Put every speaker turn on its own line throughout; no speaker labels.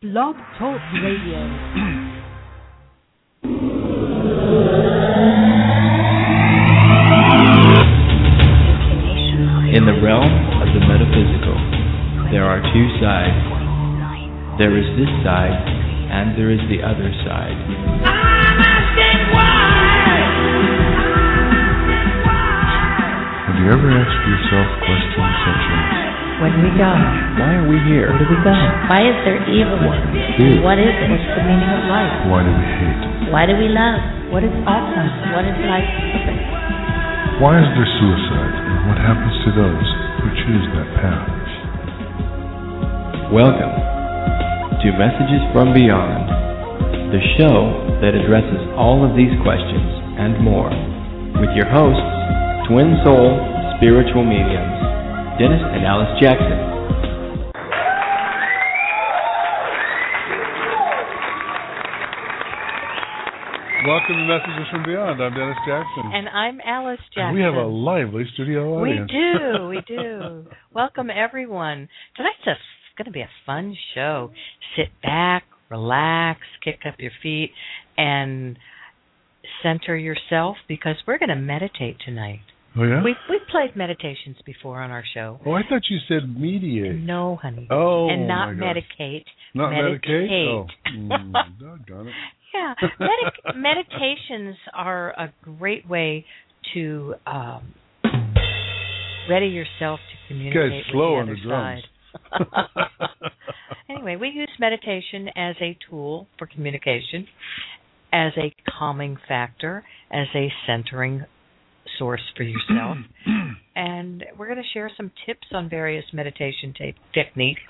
Blog Talk Radio.
In the realm of the metaphysical, there are two sides. There is this side, and there is the other side.
Have you ever asked yourself questions such as,
When we go,
why are we here?
we go.
Why is there evil?
Ew.
What is it?
What's the meaning of life?
Why do we hate?
Why do we love?
What is awesome?
What is life?
Why is there suicide? And what happens to those who choose that path?
Welcome to Messages from Beyond, the show that addresses all of these questions and more, with your hosts, Twin Soul Spiritual Mediums, Dennis and Alice Jackson.
Welcome to Messages from Beyond. I'm Dennis Jackson.
And I'm Alice Jackson.
Mm. And we have a lively studio
We
audience.
do, we do. Welcome everyone. Tonight's a, going to be a fun show. Sit back, relax, kick up your feet, and center yourself because we're going to meditate tonight.
oh, yeah?
We've we've played meditations before on our show.
oh, I thought you said mediate.
No, honey.
Oh,
and not
my gosh.
medicate.
Not
medicate.
Medicaid? Oh, mm, doggone it.
Yeah, Medic- meditations are a great way to um, ready yourself to
You
communicate.
guys slow on
with the
the
other
drums.
side. anyway, we use meditation as a tool for communication, as a calming factor, as a centering source for yourself. and we're going to share some tips on various meditation ta- techniques.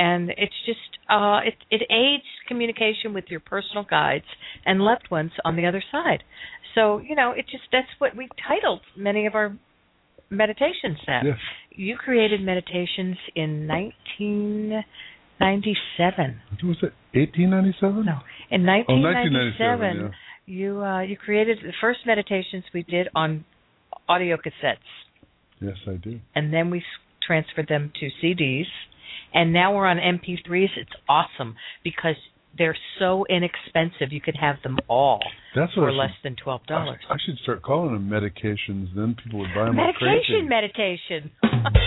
And it's just uh, it it aids communication with your personal guides and loved ones on the other side. So you know, it just that's what we titled many of our meditations. That
Yes.
you created meditations in 1997.
What was it? 1897?
No, in
Oh, 1997.
1997, you uh, you created the first meditations we did on audio cassettes
Yeah. Yes, I do.
and then we s- transferred them to CDs, and now we're on MP3s. It's awesome because they're so inexpensive. You could have them all
That's what
for
I should
less than twelve dollars.
I should start calling them medications. Then people would buy them. like crazy.
Medication meditation.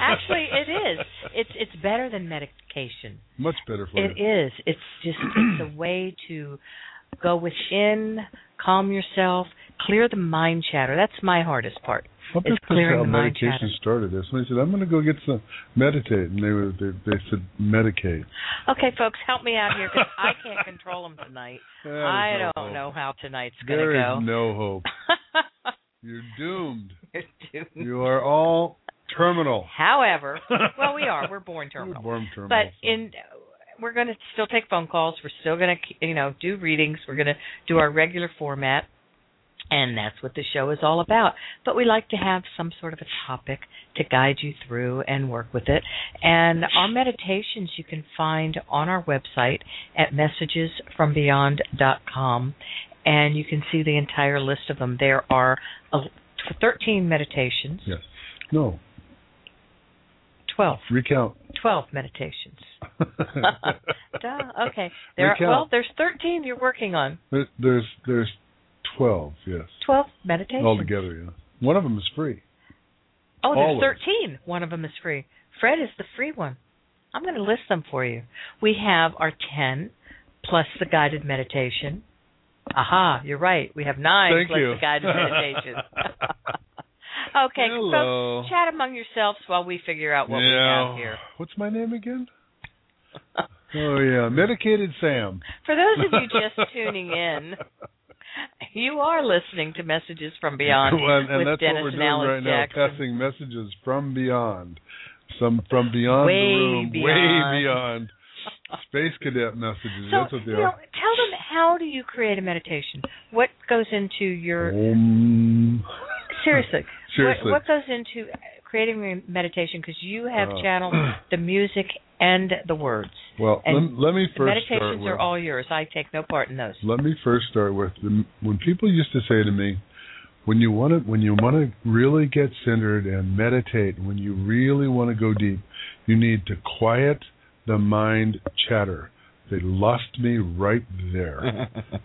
Actually, it is. It's it's better than medication.
Much better for
It
you.
is. It's just it's a way to go within, calm yourself, clear the mind chatter. That's my hardest part.
How about
It's
this
clearing
how
the mind
medication
chatter.
started? This somebody said, "I'm going to go get some meditate," and they were they, they said medicate.
Okay, folks, help me out here because I can't control them tonight. I don't know how tonight's going
There
to
is
go.
no hope. You're doomed.
You're doomed.
You are all terminal.
However, well, we are. We're born terminal.
Warm terminal.
But in we're going to still take phone calls. We're still going to you know do readings. We're going to do our regular format, and that's what the show is all about. But we like to have some sort of a topic to guide you through and work with it. And our meditations you can find on our website at messagesfrombeyond.com, and you can see the entire list of them. There are uh, 13 meditations,
yes. No.
12,
Recount.
12 meditations. Duh. Okay. There are,
Recount.
well, there's 13 you're working on.
There- There's there's twelve. Yes.
12 meditations.
All together. Yeah. One of them is free.
Oh, there's
All of them.
13. One of them is free. Fred is the free one. I'm going to list them for you. We have our 10 plus the guided meditation. Aha, you're right. We have 9
Thank
plus
you.
the guided meditation. okay,
Hello.
folks, chat among yourselves while we figure out what we have here.
What's my name again? oh yeah, medicated Sam.
For those of you just tuning in, you are listening to Messages from Beyond
Well, and, and
with
that's
Dennis
what we're
and
doing
Alice
right now,
Jackson.
passing messages from beyond, some from beyond
Way
the room, way
beyond.
beyond space cadet messages.
So,
that's what they
you know,
are.
tell them how do you create a meditation? What goes into your
Om.
seriously? what-
Seriously.
What, goes into creating a meditation? Because you have
Uh,
channeled the music and the words.
well,
and
lem- let, me
The
first start
meditations
with,
are all yours. I take no part in those.
Let me first start with the, when people used to say to me, when you want to when you want to really get centered and meditate, when you really want to go deep, you need to quiet the mind chatter. They lost me right there.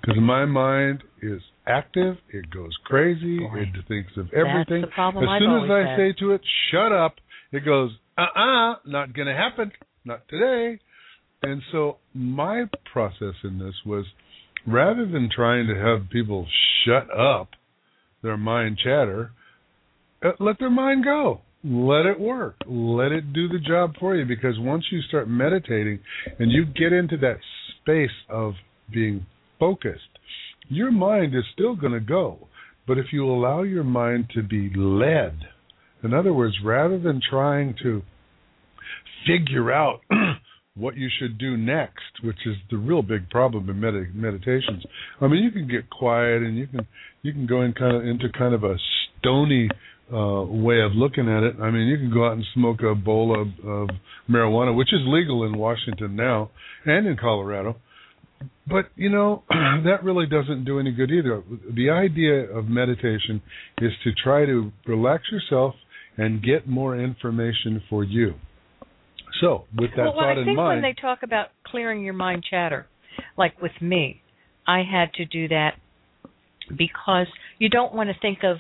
Because my mind is active, it goes crazy,
Boy.
it thinks of everything.
That's the problem
as
I've
soon as
always
I
had.
say to it, shut up, it goes, uh uh not going to happen, not today. And so my process in this was rather than trying to have people shut up their mind chatter, uh, let their mind go. Let it work. Let it do the job for you because once you start meditating and you get into that space of being focused, your mind is still going to go. But if you allow your mind to be led, in other words, rather than trying to figure out what you should do next, which is the real big problem in medi- meditations. I mean, you can get quiet and you can you can go in kind of into kind of a stony uh, way of looking at it. I mean, you can go out and smoke a bowl of, of marijuana, which is legal in Washington now and in Colorado. But you know that really doesn't do any good either. The idea of meditation is to try to relax yourself and get more information for you. So, with that
well, when
thought
I
in
think
mind,
when they talk about clearing your mind chatter, like with me, I had to do that because you don't want to think of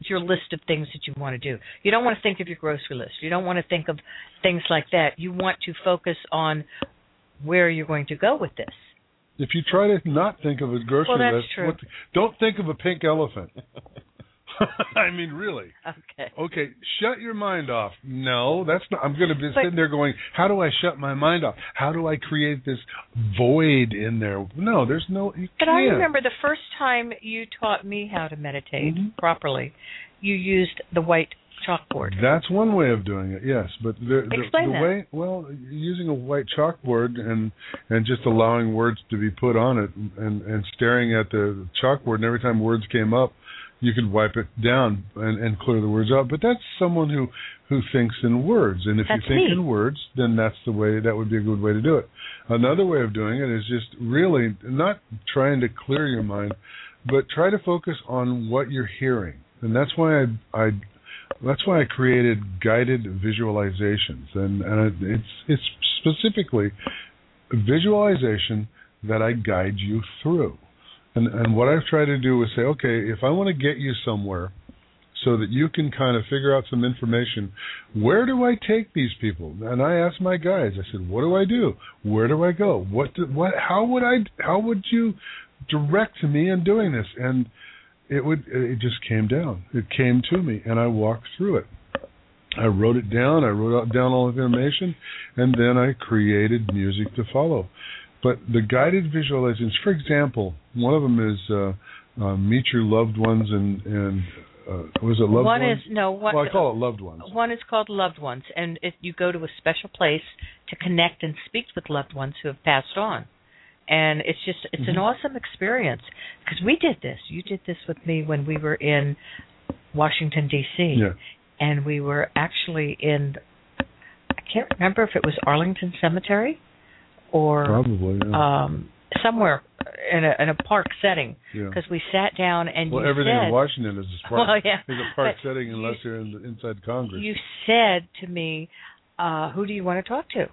your list of things that you want to do. You don't want to think of your grocery list. You don't want to think of things like that. You want to focus on where you're going to go with this.
If you try to not think of a grocery
Well, that's
list,
true.
what- don't think of a pink elephant. I mean, really.
Okay.
Okay, shut your mind off. No, that's not. I'm going to be
But-
sitting there going, how do I shut my mind off? How do I create this void in there? No, there's no. You
But
can't.
I remember the first time you taught me how to meditate
Mm-hmm.
properly, you used the white chalkboard.
That's one way of doing it, yes. But the, the,
Explain
the
that.
way, well, using a white chalkboard and and just allowing words to be put on it and and staring at the chalkboard, and every time words came up, you could wipe it down and and clear the words out. But that's someone who who thinks in words, and if
That's
you think
me.
in words, then that's the way. That would be a good way to do it. Another way of doing it is just really not trying to clear your mind, but try to focus on what you're hearing, and that's why I I that's why I created guided visualizations, and, and it's it's specifically visualization that I guide you through. And and what I've tried to do is say, okay, if I want to get you somewhere, so that you can kind of figure out some information, where do I take these people? And I asked my guys, I said, what do I do? Where do I go? What do, what how would I how would you direct me in doing this? And it would it just came down it came to me and i walked through it i wrote it down i wrote out down all the information and then i created music to follow but the guided visualizations for example one of them is uh, uh meet your loved ones and and uh, was it loved
one
ones
is no one
well i call it loved ones
one is called loved ones and if you go to a special place to connect and speak with loved ones who have passed on and it's just it's
Mm-hmm.
an awesome experience because we did this you did this with me when we were in washington dc
Yeah.
and we were actually in i can't remember if it was arlington cemetery or
probably yeah,
um somewhere in a in a park setting
yeah.
because we sat down and
well
you
everything
said,
in washington is a park
Well, yeah,
is a park
but
setting
you-
unless you, are in the, inside congress
you said to me, uh, "Who do you want to talk to?"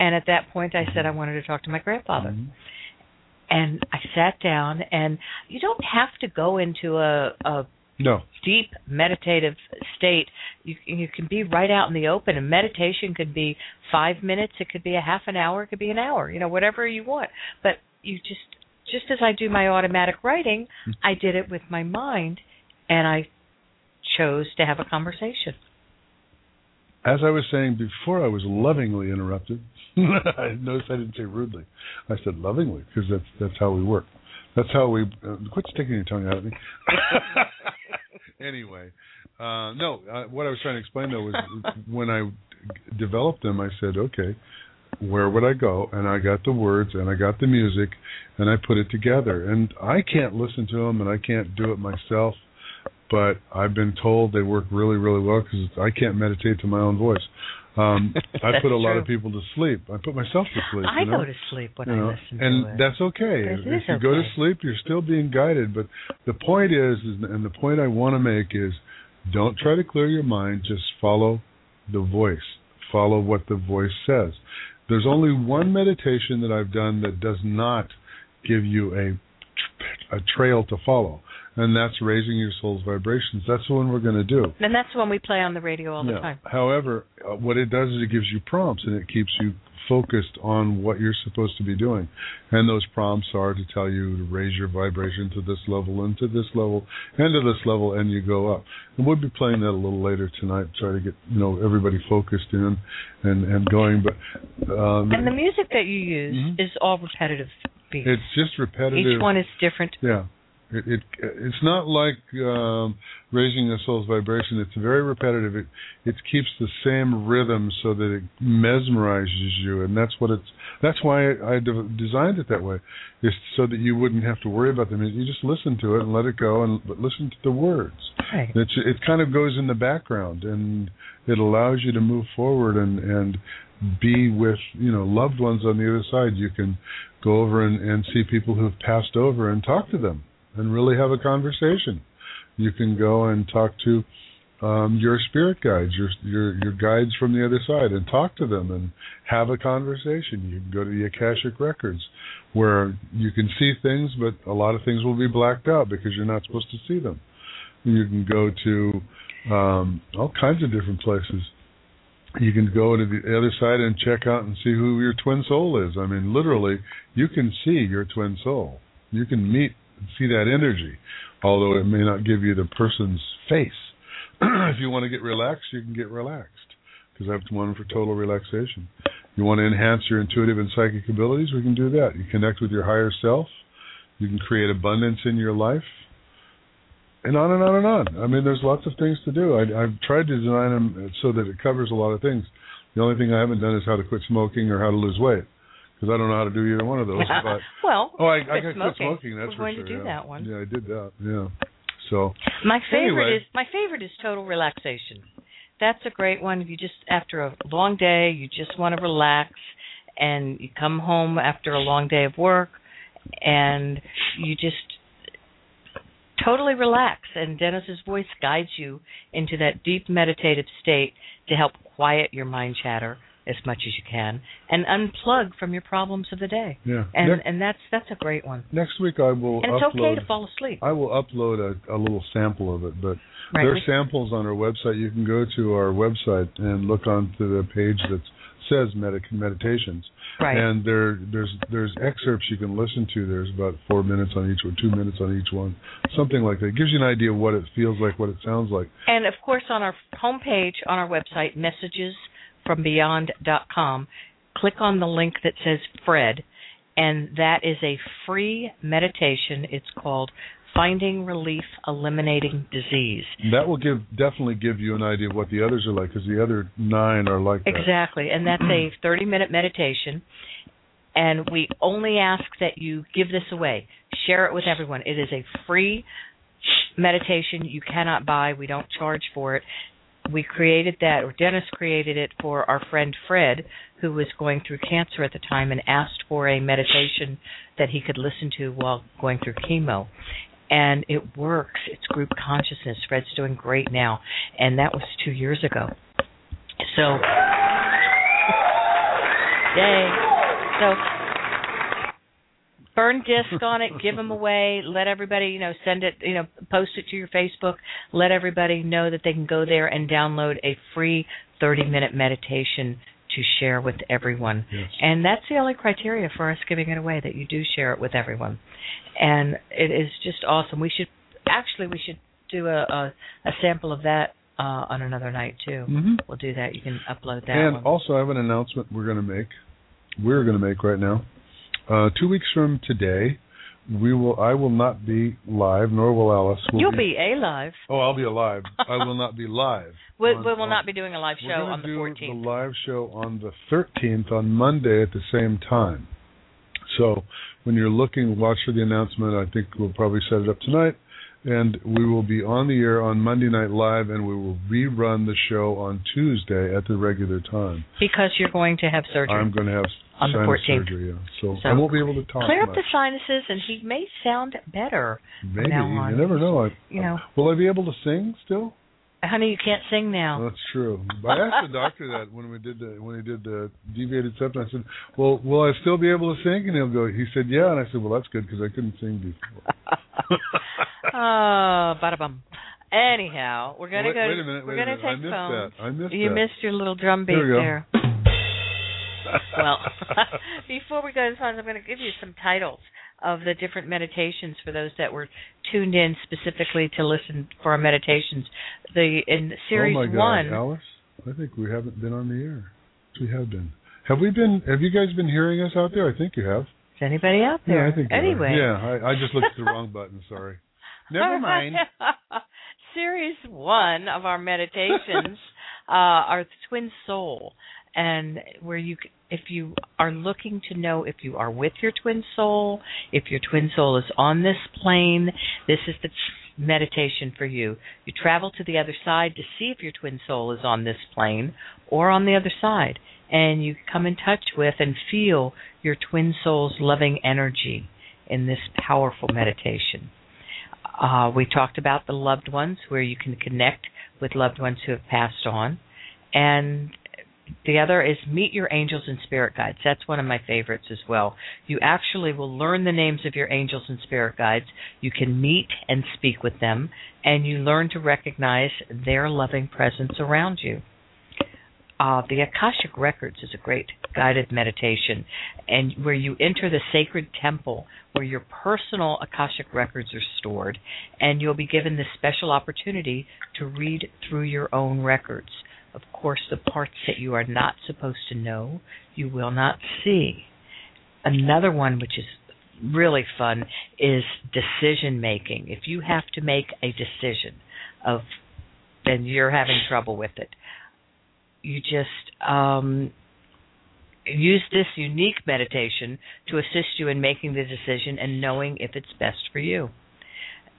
And at that point, I said I wanted to talk to my grandfather.
Mhm.
And I sat down, and you don't have to go into a, a
no
deep meditative state. You you can be right out in the open, and meditation could be five minutes, it could be a half an hour, it could be an hour. You know, whatever you want. But you just just as I do my automatic writing, I did it with my mind, and I chose to have a conversation.
As I was saying before, I was lovingly interrupted. I noticed I didn't say rudely. I said lovingly because that's that's how we work. That's how we. Uh, quit sticking your tongue out at me. anyway, uh, no. Uh, what I was trying to explain though was when I developed them, I said, okay, where would I go? And I got the words and I got the music, and I put it together. And I can't listen to them, and I can't do it myself but I've been told they work really, really well because I can't meditate to my own voice. Um, I
That's
put a lot
true.
of people to sleep. I put myself to sleep.
I
you know?
go to sleep when
You
I
know,
listen
and
to it.
that's okay.
That
if
is
you go to
okay.
sleep, you're still being guided. But the point is, is and the point I want to make is, don't try to clear your mind. Just follow the voice. Follow what the voice says. There's only one meditation that I've done that does not give you a a trail to follow, and that's raising your soul's vibrations. That's the one we're going to do.
And that's the one we play on the radio all the
Yeah.
time.
However, uh, what it does is it gives you prompts and it keeps you focused on what you're supposed to be doing. And those prompts are to tell you to raise your vibration to this level and to this level and to this level and you go up. And we'll be playing that a little later tonight, try to get, you know, everybody focused in and, and going. But um
And the music that you use
Mhm.
is all repetitive beats.
it's just repetitive.
Each one is different.
Yeah. It, it it's not like um, raising the soul's vibration. It's very repetitive. It it keeps the same rhythm so that it mesmerizes you, and that's what it's. That's why I de- designed it that way, is so that you wouldn't have to worry about the music. You just listen to it and let it go, and but listen to the words.
Right.
It's, it kind of goes in the background, and it allows you to move forward and and be with you know loved ones on the other side. You can go over and, and see people who've passed over and talk to them and really have a conversation. You can go and talk to um, your spirit guides, your, your your guides from the other side, and talk to them and have a conversation. You can go to the Akashic records, where you can see things, but a lot of things will be blacked out because you're not supposed to see them. You can go to um, all kinds of different places. You can go to the other side and check out and see who your twin soul is. I mean, literally, you can see your twin soul. You can meet, see that energy, although it may not give you the person's face. if you want to get relaxed, you can get relaxed because I have one for total relaxation. You want to enhance your intuitive and psychic abilities? We can do that. You connect with your higher self. You can create abundance in your life and on and on and on. I mean, there's lots of things to do. I, I've tried to design them so that it covers a lot of things. The only thing I haven't done is how to quit smoking or how to lose weight because I don't know how to do either one of those. But
well,
oh, I, I got
quit
quit
smoking.
smoking. That's
We're
for
going
sure.
to do
yeah.
that one.
Yeah, I did that. Yeah. So
My favorite
Anyway.
is my favorite is total relaxation. That's a great one. If you just after a long day, you just want to relax, and you come home after a long day of work, and you just totally relax. And Dennis's voice guides you into that deep meditative state to help quiet your mind chatter as much as you can and unplug from your problems of the day.
yeah.
And
next,
and that's that's a great one.
next week I will
And it's
upload.
okay to fall asleep.
I will upload a, a little sample of it, but
Right.
there are
We-
samples on our website. You can go to our website and look onto the page that says Medic- Meditations.
right.
And there, there's there's excerpts you can listen to. There's about four minutes on each one, two minutes on each one, something like that. It gives you an idea of what it feels like, what it sounds like.
And of course, on our homepage, on our website, messagesfrombeyond.com, click on the link that says Fred, and that is a free meditation. It's called Finding Relief Eliminating Disease.
That will give definitely give you an idea of what the others are like, because the other nine are like that.
Exactly. And that's a 30 minute meditation. And we only ask that you give this away, share it with everyone. It is a free meditation you cannot buy, we don't charge for it. We created that, or Dennis created it for our friend Fred, who was going through cancer at the time and asked for a meditation that he could listen to while going through chemo. And it works. It's group consciousness. Fred's doing great now. And that was two years ago. So, yay. So, burn disc on it, give them away, let everybody, you know, send it, you know, post it to your Facebook, let everybody know that they can go there and download a free 30 minute meditation to share with everyone.
Yes.
And that's the only criteria for us giving it away that you do share it with everyone. And it is just awesome. We should actually we should do a a, a sample of that uh, on another night too.
hmm
We'll do that. You can upload that
And
one.
also, I have an announcement we're going to make. We're going to make right now. Uh, two weeks from today, we will. I will not be live, nor will Alice. We'll
You'll be a live.
Oh, I'll be alive. I will not be live.
We,
on-
we will
on-
not be doing a live show
We're gonna
on the
do
14th.
The live show on the 13th on Monday at the same time. So when you're looking, watch for the announcement. I think we'll probably set it up tonight. And we will be on the air on Monday Night Live, and we will rerun the show on Tuesday at the regular time.
Because you're going to have surgery.
I'm going to have
On the
sinus
14th.
surgery, yeah. So,
So
I won't be able to talk
Clear up
much.
the sinuses, and he may sound better.
Maybe
now on.
you never know. I,
You know,
will I be able to sing still?
honey, you can't sing now.
That's true. But I asked the doctor that when we did the when he did the deviated septum. I said, "Well, will I still be able to sing?" And he'll go. He said, "Yeah." And I said, "Well, that's good because I couldn't sing before."
oh, bada bum. Anyhow, we're gonna
wait,
go.
wait a minute.
we're
wait a
gonna
minute. I
take phone.
missed that. I missed
You
that.
missed your little drum beat
Here we go.
there. well, before we go to the phones, I'm going to give you some titles of the different meditations for those that were tuned in specifically to listen for our meditations. The in series
oh my God,
one,
Alice. I think we haven't been on the air. We have been. Have we been? Have you guys been hearing us out there? I think you have.
is anybody out there?
Yeah, I think you have.
anyway,
Yeah, I, I just looked at the wrong button. Sorry. Never mind.
Series one of our meditations uh, are the twin soul, and where you, c- if you are looking to know if you are with your twin soul, if your twin soul is on this plane, this is the meditation for you. You travel to the other side to see if your twin soul is on this plane or on the other side, and you come in touch with and feel your twin soul's loving energy in this powerful meditation. Uh, we talked about the loved ones, where you can connect with loved ones who have passed on. And the other is meet your angels and spirit guides. That's one of my favorites as well. You actually will learn the names of your angels and spirit guides. You can meet and speak with them, and you learn to recognize their loving presence around you. Uh, the Akashic Records is a great guided meditation, and where you enter the sacred temple where your personal Akashic records are stored, and you'll be given this special opportunity to read through your own records. Of course, the parts that you are not supposed to know, you will not see. Another one, which is really fun, is decision making. If you have to make a decision of, and you're having trouble with it, you just um, use this unique meditation to assist you in making the decision and knowing if it's best for you.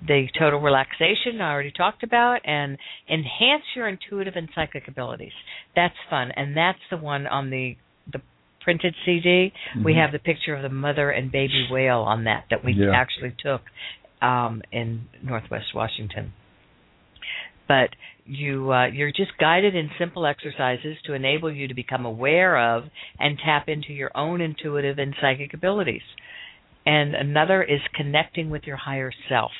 The total relaxation I already talked about, and enhance your intuitive and psychic abilities. That's fun, and that's the one on the the printed CD. We have the picture of the mother and baby whale on that that we
Yeah.
actually took um, in Northwest Washington. But you uh, you're just guided in simple exercises to enable you to become aware of and tap into your own intuitive and psychic abilities. And another is connecting with your higher self.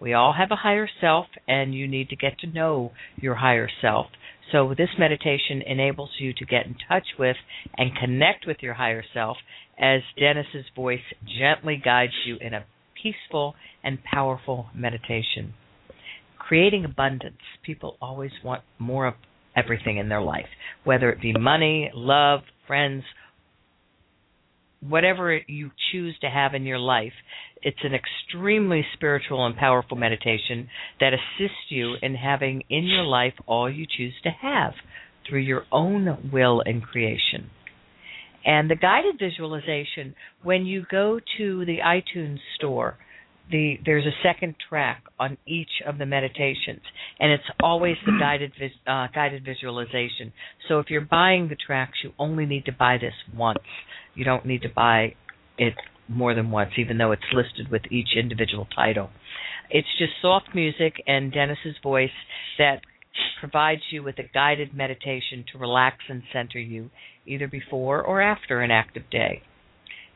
We all have a higher self, and you need to get to know your higher self. So, this meditation enables you to get in touch with and connect with your higher self as Dennis's voice gently guides you in a peaceful and powerful meditation. Creating abundance. People always want more of everything in their life, whether it be money, love, friends, whatever you choose to have in your life, it's an extremely spiritual and powerful meditation that assists you in having in your life all you choose to have through your own will and creation. And the guided visualization, when you go to the iTunes store, the, there's a second track on each of the meditations, and it's always the guided vis, uh, guided visualization. So if you're buying the tracks, you only need to buy this once you don't need to buy it more than once, even though it's listed with each individual title. It's just soft music and Dennis's voice that provides you with a guided meditation to relax and center you either before or after an active day.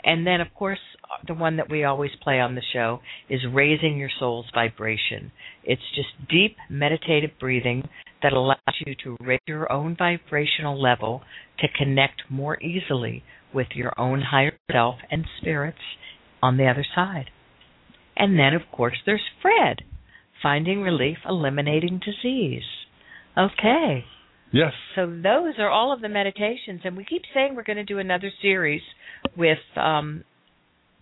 And then, of course, the one that we always play on the show is raising your soul's vibration. It's just deep meditative breathing that allows you to raise your own vibrational level to connect more easily with your own higher self and spirits on the other side. And then, of course, there's Fred, finding relief, eliminating disease. Okay.
yes.
So those are all of the meditations, and we keep saying we're going to do another series with um,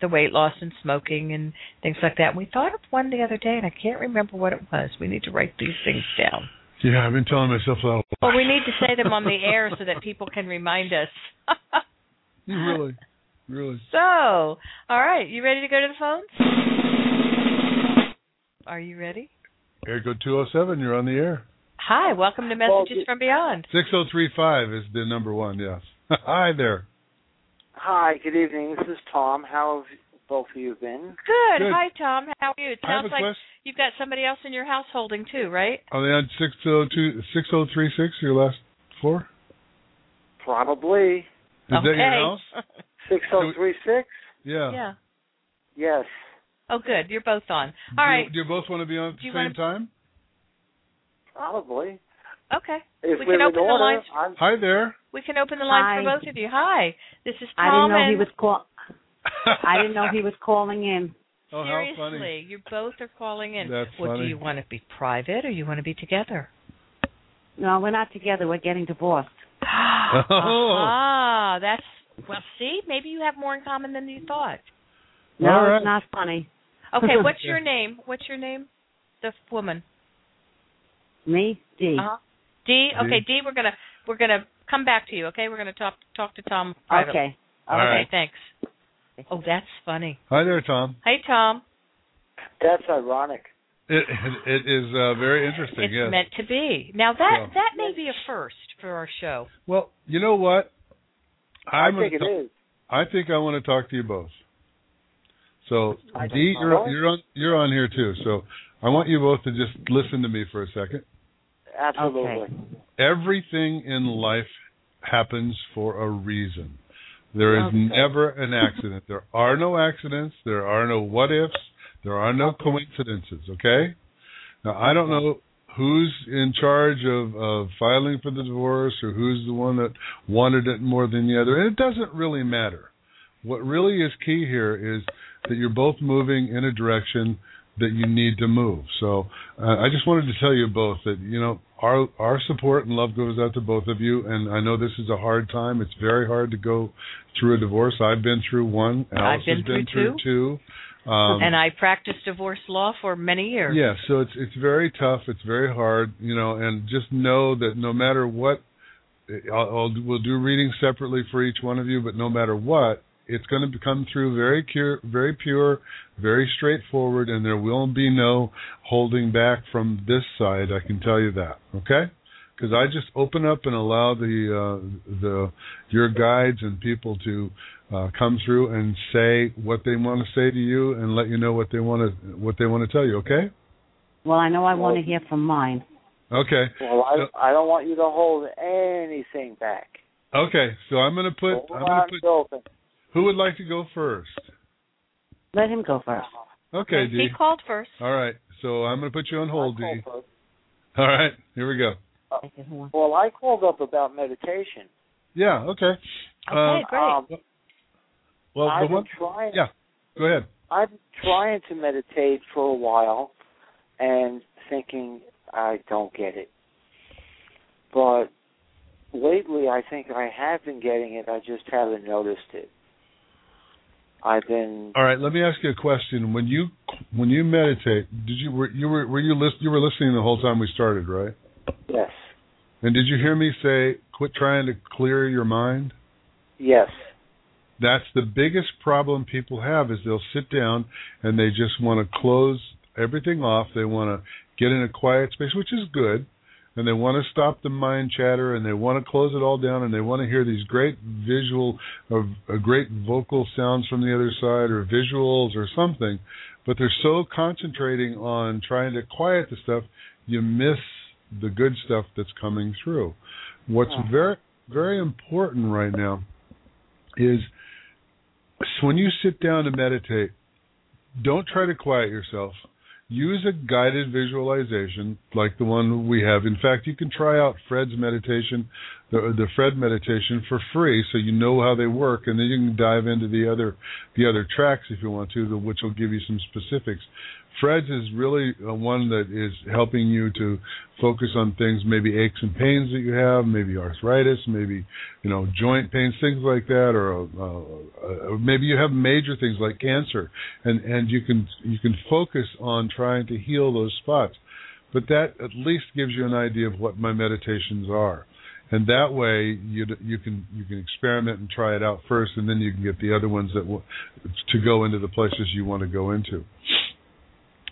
the weight loss and smoking and things like that. And we thought of one the other day, and I can't remember what it was. We need to write these things down.
Yeah, I've been telling myself that. a lot.
Well, we need to say them on the air so that people can remind us.
really, really.
so, all right, you ready to go to the phones? Are you ready?
Air code 207. You're on the air.
Hi, welcome to Messages from Beyond.
6035 is the number one. Yes. Hi there.
Hi, good evening. This is Tom. How both of you been?
Good.
Good.
Hi, Tom. How are you? It
I have
sounds
a
like
question.
you've got somebody else in your house holding too, right?
Are Oh, they on 602, 6036, oh, your last four?
Probably.
Is that your
Okay.
house?
6036?
Yeah.
yeah.
Yes.
Oh, good. You're both on.
Do
All
you-
right.
Do you both want to be on at
Do you
the same
wanna-
time?
Probably.
Okay.
If
We
we're
can
in
open the
order,
lines.
I'm-
Hi there.
We can open the lines
Hi.
for both of you. Hi. This is
I didn't
Tom
know he
and-
was call. I didn't know he was calling in.
Oh, how
Seriously,
funny.
you both are calling in.
That's
what do
funny.
you want to be private or you want to be together?
No, we're not together. We're getting divorced.
Ah, that's well. See, maybe you have more in common than you thought.
No,
All right.
it's not funny.
Okay, what's your name? What's your name? The f- woman.
Me, D.
Uh-huh.
D.
D. Okay, D. We're gonna we're gonna come back to you. Okay, we're gonna talk talk to Tom. privately.
okay.
All
Okay.
right.
Thanks. Oh, that's funny.
Hi there, Tom.
Hey, Tom.
that's ironic.
It it, it is uh, very interesting.
It's
yes.
meant to be. Now that
So-
that may be a first for our show.
well, you know what? I'm
I think
gonna
it
ta-
is.
I think I want to talk to you both. So,
I don't
D, you're,
know.
you're on you're on here too. So, I want you both to just listen to me for a second.
Absolutely.
Everything in life happens for a reason. There is never an accident. There are no accidents. There are no what ifs. There are no coincidences. Okay. Now I don't know who's in charge of, of filing for the divorce or who's the one that wanted it more than the other. And it doesn't really matter. What really is key here is that you're both moving in a direction that you need to move. So uh, I just wanted to tell you both that you know our our support and love goes out to both of you. And I know this is a hard time. It's very hard to go through a divorce. I've been through one. Alice
been
has been
through
through two. Um,
and I practiced divorce law for many years.
yeah, so it's it's very tough. It's very hard, you know, and just know that no matter what, I'll, I'll we'll do readings separately for each one of you, but no matter what, it's going to come through very pure, very pure, very straightforward, and there will be no holding back from this side. I can tell you that, okay? Because I just open up and allow the uh, the your guides and people to uh, come through and say what they want to say to you, and let you know what they want to what they want to tell you. Okay?
Well, I know I want to hear from mine.
Okay.
Well, I I don't want you to hold anything back.
Okay. So I'm gonna put.
Hold
I'm gonna
on,
put.
open.
Who would like to go first?
Let him go first.
Okay,
he
D.
called first.
All right. So I'm gonna put you on hold,
I
D.
called up-
All right. Here we go.
Okay, who wants-
Uh, Well, I called up about meditation.
Yeah. Okay.
Okay,
Um,
great.
Um,
well,
I've
the
been
one.
trying.
yeah. Go ahead.
I've been trying to meditate for a while, and thinking I don't get it. But lately, I think I have been getting it. I just haven't noticed it. I've been
All right. Let me ask you a question. When you when you meditate, did you were you were, were you list, you were listening the whole time we started, right?
yes,
And did you hear me say, "Quit trying to clear your mind"?
yes,
That's the biggest problem people have is they'll sit down and they just want to close everything off. They want to get in a quiet space, which is good, and they want to stop the mind chatter and they want to close it all down and they want to hear these great visual or uh, great vocal sounds from the other side or visuals or something, but they're so concentrating on trying to quiet the stuff, you miss the good stuff that's coming through. What's very very important right now is so when you sit down to meditate, don't try to quiet yourself. Use a guided visualization like the one we have. In fact, you can try out Fred's meditation, the, the Fred meditation for free, so you know how they work, and then you can dive into the other the other tracks if you want to, the- which will give you some specifics. Fred's is really uh, one that is helping you to focus on things, maybe aches and pains that you have, maybe arthritis, maybe you know joint pains, things like that, or uh, uh, maybe you have major things like cancer, and and you can you can focus on trying to heal those spots. But that at least gives you an idea of what my meditations are, and that way you you can you can experiment and try it out first, and then you can get the other ones that w- to go into the places you want to go into.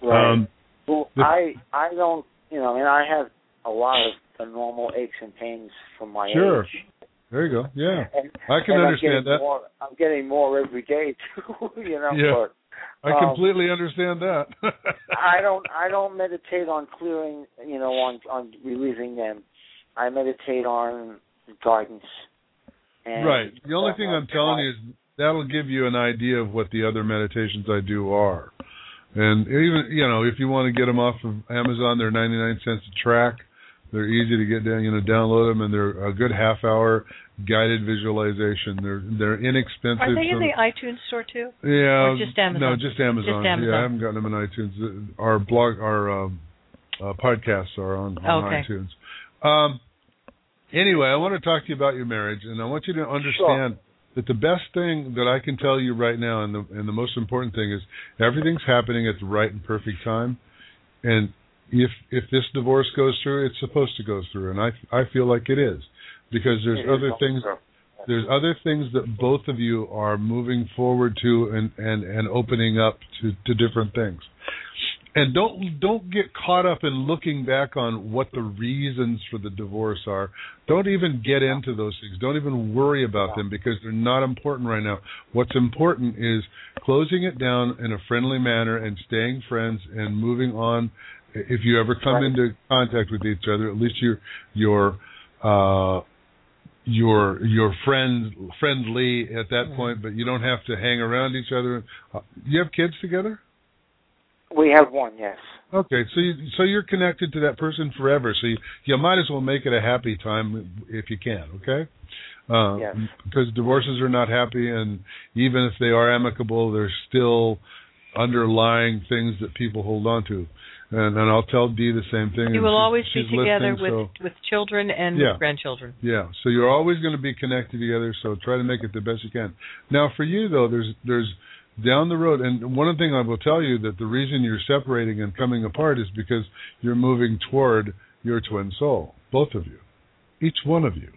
right.
Um,
Well,
The-
I I don't you know, I mean I have a lot of the normal aches and pains from my
Sure.
age.
There you go. Yeah.
And,
I can
and I'm
understand
getting
that.
More, I'm getting more every day too. You know,
Yeah.
but
I
um,
completely understand that.
I don't I don't meditate on clearing, you know, on on releasing them. I meditate on guidance. And uh,
Right. The only thing I'm telling you is that'll give you an idea of what the other meditations I do are. And even you know, if you want to get them off of Amazon, they're 99 cents a track. They're easy to get down. You know, download them, and they're a good half hour guided visualization. They're they're inexpensive.
Are they in
from-
the iTunes store too?
yeah.
Or just Amazon?
No, just Amazon.
Just Amazon.
Yeah, I haven't gotten them on iTunes. Our blog, our um, uh, podcasts are on, on
Okay.
iTunes. Um, anyway, I want to talk to you about your marriage, and I want you to understand that the best thing that I can tell you right now, and the and the most important thing is everything's happening at the right and perfect time, and if if this divorce goes through, it's supposed to go through, and I I feel like it is, because there's other things there's other things that both of you are moving forward to and and and opening up to to different things and don't don't get caught up in looking back on what the reasons for the divorce are don't even get into those things don't even worry about them because they're not important right now what's important is closing it down in a friendly manner and staying friends and moving on if you ever come
Right.
into contact with each other at least your your uh your your friend friendly at that point, but you don't have to hang around each other. Uh, you have kids together,
We have one, yes.
okay? So you, so you're connected to that person forever. So you, you might as well make it a happy time if you can, okay? Uh,
Yes.
Because divorces are not happy, and even if they are amicable, there's still underlying things that people hold on to. And, and I'll tell Dee the same thing.
You
and
will
she-
always be
she's
together
listening,
with
so-
with children and
Yeah.
grandchildren.
Yeah, so you're always going to be connected together. So try to make it the best you can. Now, for you though, there's there's down the road, and one thing I will tell you that the reason you're separating and coming apart is because you're moving toward your twin soul, both of you, each one of you,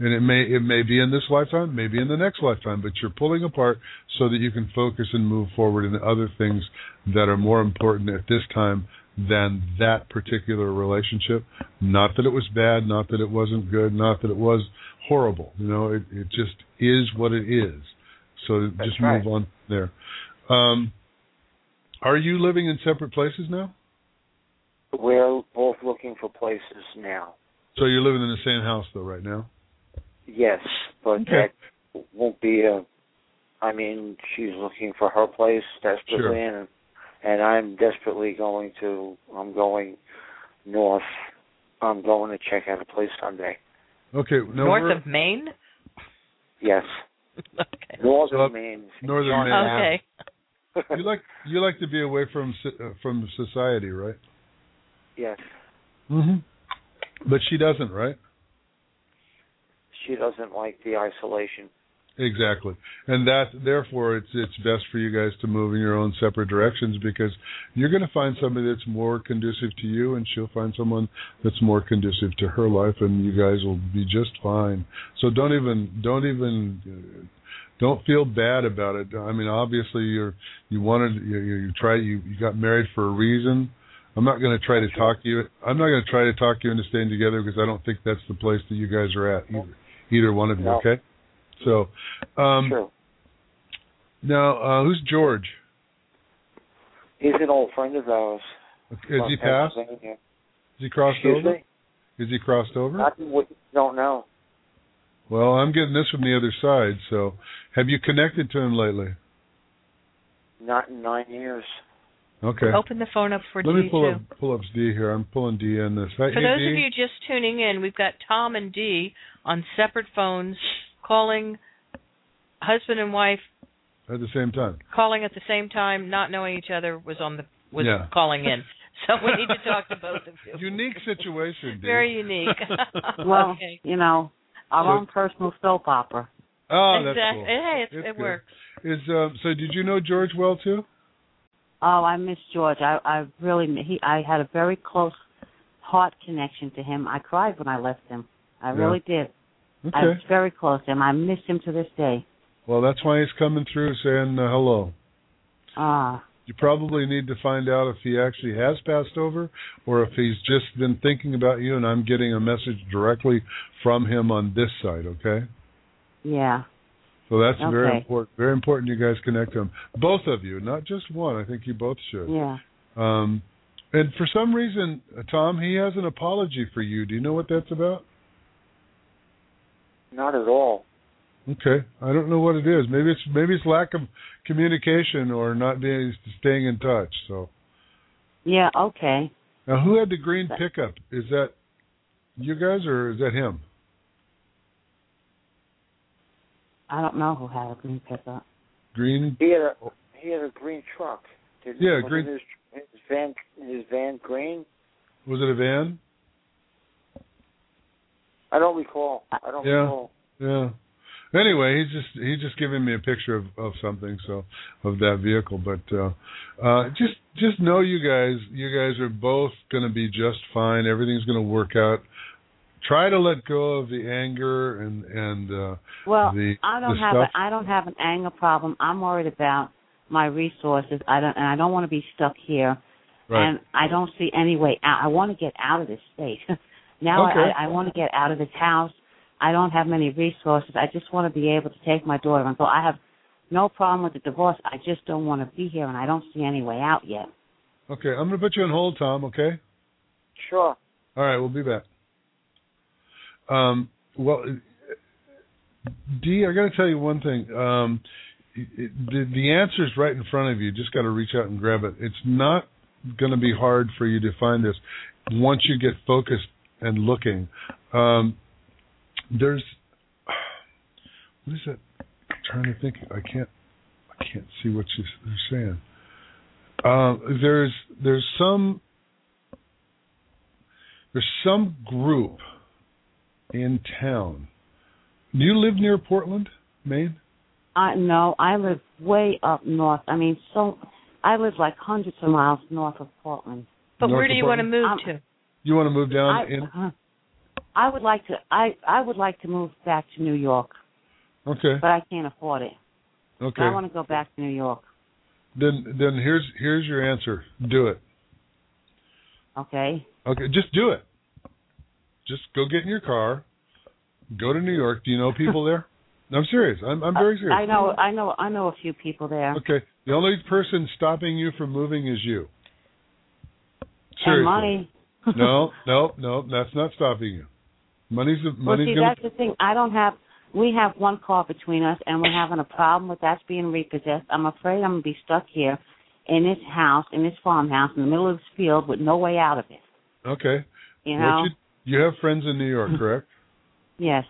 and it may it may be in this lifetime, maybe in the next lifetime, but you're pulling apart so that you can focus and move forward in other things that are more important at this time than that particular relationship. Not that it was bad, not that it wasn't good, not that it was horrible. You know, it, it just is what it is. So just
right.
move on there. Um, are you living in separate places now?
We're both looking for places now.
So you're living in the same house though right now?
Yes, but
Okay.
that won't be a. I mean, she's looking for her place desperately, and and I'm desperately going to. I'm going north. I'm going to check out a place someday.
Okay, now
North
where-
of Maine?
Yes,
okay.
northern
Up
Maine.
northern
John-
Maine.
Okay.
you like you like to be away from so- uh, from society, right?
yes,
Mm-hmm. But she doesn't, right?
she doesn't like the isolation.
Exactly, and that therefore it's it's best for you guys to move in your own separate directions because you're going to find somebody that's more conducive to you, and she'll find someone that's more conducive to her life, and you guys will be just fine. So don't even don't even uh, don't feel bad about it. I mean, obviously you're you wanted you you, you try you you got married for a reason. I'm not going to try to talk you. I'm not going to try to talk you into staying together because I don't think that's the place that you guys are at either. Either one of you,
No.
okay? So, um,
True.
now, uh, who's George?
He's an old friend of ours.
Is
from
he passed? Is
Pennsylvania.
he crossed
Excuse
over?
me?
Is he crossed over?
I wouldn't- don't know.
Well, I'm getting this from the other side. So, have you connected to him lately?
Not in nine years.
Okay.
Open the phone up for
Let me
D
pull
too.
up pull up D here. I'm pulling D in this. Hey,
For those
D.
of you just tuning in, we've got Tom and Dee on separate phones calling husband and wife
at the same time.
calling at the same time, not knowing each other was on the was
Yeah.
calling in. So we need to talk to both of you.
Unique situation, D.
Very unique.
Well,
okay.
you know, our
So-
own personal soap opera.
oh, that's
exactly.
cool.
Hey, it's,
That's
it
good.
works.
Is um, so? Did you know George well too?
Oh, I miss George. I I really mi- he I had a very close heart connection to him. I cried when I left him. I
Yeah.
really did.
Okay.
I was very close to him. I miss him to this day.
well, that's why he's coming through saying uh, hello.
Ah,
You probably need to find out if he actually has passed over or if he's just been thinking about you and I'm getting a message directly from him on this side, okay?
Yeah.
So that's very
Okay.
important. Very important you guys connect them. Both of you, not just one. I think you both should.
Yeah.
Um, and for some reason, uh, Tom, he has an apology for you. Do you know what that's about?
Not at all.
Okay, I don't know what it is. Maybe it's maybe it's lack of communication or not being staying in touch. So
Yeah. Okay.
now, who had the green pickup? Is that you guys or is that him?
I don't know who had a green pickup.
Green.
He had a he had a green truck. Didn't
Yeah,
wasn't
green-
His, his van his van green.
Was it a van?
I don't recall. I don't
Yeah.
recall.
Yeah. Anyway, he's just he's just giving me a picture of, of something so of that vehicle, but uh, uh, just just know you guys you guys are both going to be just fine. Everything's going to work out. Try to let go of the anger and and uh,
Well,
The-
I don't
the
have
stuff-
a, I don't have an anger problem. I'm worried about my resources. I don't and I don't want to be stuck here.
right.
And I don't see any way out. I want to get out of this state. now I-
Okay.
I, I want to get out of this house. I don't have many resources. I just want to be able to take my daughter and go. I have no problem with the divorce. I just don't want to be here, and I don't see any way out yet.
okay, I'm going to put you on hold, Tom. Okay.
Sure.
All right, we'll be back. Um, well, Dee, I got to tell you one thing. Um, it, it- the, the answer is right in front of you. Just got to reach out and grab it. It's not going to be hard for you to find this once you get focused and looking. Um, there's what is it? I'm trying to think. I can't. I can't see what she's they're saying. Uh, there's there's some there's some group in town. Do you live near Portland, Maine?
I no, I live way up north. I mean, so I live like hundreds of miles north of Portland.
But
North
where do you want to
Dakota?
move
Um,
to?
You want to move down
I,
in?
uh, I would like to. I I would like to move back to New York,
Okay,
but I can't afford it.
okay.
I want to go back to New York.
Then then here's here's your answer. Do it.
Okay.
Okay, just do it. Just go get in your car, go to New York. Do you know people there? I'm serious. I'm I'm very serious.
I know. I know. I know a few people there.
Okay, the only person stopping you from moving is you. Seriously.
And money.
no, no, no. That's not stopping you. Money's the
well,
money's
see,
gonna
that's the thing. I don't have. We have one car between us, and we're having a problem with that being repossessed. I'm afraid I'm gonna be stuck here, in this house, in this farmhouse, in the middle of this field, with no way out of it.
Okay.
You
What
know.
you, you have friends in New York, correct?
Yes.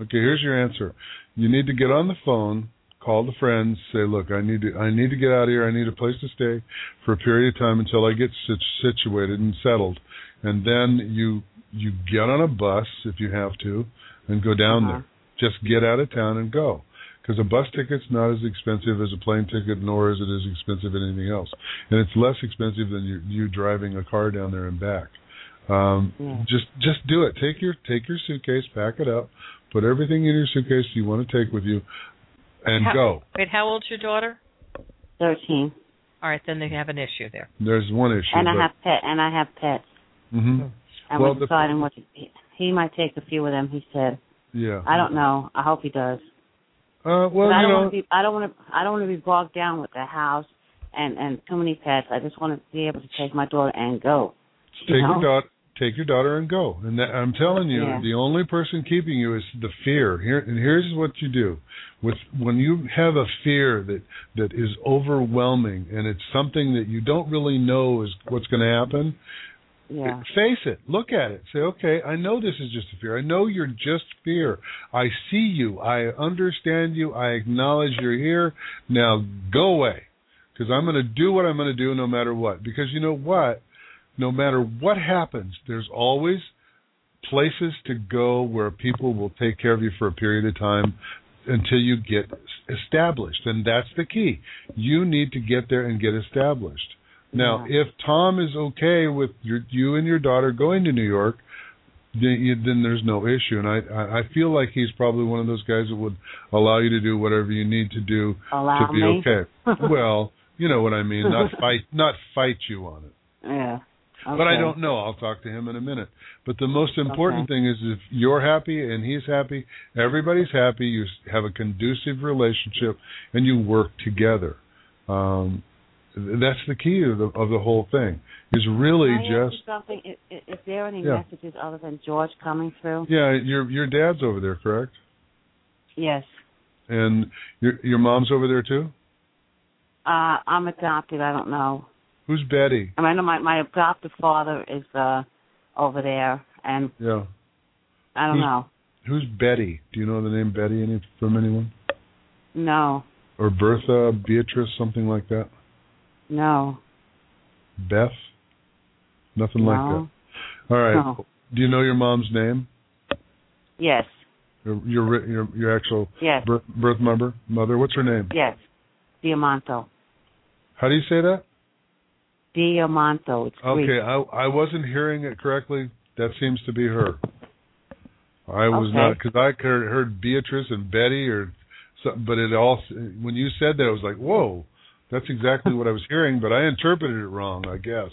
Okay, here's your answer. You need to get on the phone, call the friends, say, "Look, I need to I need to get out of here. I need a place to stay for a period of time until I get sit- situated and settled." And then you you get on a bus if you have to and go down
Uh-huh.
there. Just get out of town and go. Because a bus ticket's not as expensive as a plane ticket, nor is it as expensive as anything else, and it's less expensive than you, you driving a car down there and back. Um,
Yeah.
Just just do it. Take your take your suitcase, pack it up, put everything in your suitcase you want to take with you, and
How-
go.
Wait, how old's your daughter?
Thirteen.
All right, then they have an issue there.
There's one issue.
And I have pet. And I have pets.
hmm
And
Well,
we're
the-
deciding what to, he- he might take a few of them. He said,
Yeah.
"I don't know. I hope he does."
Uh, well,
But I
you
don't
know,
want to be. I don't want to. I don't want to be bogged down with the house and and too many pets. I just want to be able to take my daughter and go.
take
you
your
know?
daughter. Take your daughter and go. And that, I'm telling you,
Yeah.
the only person keeping you is the fear. Here and here's what you do: with when you have a fear that that is overwhelming and it's something that you don't really know is what's going to happen.
Yeah.
Face it. Look at it. Say, okay, I know this is just a fear. I know you're just fear. I see you. I understand you. I acknowledge you're here. Now go away. Because I'm going to do what I'm going to do no matter what. Because you know what? No matter what happens, there's always places to go where people will take care of you for a period of time until you get s- established. And that's the key. You need to get there and get established. Now,
Yeah.
if Tom is okay with your, you and your daughter going to New York, then, you, then there's no issue. And I, I, I feel like he's probably one of those guys that would allow you to do whatever you need to do
Allow
to be
me.
okay. well, you know what I mean. Not fight, not fight you on it.
Yeah. Okay.
But I don't know. I'll talk to him in a minute. But the most important thing is if you're happy and he's happy, everybody's happy, you s- have a conducive relationship, and you work together. Um, th- that's the key of the, of the whole thing, is really
Can I ask
just
you something. Is, is- is there any
Yeah.
messages other than George coming through?
Yeah, your your dad's over there, correct?
Yes.
And your your mom's over there too.
Uh, I'm adopted. I don't know.
Who's Betty?
I mean, I know my my adoptive father is uh over there, and
Yeah.
I don't
Who's-
know.
Who's Betty? Do you know the name Betty any from anyone?
No,
Or Bertha, Beatrice, something like that?
no,
Beth? Nothing like
no.
that. All right.
No.
Do you know your mom's name?
Yes,
Your your ri- your, your actual
yes,
birth, birth mother? Mother? What's her name?
yes. Diamanto.
How do you say that?
Diamanto. It's Greek.
Okay, I I wasn't hearing it correctly. That seems to be her. I was
Okay.
not because I heard, heard Beatrice and Betty or something, but it all when you said that I was like, whoa, that's exactly what I was hearing, but I interpreted it wrong, I guess.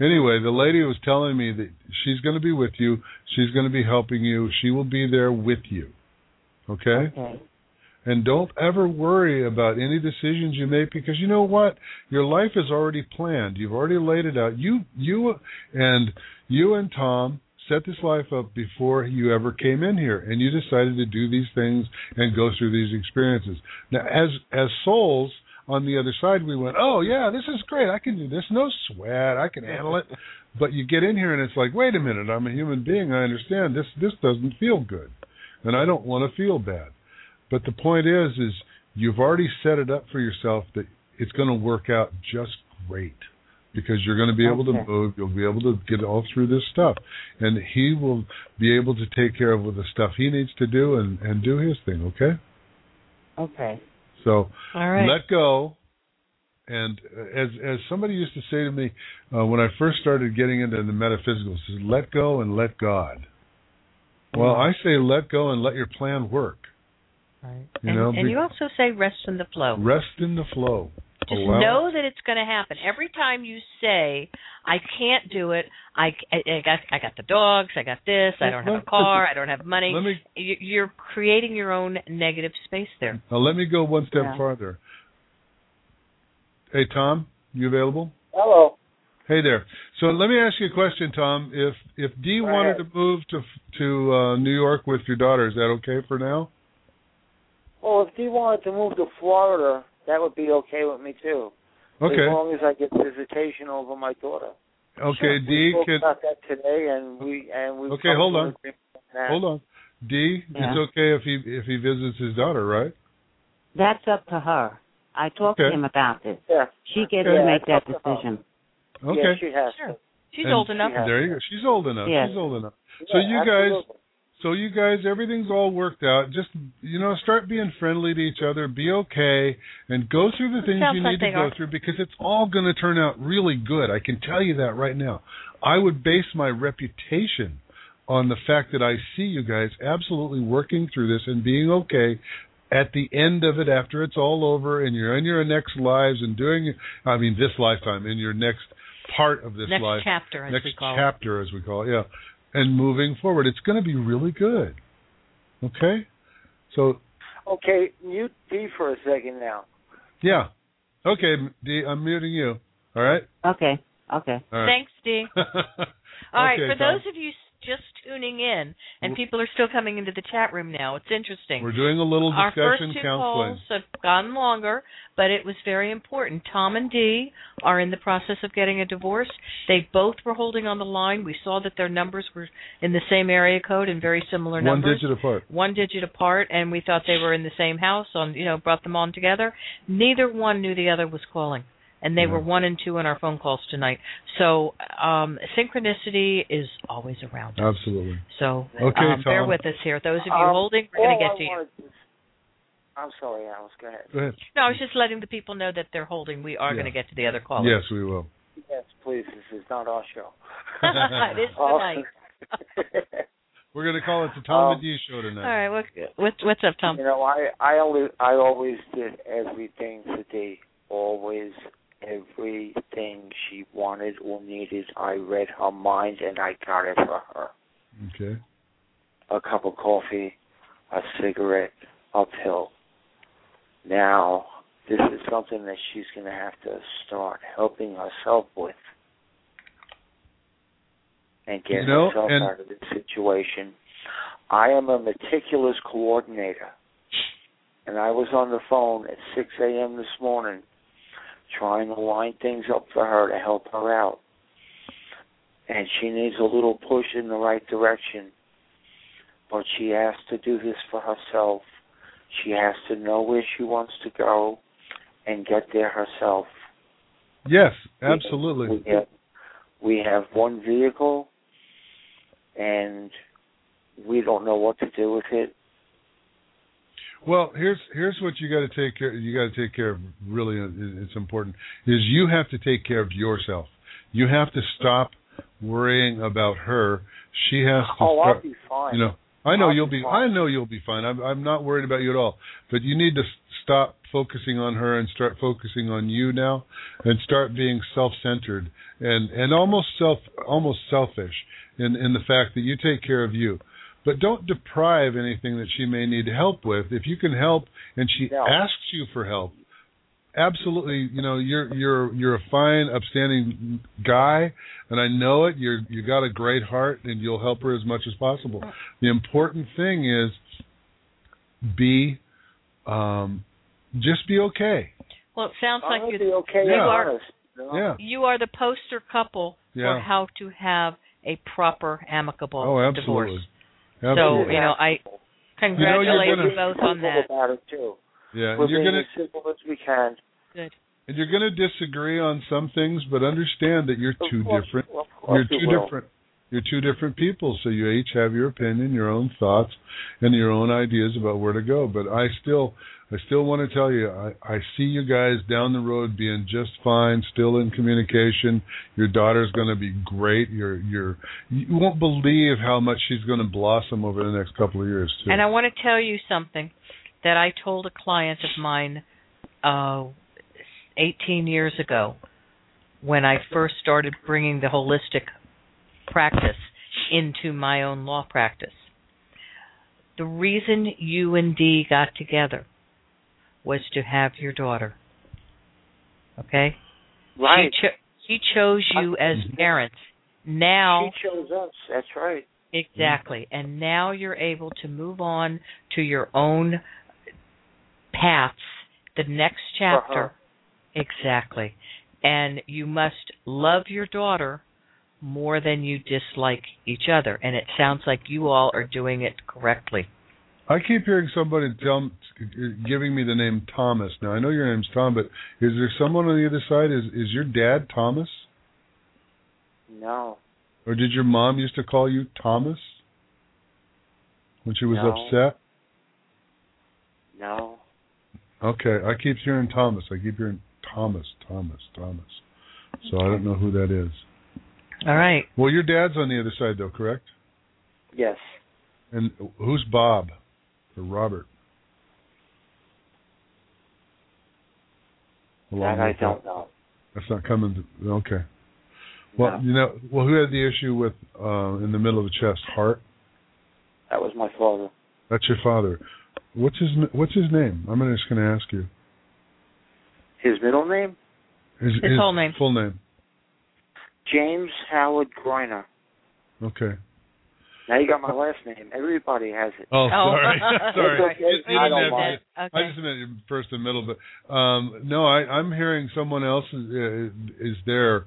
Anyway, the lady was telling me that she's going to be with you. She's going to be helping you. She will be there with you. Okay?
Okay.
And don't ever worry about any decisions you make because you know what? Your life is already planned. You've already laid it out. You you and you and Tom set this life up before you ever came in here and you decided to do these things and go through these experiences. Now as as souls on the other side we went, "Oh yeah, this is great. I can do this. No sweat. I can handle it." But you get in here and it's like, "Wait a minute. I'm a human being. I understand. This this doesn't feel good." And I don't want to feel bad. But the point is, is you've already set it up for yourself that it's going to work out just great because you're going to be able to
Okay.
move. You'll be able to get all through this stuff, and he will be able to take care of the stuff he needs to do and and do his thing. Okay,
Okay.
so
All right.
let go. And uh, as as somebody used to say to me uh, when I first started getting into the metaphysical, says let go and let God. Well, I say let go and let your plan work.
Right.
you
and,
know,
and
be-
you also say rest in the flow.
Rest in the flow.
Just
Allow-
know that it's going to happen. Every time you say, "I can't do it," I, I, I got I got the dogs, I got this, I don't have a car, I don't have money.
Let me
You- You're creating your own negative space there.
now let me go one step
Yeah.
farther. Hey Tom, you available?
Hello.
Hey there. So let me ask you a question, Tom. If if Dee
Go
wanted
ahead.
to move to to uh, New York with your daughter, is that okay for now?
Well, if he wanted to move to Florida, that would be okay with me too.
Okay.
As long as I get visitation over my daughter.
Okay,
we
Dee
spoke
can
about that today, and we and we.
Okay, hold on.
Hold
hold on. Dee,
Yeah.
it's okay if he if he visits his daughter, right?
That's up to her. I talked
Okay.
to him about this.
Yeah.
She gets
Okay.
to make
Yeah,
that
that's up to her.
decision.
Okay.
Yeah, she has
Sure.
to.
She's
And-
old enough.
Yeah.
There you go. She's old enough.
Yeah.
She's old enough. So
Yeah,
you guys-
absolutely.
So you guys, everything's all worked out. Just you know, start being friendly to each other, be okay, and go through the things
Sounds
you
like
need
they
to go
are.
through because it's all going to turn out really good. I can tell you that right now. I would base my reputation on the fact that I see you guys absolutely working through this and being okay at the end of it after it's all over and you're in your next lives and doing I mean this lifetime in your next part of this
Next
life
chapter, as
next
we call
chapter, as we call it, yeah, and moving forward. It's going to be really good. Okay, so
Okay, mute D for a second now.
yeah, okay, D, I'm muting you. All right,
Okay. Okay.
all
it.
right.
Thanks, Dee. All
All
right,
right.
for those of you s- just tuning in, and
W-
people are still coming into the chat room now. It's interesting.
we're doing a little
Our first
discussion
two
counseling.
calls have gone longer, but it was very important. Tom and Dee are in the process of getting a divorce. They both were holding on the line. We saw that their numbers were in the same area code and very similar
One
numbers.
digit apart.
one digit apart and we thought they were in the same house on you know brought them on together neither one knew the other was calling and they
Yeah.
were one and two in our phone calls tonight so um synchronicity is always around us
Absolutely.
so
Oh. Okay,
um, bear
Tom.
with us here those of you
Um,
holding we're going
All
to
I
get to you
wanted to- I'm sorry, Alice. Go ahead.
Go ahead.
no i was just letting the people know that they're holding we are
Yeah.
going to get to the other caller
Yes, we will.
Yes, please. This is not our show.
it is tonight
We're going to call it the
Oh.
Tom and
Um,
Dee show
all
tonight.
right what, what's what's up tom
You know, I I always I always did everything for D. Always everything she wanted or needed. I read her mind and I got it for her.
Okay.
a cup of coffee, a cigarette, a pill. Now, this is something that she's going to have to start helping herself with and get
You know,
herself
and-
out of this situation. I am a meticulous coordinator, and I was on the phone at 6 a.m. this morning trying to line things up for her to help her out. And she needs a little push in the right direction but she has to do this for herself. She has to know where she wants to go and get there herself.
Yes, absolutely.
We have, we have one vehicle and we don't know what to do with it.
Well, here's here's what you got to take care. You got to take care of. Really, it- it's important. Is you have to take care of yourself. You have to stop worrying about her. She has to.
Oh,
start,
I'll be fine.
you know, I know
I'll
you'll
be
be.
fine.
I know you'll be fine. I'm I'm not worried about you at all. But you need to s- stop focusing on her and start focusing on you now, and start being self-centered and and almost self almost selfish in in the fact that you take care of you. But don't deprive anything that she may need help with. If you can help and she
No.
asks you for help, absolutely, you know, you're you're you're a fine, upstanding guy and I know it. You're you got a great heart, and you'll help her as much as possible. The important thing is be um, just be okay.
Well, it sounds like
I'll
you
be okay
Yeah.
and
are-
honest. you know?
Yeah.
you are the poster couple
Yeah.
for how to have a proper amicable
Oh,
divorce.
absolutely.
So
Absolutely.
you know, I
know, you're
congratulate you
gonna-
both on that.
Simple about it too.
yeah,
We're
and you're
being
gonna
as simple as we can.
and you're gonna disagree on some things, but understand that you're
Of
two
course-
different.
Of
You're
course
two
you will.
different. You're two different people, so you each have your opinion, your own thoughts, and your own ideas about where to go. But I still, I still want to tell you, I, I see you guys down the road being just fine, still in communication. Your daughter's going to be great. You're, you're, you won't believe how much she's going to blossom over the next couple of years too.
And I want to tell you something that I told a client of mine uh, 18 years ago when I first started bringing the holistic practice into my own law practice. The reason you and Dee got together was to have your daughter. Okay?
Right.
She, cho- she chose you as parents. Now
She chose us. That's right.
Exactly. And now you're able to move on to your own paths, the next chapter.
her.
Exactly. And you must love your daughter more than you dislike each other. And it sounds like you all are doing it correctly.
I keep hearing somebody tell, giving me the name Thomas. Now I know your name's Tom, but is there someone on the other side? Is is your dad Thomas,
No.
or did your mom used to call you Thomas when she was
No.
upset?
No.
Okay, I keep hearing Thomas. I keep hearing Thomas, Thomas, Thomas. So I don't know who that is.
All right.
Well, your dad's on the other side though, correct?
Yes.
And who's Bob or Robert? Along
That I
with
don't know.
That's not coming. To, okay. Well,
No.
you know, well, who had the issue with uh, in the middle of the chest? Heart.
That was my father.
That's your father. What's his What's his name? I'm just going to ask you.
His middle name?
His,
His whole name.
Full name.
James Howard Groiner.
Okay.
Now you got my last name. Everybody has it.
Oh, sorry. sorry.
It's okay.
It- it
I
didn't
don't
have to-
mind.
I
Okay.
just meant your first and middle, but um, no, I, I'm hearing someone else is, uh, is there.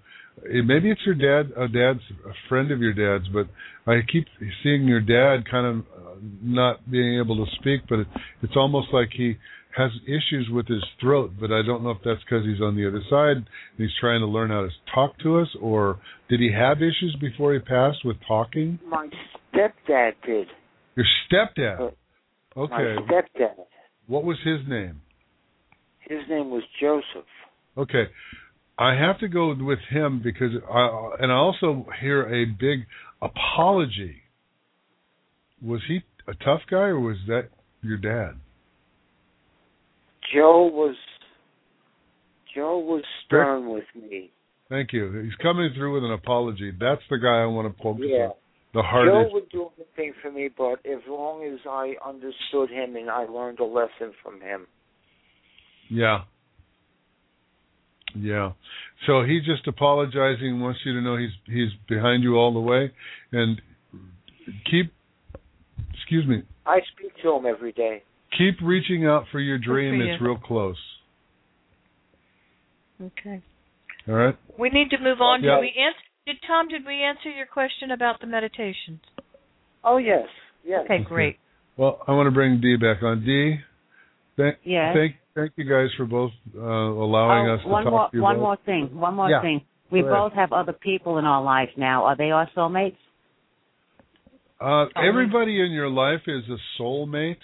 Eh, Maybe it's your dad, a dad's a friend of your dad's, but I keep seeing your dad kind of uh, not being able to speak. But it, it's almost like he has issues with his throat. But I don't know if that's because he's on the other side and he's trying to learn how to talk to us, or did he have issues before he passed with talking?
My stepdad did. Uh,
Your stepdad. Okay.
My stepdad.
What was his name?
His name was Joseph.
Okay. I have to go with him because I and I also hear a big apology. Was he a tough guy or was that your dad?
Joe was Joe was stern with me.
Thank you. He's coming through with an apology. That's the guy I want to poke
Yeah.
to. The
Joe
hardest.
would do anything for me, but as long as I understood him and I learned a lesson from him.
Yeah. Yeah. So he's just apologizing, wants you to know he's he's behind you all the way and keep excuse me,
I speak to him every day.
keep reaching out for your dream.
for
It's real close.
Okay.
All right?
We need to move on.
Yeah.
Did we answer? Did Tom? Did we answer your question about the meditations?
Oh yes, yes.
Okay, great.
Well, I want to bring D back on. D, thank
Yes.
thank thank you guys for both uh, allowing
Oh,
us to
one
talk
more,
to you
one
both.
more thing. One more
Yeah.
thing. We
Go ahead.
both have other people in our lives now. Are they our soulmates?
Uh, everybody in your life is a soulmate,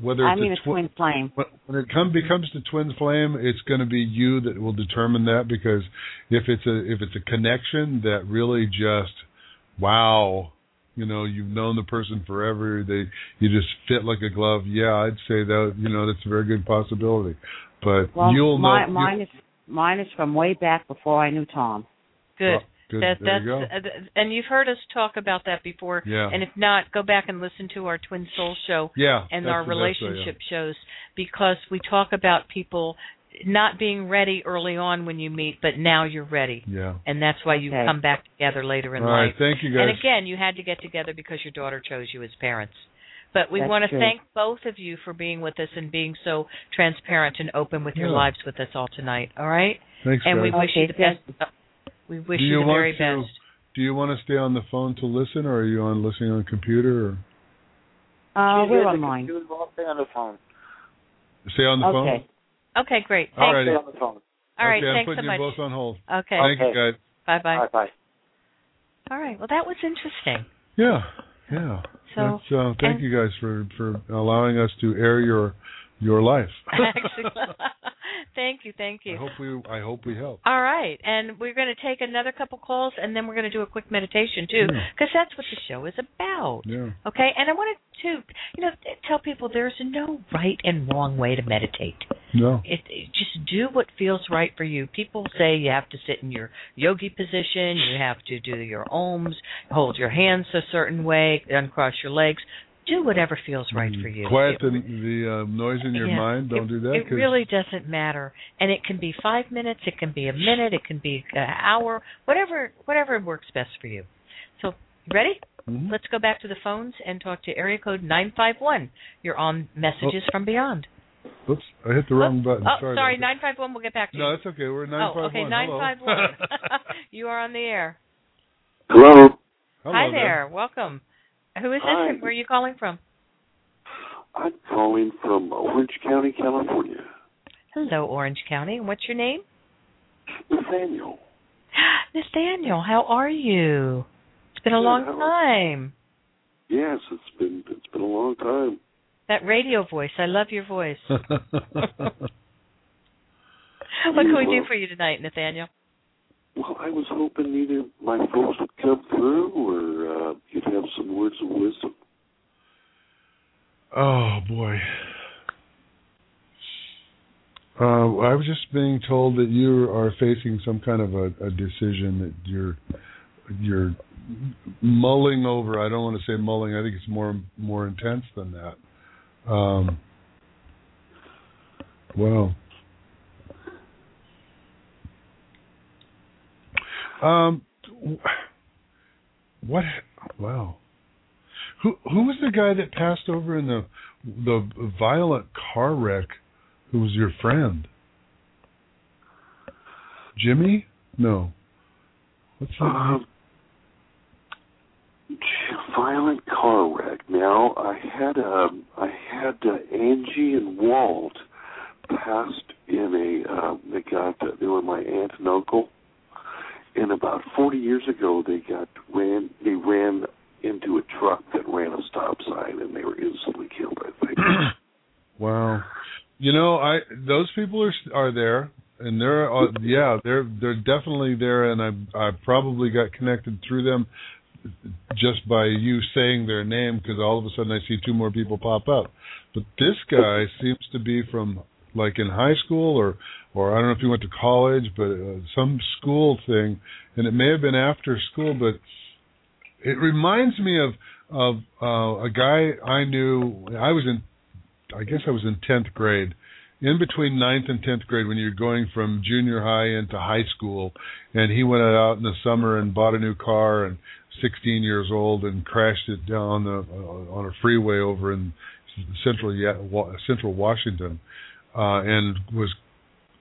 whether
I
it's
mean,
a
a twin flame.
When when it come, becomes the twin flame, it's going to be you that will determine that because if it's a if it's a connection that really just wow, you know, you've known the person forever, they you just fit like a glove. Yeah, I'd say that you know that's a very good possibility. But
Well,
you'll
my,
know
mine is mine is from way back before I knew Tom.
Good.
Good.
That,
there you go.
that's uh, th- and you've heard us talk about that before.
Yeah.
And if not, go back and listen to our Twin Soul show
yeah.
and
that's
our
the best way, yeah.
relationship shows because we talk about people not being ready early on when you meet, but now you're ready,
Yeah.
and that's why you
Okay.
come back together later in
All
life.
right. Thank you guys.
And again, you had to get together because your daughter chose you as parents. But we
That's
want to
true.
thank both of you for being with us and being so transparent and open with your
Yeah.
lives with us all tonight. All right,
Thanks,
and we
guys.
wish you
Okay,
the best. We wish
Do
you,
you
the
want
very
to-
best.
Do you want to stay on the phone to listen, or are you on listening on computer? Or
Uh,
She's in
we're
the
online.
computer, all day on the phone.
stay on the phone?
Okay.
Okay, great.
All
Thanks.
right.
Stay on the phone.
All right,
Okay, I'm
thanks
putting
so
you
much.
both on hold.
Okay,
Thank you,
Okay.
guys.
bye bye.
Bye bye.
All right, well, that was interesting.
Yeah, yeah.
So-
That's, uh, thank
and-
you guys for for allowing us to air your your life.
Actually, thank you, thank
I
you.
hope we I hope we help.
All right, and we're going to take another couple calls, and then we're going to do a quick meditation too,
Yeah.
because that's what the show is about.
Yeah,
Okay, and I wanted to, you know, tell people there's no right and wrong way to meditate.
no.
It, it just do what feels right for you. People say you have to sit in your yogi position, you have to do your ohms, hold your hands a certain way, uncross your legs. Do whatever feels right for you.
Mm-hmm. Quiet
It-
the the uh, noise in your
yeah.
mind. Don't
it,
do that.
It
'cause-
really doesn't matter, and it can be five minutes, it can be a minute, it can be an hour, whatever whatever works best for you. So, you ready?
Mhm.
Let's go back to the phones and talk to area code nine five one. You're on messages from beyond.
Oops, I hit the wrong
oh,
button.
oh,
Oh. sorry. about that.
nine five one. We'll get back to you.
No, that's okay. We're nine
oh, okay, nine five one. you are on the air.
Hello.
Hi there. Welcome. Who is this?
Hi.
and Where are you calling from?
I'm calling from Orange County, California.
Hello, Orange County. And What's your name?
Nathaniel.
Nathaniel, how are you? It's been a
Good,
long
how are you?
time.
Yes, it's been it's been a long time.
That radio voice. I love your voice.
there.
what can we do for you tonight, Nathaniel?
Well, I was hoping either my folks would come through or uh, you'd have some words of wisdom.
Oh boy. Uh, I was just being told that you are facing some kind of a, a decision that you're you're mulling over. I don't want to say mulling. I think it's more more intense than that. Um, wow. Um, what? Wow. Who who was the guy that passed over in the the violent car wreck? Who was your friend? Jimmy? No. What's that?
Um, violent car wreck. Now I had um, I had uh, Angie and Walt passed in a uh, they got they were my aunt and uncle, and about forty years ago they got ran they ran into a truck that ran a stop sign and they were instantly killed. I think.
wow. You know, I those people are are there, and they're uh, yeah, they're they're definitely there, and I I probably got connected through them just by you saying their name because all of a sudden I see two more people pop up. But this guy seems to be from like in high school or or I don't know if you went to college, but uh, some school thing, and it may have been after school, but it reminds me of of uh, a guy I knew. I was in, I guess I was in tenth grade, in between ninth and tenth grade when you're going from junior high into high school, and he went out in the summer and bought a new car and 16 years old and crashed it down the, uh, on a freeway over in central Ya- Wa- central Washington, uh, and was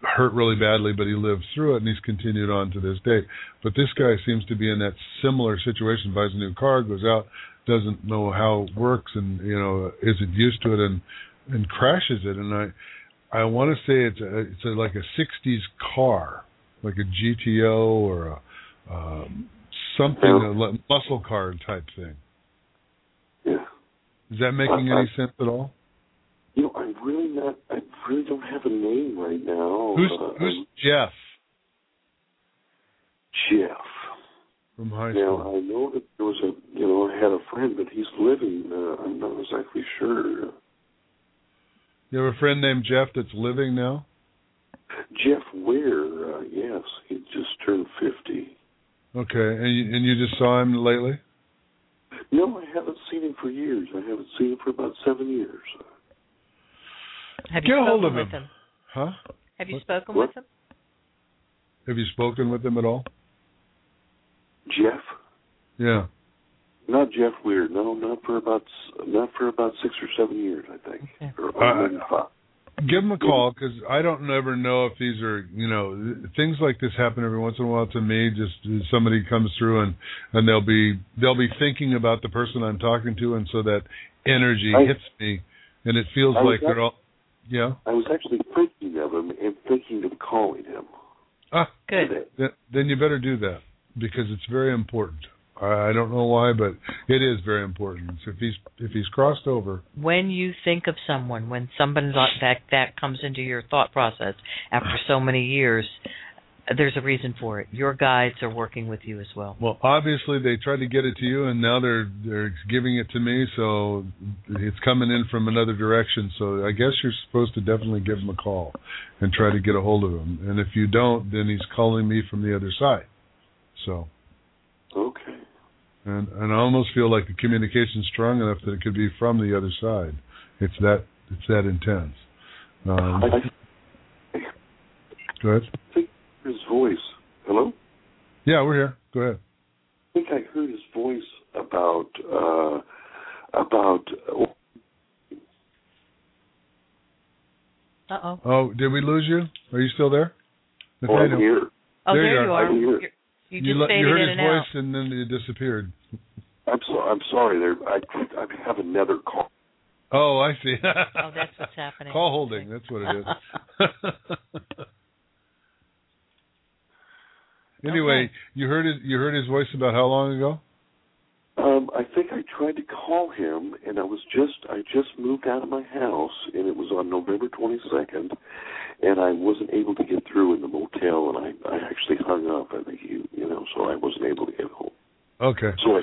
hurt really badly, but he lived through it and he's continued on to this day. But this guy seems to be in that similar situation. Buys a new car, goes out, doesn't know how it works, and you know isn't used to it, and and crashes it. And I I want to say it's a, it's a, like a '60s car, like a GTO or a um, something
Yeah.
a le- muscle car type thing.
Yeah. Uh,
Is that making any sense at all?
You know, I'm really not. I really don't have a name right now.
Who's
Uh,
who's
I'm
Jeff
Jeff?
from high
Now
school?
I know that there was a. You know, I had a friend, but he's living. Uh, I'm not exactly sure.
You have a friend named Jeff that's living now.
Jeff Ware. Uh, yes, he just turned fifty.
Okay, and you, and you just saw him lately.
No, I haven't seen him for years. I haven't seen him for about seven years.
Have
Get
you
a hold
spoken
of
with
him.
him?
Huh?
Have you
What-
spoken
what?
with him?
Have you spoken with him at all?
Jeff.
Yeah.
Not Jeff Weir. No, not for about s- not for about six or seven years, I think.
Okay.
Or,
Uh,
maybe five.
Give him a call because I don't ever know if these are you know th- things like this happen every once in a while to me. Just somebody comes through and and they'll be they'll be thinking about the person I'm talking to, and so that energy
I-
hits me, and it feels
I was
like they're all yeah.
I was actually thinking of him and thinking of calling him.
Ah,
Good.
today.
Th- then you better do that because it's very important. I I don't know why, but it is very important. So if he's if he's crossed over,
when you think of someone, when somebody like that that comes into your thought process after so many years, there's a reason for it. Your guides are working with you as well.
well, obviously they tried to get it to you, and now they're they're giving it to me, so it's coming in from another direction. So I guess you're supposed to definitely give him a call and try to get a hold of him. And if you don't, then he's calling me from the other side. So.
Okay.
And and I almost feel like the communication's strong enough that it could be from the other side. It's that it's that intense.
I,
Um,
I
go ahead.
think his voice. Hello.
Yeah, we're here. Go ahead.
I think I heard his voice about uh about.
Uh oh.
Oh, did we lose you? Are you still there?
Oh, I'm
Nathaniel,
here.
Oh,
There you
there
are.
you are.
I'm here.
You're- You
you,
just
le- you
faded
heard
in
his
and
voice
out.
and then it disappeared.
I'm so I'm sorry. There. I I have another call.
Oh, I see.
Oh, that's what's happening.
Call holding. That's what it is. anyway,
Okay.
you heard his you heard his voice about how long ago?
Um, I think I tried to call him, and I was just I just moved out of my house, and it was on November 22nd, and I wasn't able to get through in the motel, and I I actually hung up. I think you you know, so I wasn't able to get home.
Okay.
So I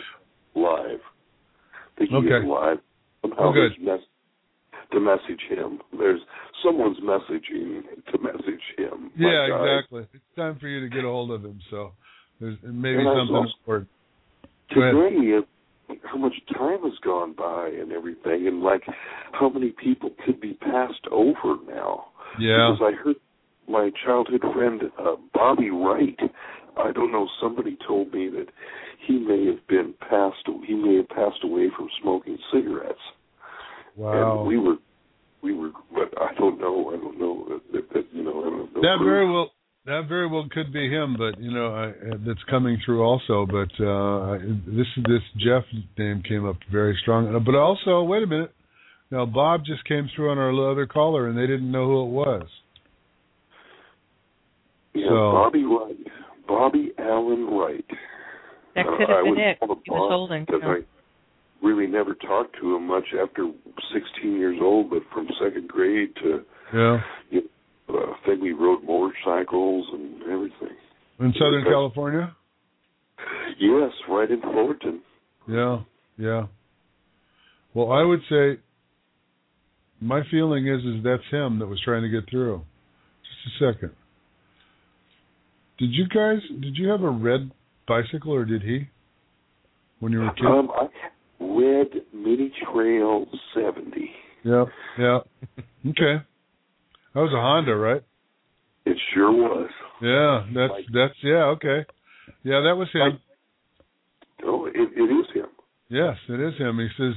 live. I think he is
Okay.
live. Somehow
Oh, good.
there's Mes- to message him. There's someone's messaging to message him. My
Yeah,
God.
exactly. It's time for you to get a hold of him. So there's maybe
And I
something
lost-
important. Go ahead.
today of how much time has gone by and everything and like how many people could be passed over now
Yeah.
because i heard my childhood friend uh, bobby wright i don't know somebody told me that he may have been passed he may have passed away from smoking cigarettes
Wow.
and we were we were but i don't know i don't know if, if, you know i don't know
that very well. That very well could be him, but you know I, uh, that's coming through also. But uh, I- this this Jeff name came up very strong. Uh, But also, wait a minute. Now Bob just came through on our other caller, and they didn't know who it was.
yeah,
so-
bobby wright bobby allen wright
That
Uh,
could
I
have
was
been it.
called
He was
upon
holding.
because
No.
I really never talked to him much after 16 years old, but from second grade to
Yeah,
uh, I think we rode motorcycles and everything.
in Southern California.
Yes, right in Fullerton.
Yeah, yeah. Well, I would say My feeling is is that's him that was trying to get through. Just a second. Did you guys did you have a red bicycle or did he? When you were a kid?
Um, I red mini trail seventy.
yeah. Yeah. Okay. That was a Honda, right?
It sure was.
Yeah, that's
Like-
that's yeah, okay. Yeah, that was him.
Like- Oh, it, it is him.
yes, it is him. He says,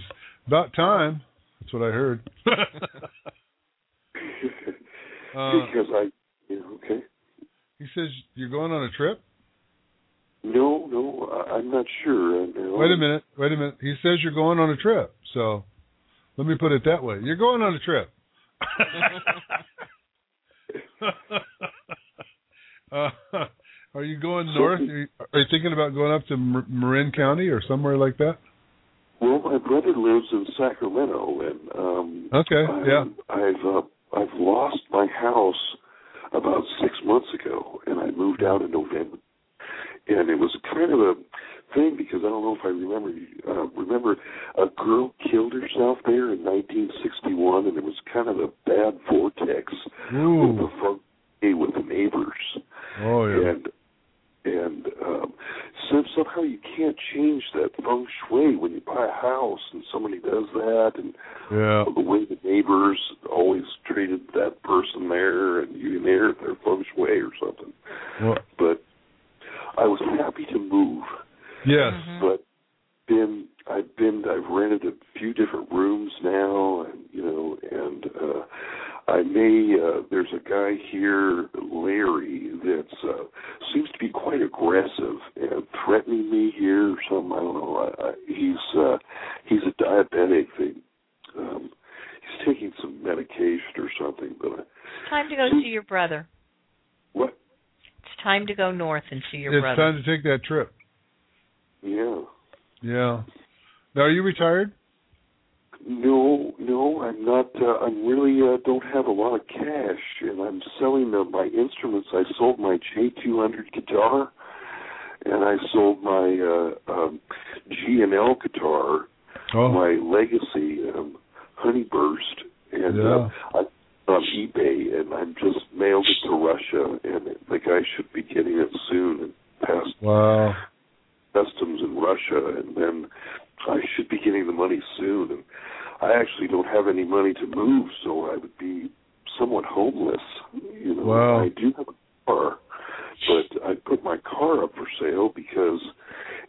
About time. That's what I heard. uh,
because I, you know, okay.
he says, You're going on a trip?
No, no, I, I'm not sure. uh, You know.
Wait a minute. Wait a minute. He says you're going on a trip. So let me put it that way. You're going on a trip. uh, are you going north? Are you, are you thinking about going up to Mar- Marin County or somewhere like that?
Well, my brother lives in Sacramento, and um,
Okay.
I,
Yeah.
I've uh, I've lost my house about six months ago, and I moved out in November. And it was kind of a thing because I don't know if I remember. Uh, remember, a girl killed herself there in 1961, and it was kind of a bad vortex with the
Ooh.
fun- with the neighbors.
Oh yeah.
And and um, so somehow you can't change that feng shui when you buy a house, and somebody does that, and
Yeah.
the way the neighbors always treated that person there, and you inherit their feng shui or something.
Well,
But I was happy to move,
yes.
but been I've been I've rented a few different rooms now, and you know, and uh, I may uh, there's a guy here, Larry, that's uh, seems to be quite aggressive and threatening me here or something. I don't know. I, I, he's uh, he's a diabetic. Thing. Um, he's taking some medication or something, but I,
Time to go see your brother.
what?
It's time to go north and see your
it's
brother.
time to take that trip.
Yeah.
Yeah. Now, are you retired?
No, no, I'm not. Uh, I'm really uh, don't have a lot of cash, and I'm selling uh, my instruments. I sold my J200 guitar, and I sold my uh, um, G&L guitar,
Oh.
my Legacy um, Honeyburst, and
Yeah.
uh, I, on eBay, and I'm just mailed it to Russia, and the guy should be getting it soon and past
Wow.
customs in Russia, and then I should be getting the money soon. And I actually don't have any money to move, so I would be somewhat homeless. You know,
Wow.
I do have a car, but I put my car up for sale because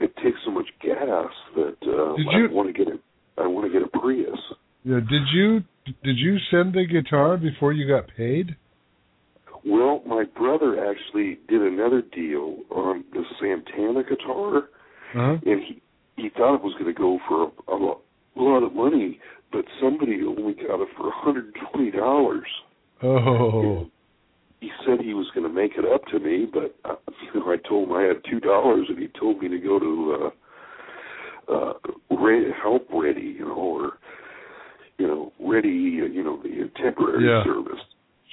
it takes so much gas that um,
Did
I
you-
want to get a I want to get a Prius.
Yeah. Did you did you send the guitar before you got paid?
Well, my brother actually did another deal on the Santana guitar.
Uh-huh.
and he he thought it was going to go for a, a lo- lot of money, but somebody only got it for a hundred and twenty dollars.
Oh.
He said he was going to make it up to me, but uh, you know, I told him I had two dollars, and he told me to go to uh, uh, re- help ready, you know, or you know, ready, you know, the temporary
Oh, Yeah.
service.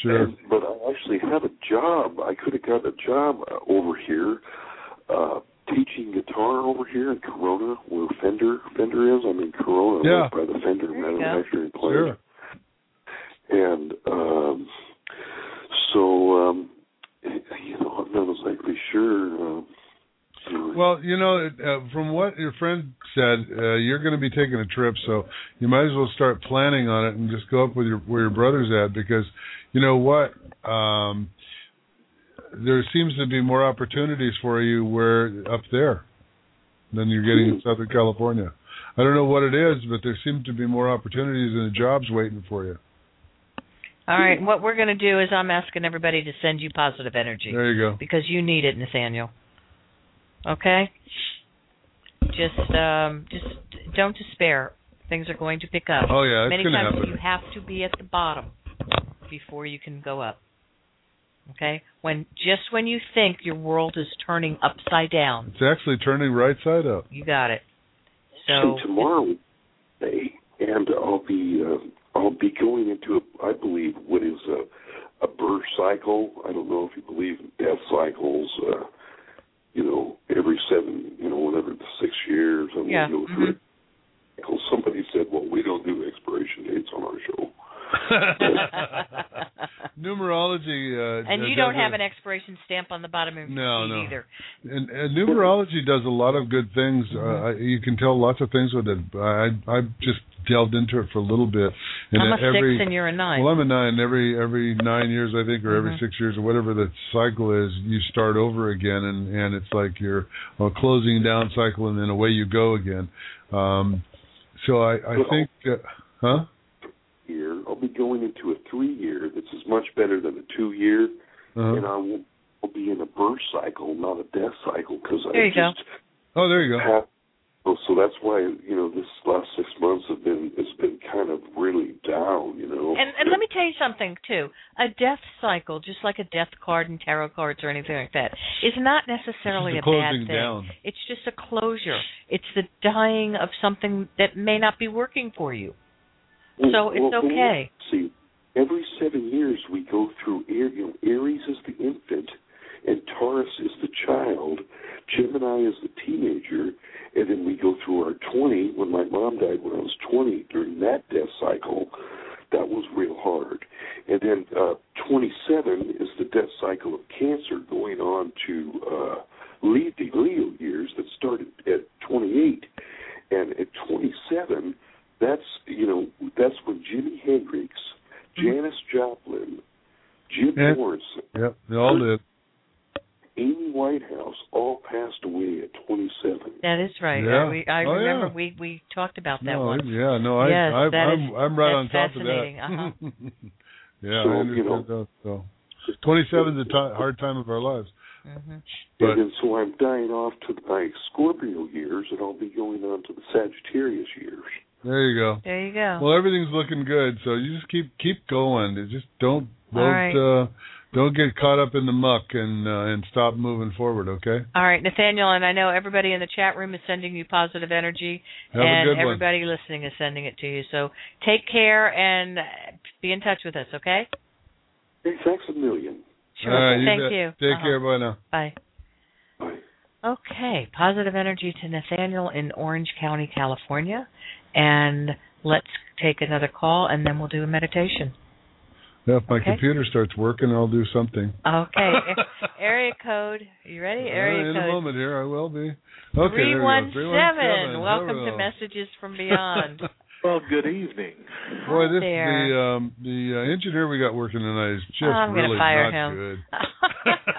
Sure.
And- but I actually have a job. I could have gotten a job uh, over here, uh, teaching guitar over here in Corona, where Fender Fender is. I'm in Corona,
Yeah.
right by the Fender
you go.
manufacturing plant.
Sure.
And um, so, um, you know, I'm not exactly sure. Um,
Well, you know, it, uh, from what your friend said, uh, you're going to be taking a trip, so you might as well start planning on it and just go up with your where your brother's at because, you know what, um, there seems to be more opportunities for you where up there than you're getting in Southern California. I don't know what it is, but there seem to be more opportunities and jobs waiting for you.
All right. What we're going to do is I'm asking everybody to send you positive energy
There you go.
because you need it, Nathaniel. Okay? Just um just don't despair. Things are going to pick up.
Oh yeah,
Many
it's going to
times
happen.
you have to be at the bottom before you can go up. Okay? When just when you think your world is turning upside down,
It's actually turning right side up.
you got it. So
So tomorrow, day, and I'll be uh, I'll be going into a, I believe what is a a birth cycle. I don't know if you believe in death cycles. Uh, you know, every seven, you know, whatever the six years, and
Yeah,
we go through. it. Well, somebody said, "Well, we don't do expiration dates on our show."
numerology. Uh,
and you
does
don't have
a-
an expiration stamp on the bottom of your
No,
sheet
no.
either.
And, and numerology does a lot of good things.
Mm-hmm.
Uh, I- you can tell lots of things with it. I I just delved into it for a little bit. And
I'm a
every,
six and you're a nine.
Well, I'm a nine. Every every nine years, I think, or every
Mhm.
six years, or whatever the cycle is, you start over again, and and it's like you're a closing down cycle, and then away you go again. Um, so I I
Well-
think, uh, huh?
year. I'll be going into a three year that's as much better than a two year, and
uh
I will I'll be in a birth cycle, not a death cycle, because
There
I
you go.
just
Oh, there you go.
have. oh, So that's why you know this last six months have been it's been kind of really down, you know.
And, and let me tell you something too. A death cycle, just like a death card and tarot cards or anything like that, is not necessarily
This is
a
the
bad
closing
thing.
down.
It's just a closure. It's the dying of something that may not be working for you. So it's
well,
okay.
See, every seven years we go through. Ar- You know, Aries is the infant, and Taurus is the child. Gemini is the teenager, and then we go through our twenty. When my mom died when I was twenty, during that death cycle, that was real hard. And then uh, twenty-seven is the death cycle of Cancer, going on to uh, lead the Leo years that started at twenty-eight, and at twenty-seven that's you know that's when Jimi Hendrix, Janis Joplin, Jim
Mm-hmm. Yeah.
Morrison,
Yep, they all did.
Amy Whitehouse all passed away at 27.
That is right.
Yeah.
I, we, I
Oh,
remember
yeah.
we we talked about that
No,
one.
I- yeah, no, I,
Yes,
I,
that
I'm,
is-
I'm right on
that's
top of
fascinating.
that. yeah,
So,
I
you know-
understand that. So, 27 is a ti hard time of our lives.
hmm
But-
and then so I'm dying off to my Scorpio years, and I'll be going on to the Sagittarius years.
There you go.
There you go.
Well, everything's looking good, so you just keep keep going. You just don't
All
don't
right.
uh, don't get caught up in the muck and uh, and stop moving forward. Okay.
All right, Nathaniel, and I know everybody in the chat room is sending you positive energy,
Have
and
a good one.
everybody listening is sending it to you. So take care and uh, be in touch with us, okay?
Hey, thanks a million.
Sure.
All right, you
Thank
bet.
you.
Take
Uh-huh.
care. Bye now.
Bye.
Bye.
Okay, positive energy to Nathaniel in Orange County, California, and let's take another call, and then we'll do a meditation.
Yeah, If my
Okay.
computer starts working, I'll do something.
Okay, a- area code. You ready? Area
Uh, in a
code
moment here, I will be. Okay.
three one seven. Welcome
Hello.
to Messages from Beyond.
Well, good evening.
Boy, this
Uh-huh. there.
the um, the uh, engineer we got working tonight is just
Oh, I'm gonna
really
fire
not
him.
good.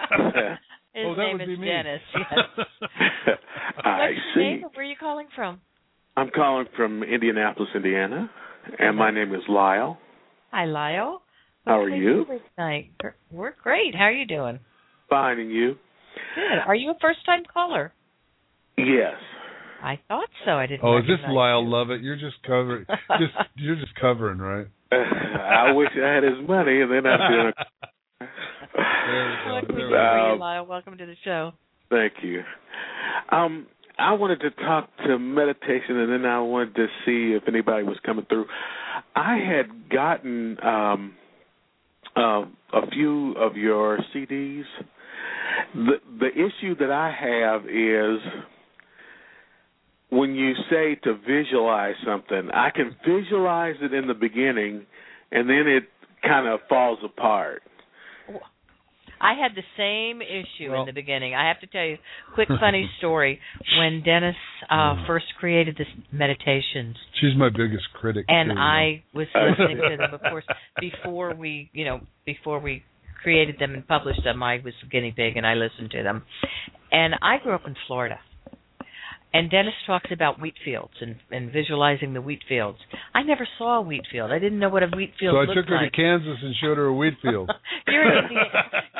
His
oh, that
name
would
is
be me.
Dennis. Yes.
I
What's your
see.
name? Where are you calling from?
I'm calling from Indianapolis, Indiana, and my name is Lyle.
Hi, Lyle.
How
What
are
can I
you?
do for Tonight? Gr- We're great. How are you doing?
Finding you.
Good. Are you a first-time caller?
Yes.
I thought so. I didn't.
Oh, is this
recognize
Lyle
you.
Lovett? You're just covering. just you're just covering, right?
I wish I had his money, and then I'd be on a-
There
What
we
can we
go.
do for
Uh,
you, Lyle? Welcome to the show.
Thank you. Um, I wanted to talk to meditation, and then I wanted to see if anybody was coming through. I had gotten um, uh, a few of your CDs. The the issue that I have is when you say to visualize something, I can visualize it in the beginning, and then it kind of falls apart.
I had the same issue
Well-
in the beginning. I have to tell you, quick funny story. When Dennis uh, first created this meditations,
She's my biggest critic. too,
and
you
I was listening to them, of course, before we, you know, before we created them and published them. I was a guinea pig, and I listened to them. And I grew up in Florida, and Dennis talks about wheat fields and and visualizing the wheat fields. I never saw a wheat field. I didn't know what a wheat
know.
field
So I
looked
took her
like.
to Kansas and showed her a wheat field.
you're in Indiana.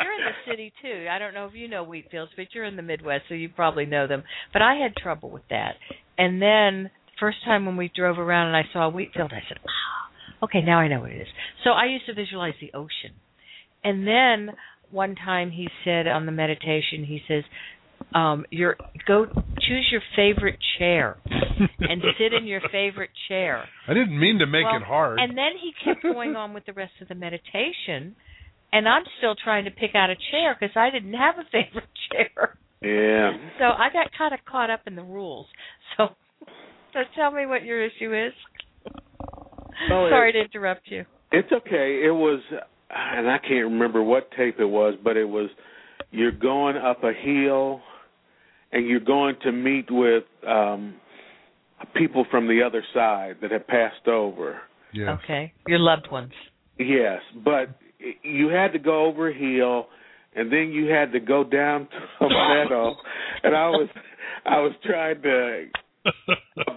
You're in the city too. I don't know if you know wheat fields, but you're in the Midwest, so you probably know them. But I had trouble with that. And then first time when we drove around and I saw a wheat field, I said, "Ah, okay, now I know what it is." So I used to visualize the ocean. And then one time he said on the meditation, he says, um, "Your go choose your favorite chair and sit in your favorite chair."
I didn't mean to make
Well,
it hard.
And then he kept going on with the rest of the meditation, and I'm still trying to pick out a chair because I didn't have a favorite chair.
Yeah.
So I got kind of caught up in the rules. So, so tell me what your issue is.
Well,
Sorry to interrupt you.
It's okay. It was, and I can't remember what tape it was, but it was you're going up a hill and you're going to meet with um people from the other side that have passed over.
Yes.
Okay. Your loved ones.
Yes, but you had to go over a hill, and then you had to go down to a meadow, and I was I was trying to,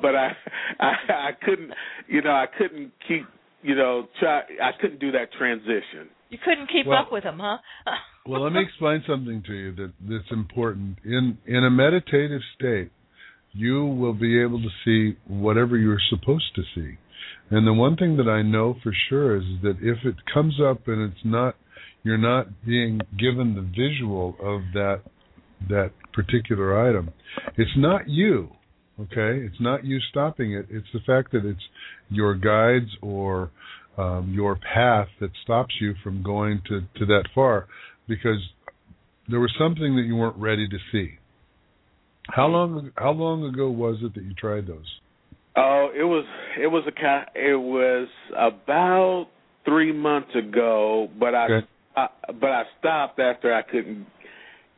but I, I I couldn't, you know, I couldn't keep, you know, try I couldn't do that transition.
You couldn't keep
Well-
up with them, huh?
well, let me explain something to you that that's important. In in a meditative state, you will be able to see whatever you're supposed to see. And the one thing that I know for sure is that if it comes up and it's not you're not being given the visual of that that particular item, it's not you. Okay? It's not you stopping it. It's the fact that it's your guides or um, your path that stops you from going to, to that far because there was something that you weren't ready to see. How long how long ago was it that you tried those?
Oh, it was it was a ki- it was about three months ago, but I,
Okay.
I but I stopped after I couldn't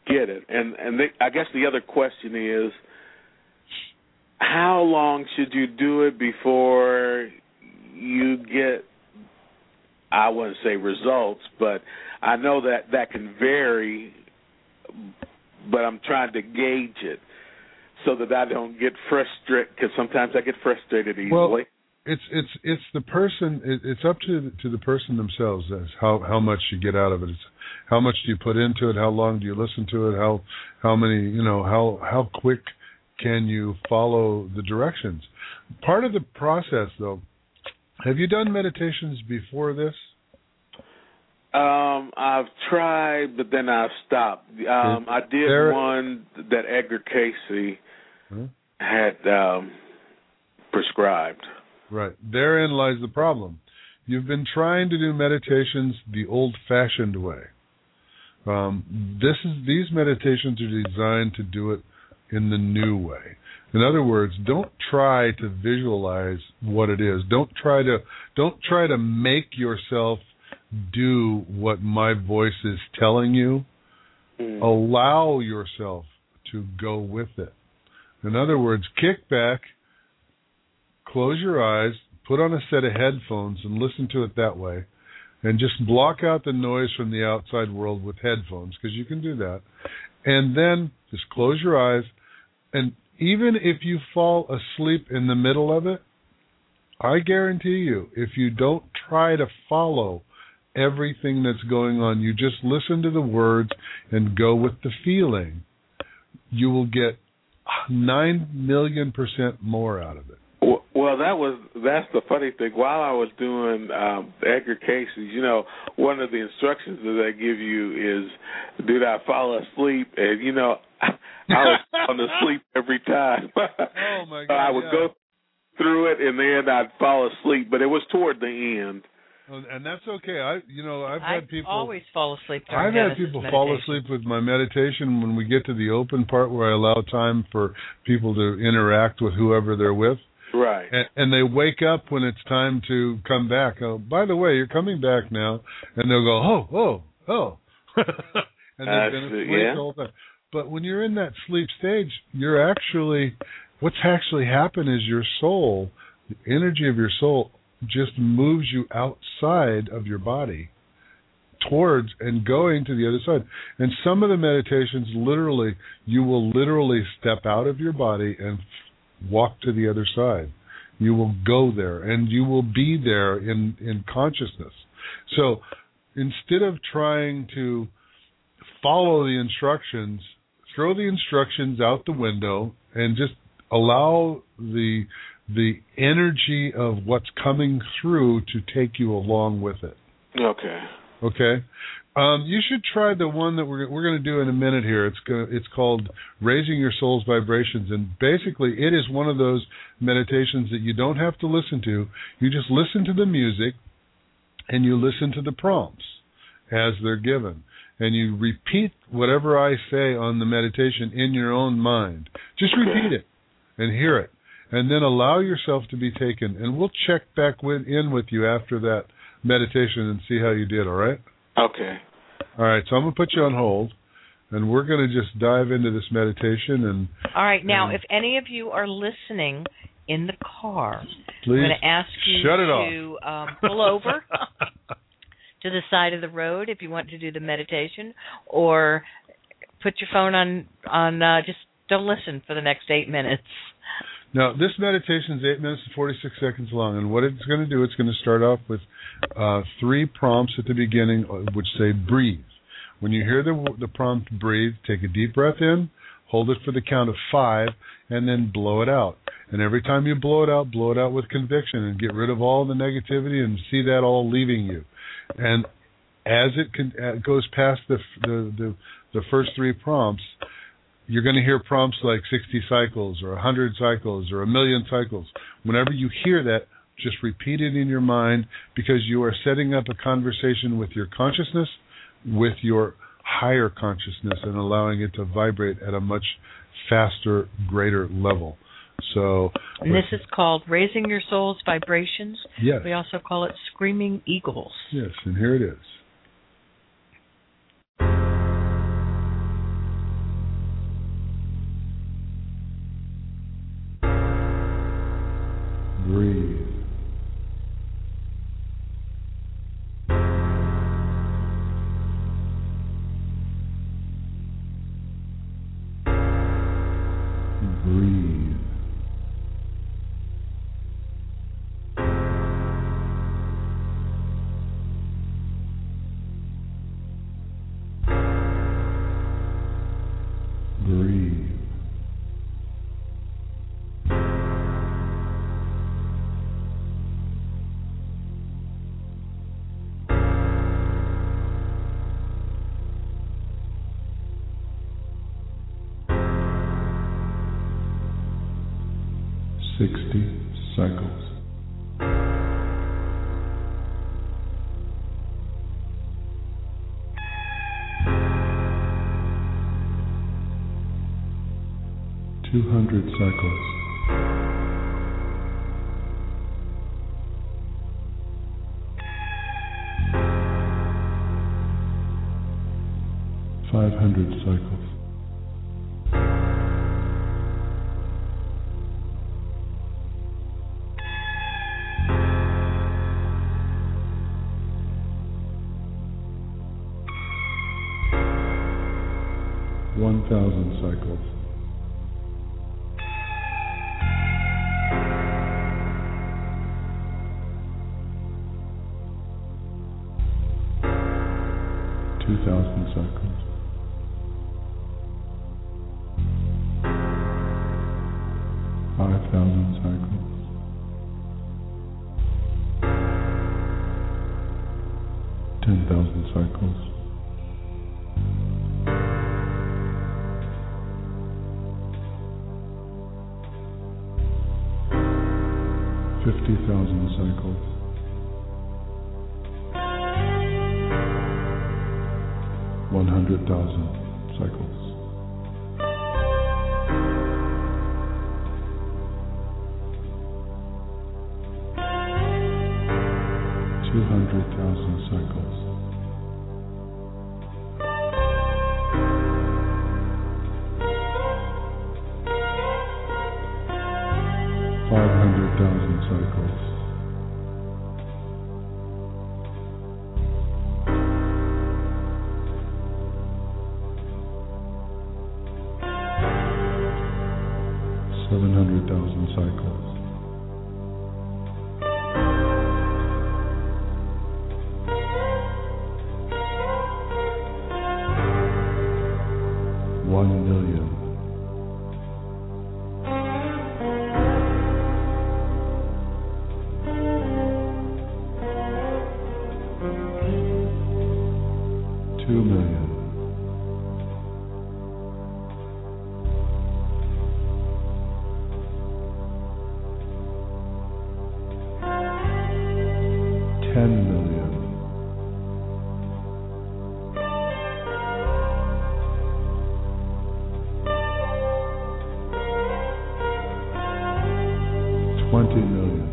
get it. And and the, I guess the other question is, how long should you do it before you get? I wouldn't say results, but I know that that can vary. But I'm trying to gauge it so that I don't get frustrated because sometimes I get frustrated easily.
Well, It's it's it's the person. It, it's up to to the person themselves as how how much you get out of it. It's how much do you put into it? How long do you listen to it? How how many you know how how quick can you follow the directions? Part of the process though. Have you done meditations before this?
Um, I've tried, but then I stopped. Um, I did
There-
one that Edgar Casey
Hmm?
had um, prescribed.
Right. Therein lies the problem. You've been trying to do meditations the old-fashioned way. Um, this is these meditations are designed to do it in the new way. In other words, don't try to visualize what it is. Don't try to don't try to make yourself do what my voice is telling you allow yourself to go with it. In other words, kick back, close your eyes, put on a set of headphones and listen to it that way, and just block out the noise from the outside world with headphones because you can do that. And then just close your eyes and even if you fall asleep in the middle of it, I guarantee you, if you don't try to follow everything that's going on, you just listen to the words and go with the feeling, you will get nine million percent more out of it.
W- Well, that was that's the funny thing. While I was doing um, Edgar Casey, you know, one of the instructions that they give you is, "Do not fall asleep." And you know, I was falling asleep every time.
Oh, my
So I
God,
would
yeah.
go through it, and then I'd fall asleep. But it was toward the end.
And Oh, and that's okay. I, you know, I've
I
had people.
always fall asleep during
I've had
Dennis's
people fall
meditation.
asleep with my meditation when we get to the open part where I allow time for people to interact with whoever they're with.
Right.
and, and they wake up when it's time to come back. Oh, by the way, you're coming back now, and they'll go, oh, oh, oh, and
Uh,
they've been asleep
yeah.
all the time. But when you're in that sleep stage, you're actually what's actually happened is your soul, the energy of your soul, just moves you outside of your body towards and going to the other side. And some of the meditations literally you will literally step out of your body and walk to the other side. You will go there and you will be there in, in consciousness. So instead of trying to follow the instructions, throw the instructions out the window and just allow the the energy of what's coming through to take you along with it.
Okay.
Okay. Um, you should try the one that we're we're going to do in a minute here. It's go, it's called Raising Your Soul's Vibrations, and basically it is one of those meditations that you don't have to listen to. You just listen to the music, and you listen to the prompts as they're given, and you repeat whatever I say on the meditation in your own mind. Just repeat it and hear it, and then allow yourself to be taken. And we'll check back with, in with you after that meditation and see how you did, all right?
Okay.
All right, so I'm going to put you on hold, and we're going to just dive into this meditation. And
All right. Now,
Um,
if any of you are listening in the car, I'm
please
going to ask you
shut it off.
to um, pull over to the side of the road if you want to do the meditation, or put your phone on on. Uh, just don't listen for the next eight minutes.
Now, this meditation is 8 minutes and 46 seconds long, and what it's going to do, it's going to start off with uh, three prompts at the beginning, uh, which say breathe. When you hear the, the prompt breathe, take a deep breath in, hold it for the count of five, and then blow it out. And every time you blow it out, blow it out with conviction and get rid of all the negativity and see that all leaving you. And as it con- uh, goes past the, f- the, the, the first three prompts, you're going to hear prompts like 60 cycles or 100 cycles or a million cycles. Whenever you hear that, just repeat it in your mind because you are setting up a conversation with your consciousness, with your higher consciousness, and allowing it to vibrate at a much faster, greater level. So,
And this is called raising your soul's vibrations.
yes,
We also call it screaming eagles.
yes, and here it is. Breathe. Breathe. Breathe. Sixty cycles. Two hundred cycles. Five hundred cycles. 1,000 cycles. 2,000 cycles. 5,000 cycles. 10,000 cycles. 50,000 cycles. 100,000 cycles. 200,000 cycles. 500,000 cycles. 700,000 cycles. 1 million. 2 million. 10 million. 20 million.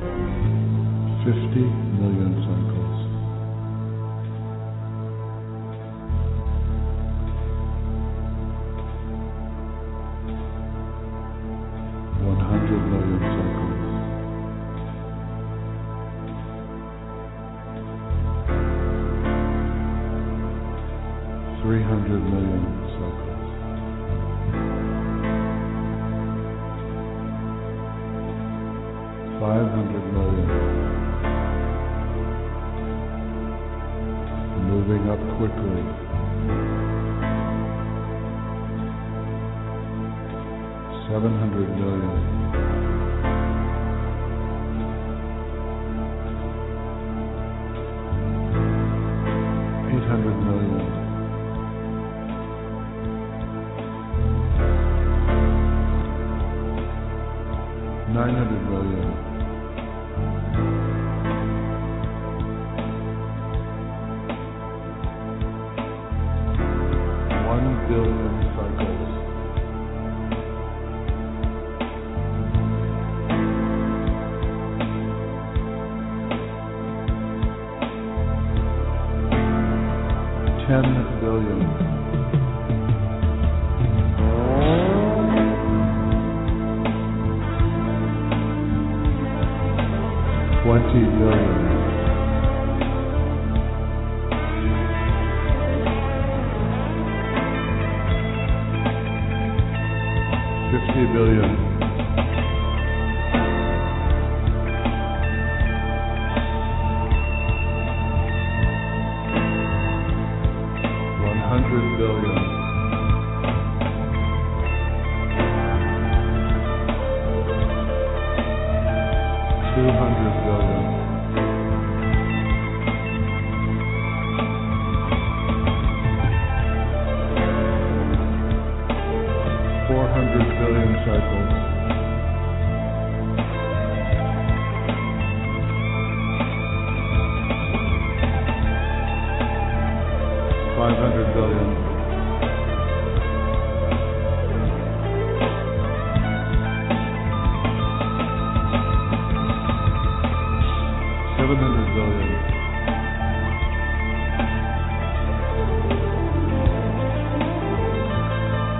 50 million phone calls. One hundred million phone calls. Three hundred million phone calls. Five hundred million. Moving up quickly. Seven hundred million. Eight hundred million. Nine hundred million. One billion cycles. Ten billion. Twenty billion. Fifty billion. One hundred billion. Two hundred billion. Four hundred billion cycles. Five hundred billion. Seven hundred billion.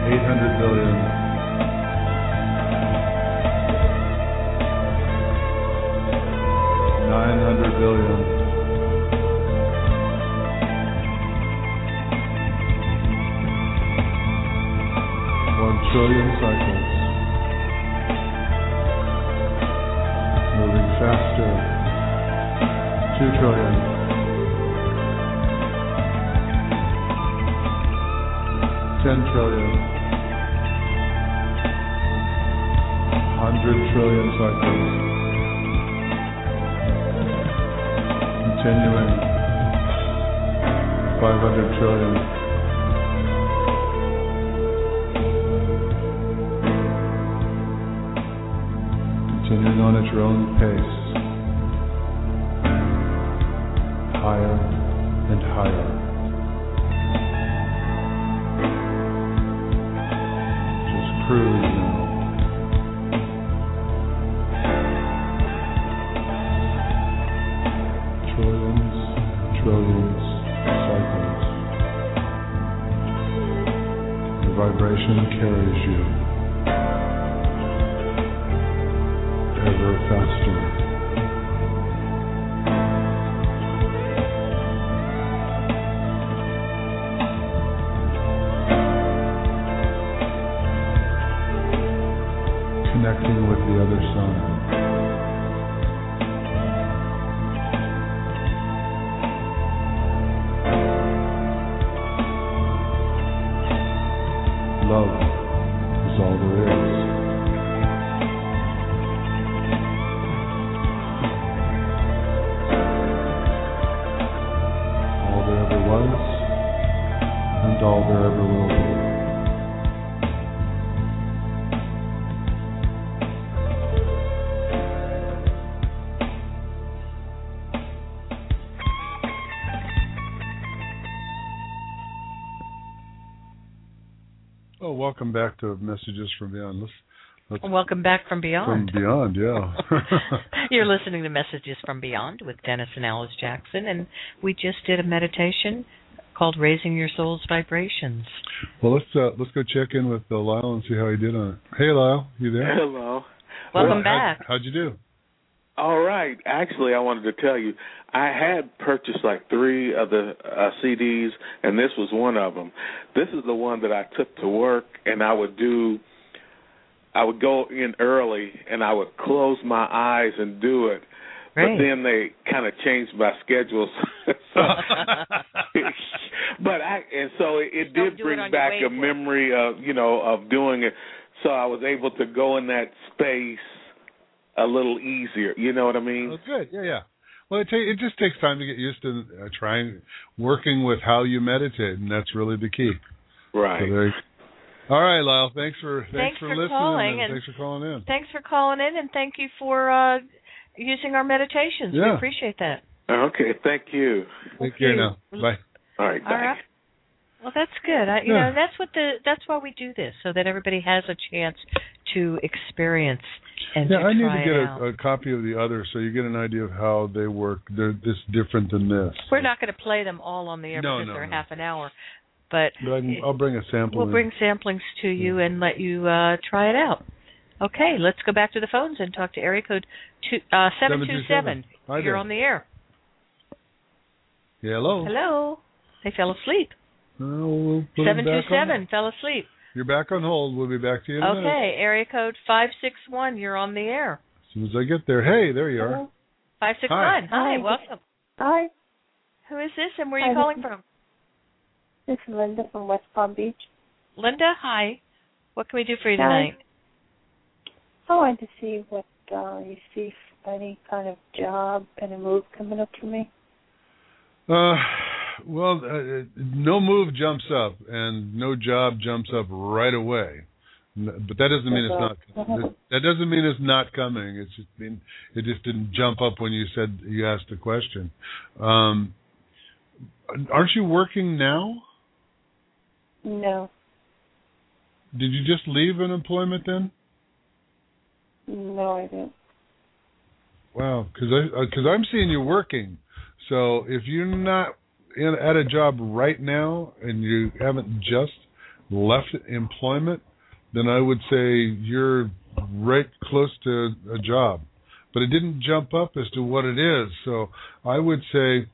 Eight hundred billion. Nine hundred billion. One trillion cycles. Moving faster. Two trillion. Ten trillion. Hundred trillion cycles. Continuing. Five hundred trillion. Continuing on at your own pace. Higher and higher. just cruise now. Trillions, trillions cycles. The vibration carries you ever faster. connecting with the other sun. Love is all there is. All there ever was, and all there ever will be. Oh, welcome back to Messages from Beyond. Let's
That's
Welcome back from beyond.
From beyond, yeah.
You're listening to Messages from Beyond with Dennis and Alice Jackson, and we just did a meditation called Raising Your Soul's Vibrations.
Well, let's uh, let's go check in with uh, Lyle and see how he did on it. Hey, Lyle, you there?
Hello.
Welcome
Well,
back.
How, would you do?
All right. Actually, I wanted to tell you, I had purchased like three of the uh, CDs, and this was one of them. This is the one that I took to work, and I would do. I would go in early, and I would close my eyes and do it.
Great.
But then they kind of changed my schedule, so but I and so it, it
Don't
did
do it
bring
on your
back a
wavelength.
memory of you know of doing it, so I was able to go in that space a little easier. You know what I mean?
Oh, good. Yeah, yeah. Well, it, ta- it just takes time to get used to uh, trying working with how you meditate, and that's really the key. So
Right.
there you- All right, Lyle. Thanks for
Thanks for
listening.
calling
and
and-
thanks for calling in.
Thanks for calling in, and thank you for uh, using our meditations.
Yeah.
We appreciate that.
Okay. Thank you.
Take care now. Bye.
All right.
All
bye.
right. Well, that's good. I, you
Yeah.
know, that's what the that's why we do this, so that everybody has a chance to experience and
Yeah,
to
I need
try
to get
it out.
a, a copy of the other so you get an idea of how they work. They're this different than this.
We're not going to play them all on the air
No,
because
no,
they're
no.
half an hour, but,
But I can, I'll bring a sample.
we'll
in.
bring samplings to you and let you uh, try it out. Okay, let's go back to the phones and talk to area code two, uh, 727.
727. Hi
You're
there.
on the air.
Yeah,
Oh.
hello.
Hello. They fell asleep.
Uh, we'll put 'em back on.
727 fell asleep.
You're back on hold. We'll be back to you in a minute.
Okay, area code 561. You're on the air.
As soon as I get there. Hey, there you are.
561. Hi,
Hi.
welcome.
Um, Hi,
Who is this and where are
Hi,
you
this
calling
is-
from?
this is Linda from West Palm Beach.
Linda, hi. What can we do for you
Hi.
tonight?
I wanted to see what uh, you see for any kind of job and a move coming up for me.
Uh, well, uh, no move jumps up and no job jumps up right away. N- But that doesn't mean it's
Uh-huh.
not. That, that doesn't mean it's not coming. It's just mean it just didn't jump up when you said you asked the question. Um, aren't you working now?
No,
Did you just leave an employment then?
no, I don't.
Wow, because I because I'm seeing you working. So if you're not in, at a job right now and you haven't just left employment, then I would say you're right close to a job. But it didn't jump up as to what it is. So I would say,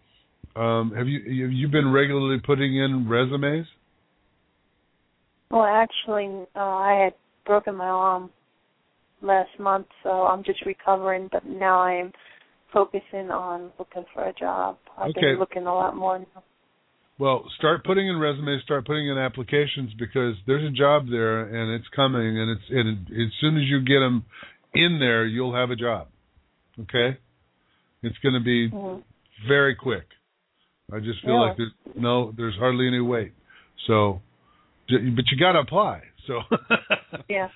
um, have you have you been regularly putting in resumes?
Well, actually, uh, I had broken my arm last month, so I'm just recovering. But now I'm focusing on looking for a job. I've
Okay.
been looking a lot more now.
Well, start putting in resumes, start putting in applications because there's a job there and it's coming and it's and as soon as you get them in there, you'll have a job. Okay? It's going to be
Mhm.
very quick. I just feel
Really?
like there's no there's hardly any wait. So j- but you got to apply. So
Yeah.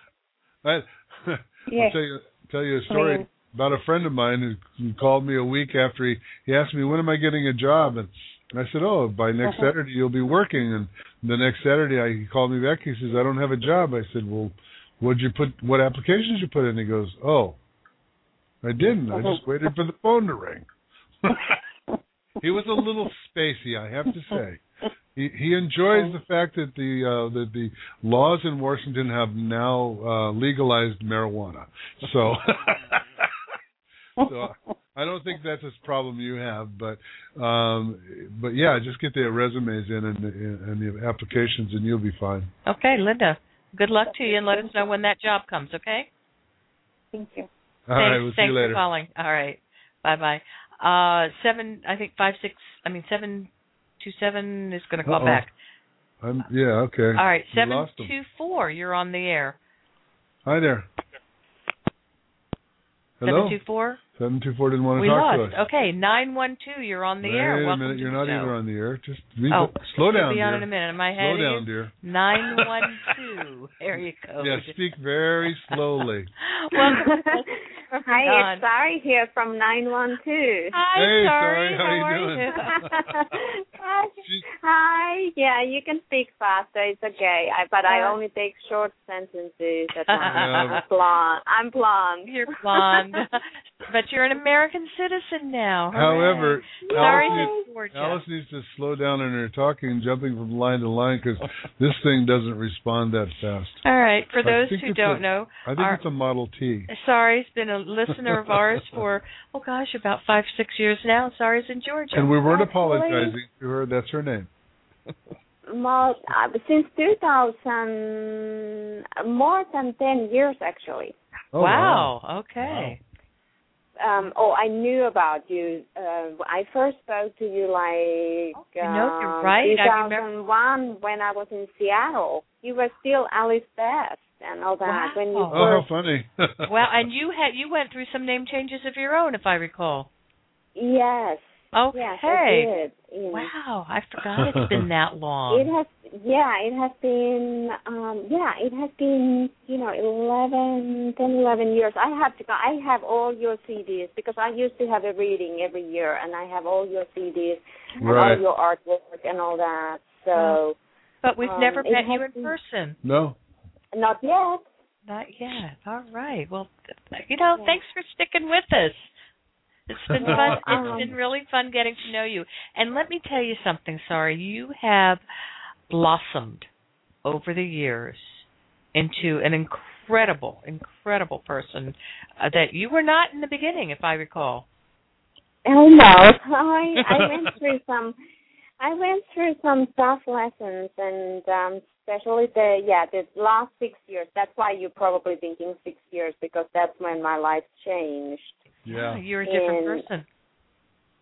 I,
Yeah.
I'll tell you tell you a story
mean-
about a friend of mine who- who called me a week after he he asked me when am I getting a job and I said oh by next
Uh-huh.
Saturday you'll be working and the next Saturday I, he called me back he says I don't have a job I said well what'd you put what applications you put in he goes oh I didn't
Uh-huh.
I just waited for the phone to ring he was a little spacey I have to say. He, he
Oh.
enjoys the fact that the uh, that the laws in Washington have now uh, legalized marijuana. So, so I don't think that's a problem you have, but um, but yeah, just get the resumes in and, and the applications, and you'll be fine.
Okay, Linda. Good luck to you and let us know when that job comes, okay?
Thank you.
All
thanks,
right, we'll see
thanks
you later.
for calling. All right, bye bye. Uh, seven, I think five six. I mean seven two seven is going to call
Uh-oh.
back.
I'm, yeah, okay.
All right,
We
seven
lost him.
two four. You're on the air.
Hi there. Hello.
Seven two four.
Seven two four didn't want to
We
talk
lost.
to us.
Okay, nine one two. You're on the
Wait
air.
a
Welcome
minute,
to
you're
the
not
show.
either on the air. Just re-
Oh,
slow down,
We'll be on
dear.
in a minute. Am I
Slow
ahead
down, dear.
Nine one two. Area code.
Yeah, speak very slowly.
Welcome.
Hi,
Done.
it's Sari here from 912.
Hi,
Hey,
sorry.
Sari, how you doing?
Hi.
She's-
Hi. Yeah, you can speak faster. It's okay. I, but I
Uh-huh.
Yeah.
only take short sentences at
Yeah.
time. I'm blonde. I'm blonde.
You're blonde, but you're an American citizen now.
However,
sorry,
Alice, needs, Alice
Georgia.
needs to slow down in her talking and jumping from line to line because this thing doesn't respond that fast.
All right, for
I
those
think
who
it's a-
don't know,
I think
Our-
it's a Model T.
Sari's been a listener of ours for oh gosh, about five six years now. Sari's in Georgia.
And we weren't
Oh, please.
apologizing to her. That's her name.
Well, uh, since 2000, more than 10 years actually.
Oh,
wow. Okay.
Um, oh, I knew about you. Uh, I first spoke to you like
Oh, you know, you're
um,
right. I remember-
2001 when I was in Seattle. You were still Alice Best and all that when you
Wow.
Oh, how
first.
funny.
Well, and you had you went through some name changes of your own, if I recall.
Yes.
Okay.
Yes, I did. Yeah.
Wow, I forgot it's been that long.
It has, yeah, it has been, um, yeah, it has been, you know, 11, 10, 11 years. I have to, go- I have all your CDs because I used to have a reading every year, and I have all your CDs and
Right.
all your artwork and all that. So
Wow. but we've
um,
never
it
met
has
you in
been-
person.
no.
not yet.
Not yet. All right. Well, th- you know,
Yeah.
thanks for sticking with us. It's been fun.
Well,
It's
um,
been really fun getting to know you. And let me tell you something, sorry. You have blossomed over the years into an incredible, incredible person uh, that you were not in the beginning, if I recall.
Oh no, I I went through some, I went through some tough lessons, and um, especially the yeah the last six years. That's why you're probably thinking six years because that's when my life changed.
Yeah.
You're a different
And-
person.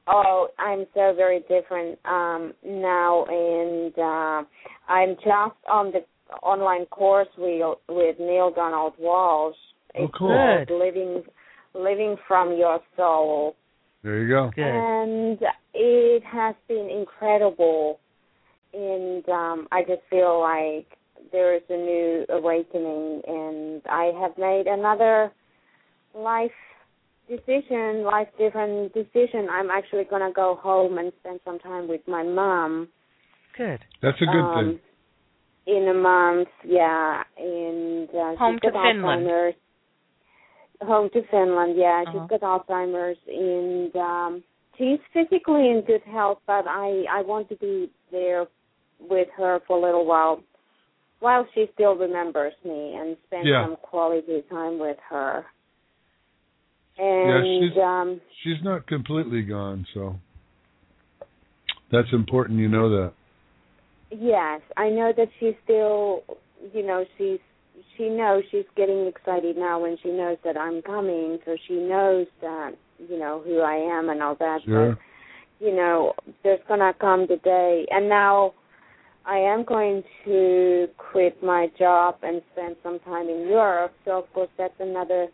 Oh, I'm so very different um now and uh I'm just on the online course wheel with Neil Donald Walsh.
Oh,
It's
cool.
called
Good.
Living Living from Your Soul.
There you go.
Good.
And it has been incredible and um I just feel like there is a new awakening and I have made another life decision, life different decision. I'm actually gonna go home and spend some time with my mom.
Good.
That's a good
um,
thing.
In a month, yeah, and uh,
Home
she's
to
got
Finland.
Alzheimer's. Home to Finland, yeah.
Uh-huh.
She's got Alzheimer's, and um, she's physically in good health, but I I want to be there with her for a little while, while she still remembers me, and spend
Yeah.
some quality time with her.
Yeah,
And
she's-
um
She's not completely gone, so that's important. You know that.
Yes, I know that she's still, you know, she's she knows she's getting excited now when she knows that I'm coming, so she knows that you know who I am and all that.
Sure.
But you know, there's gonna come the day, and now I am going to quit my job and spend some time in Europe. So of course that's another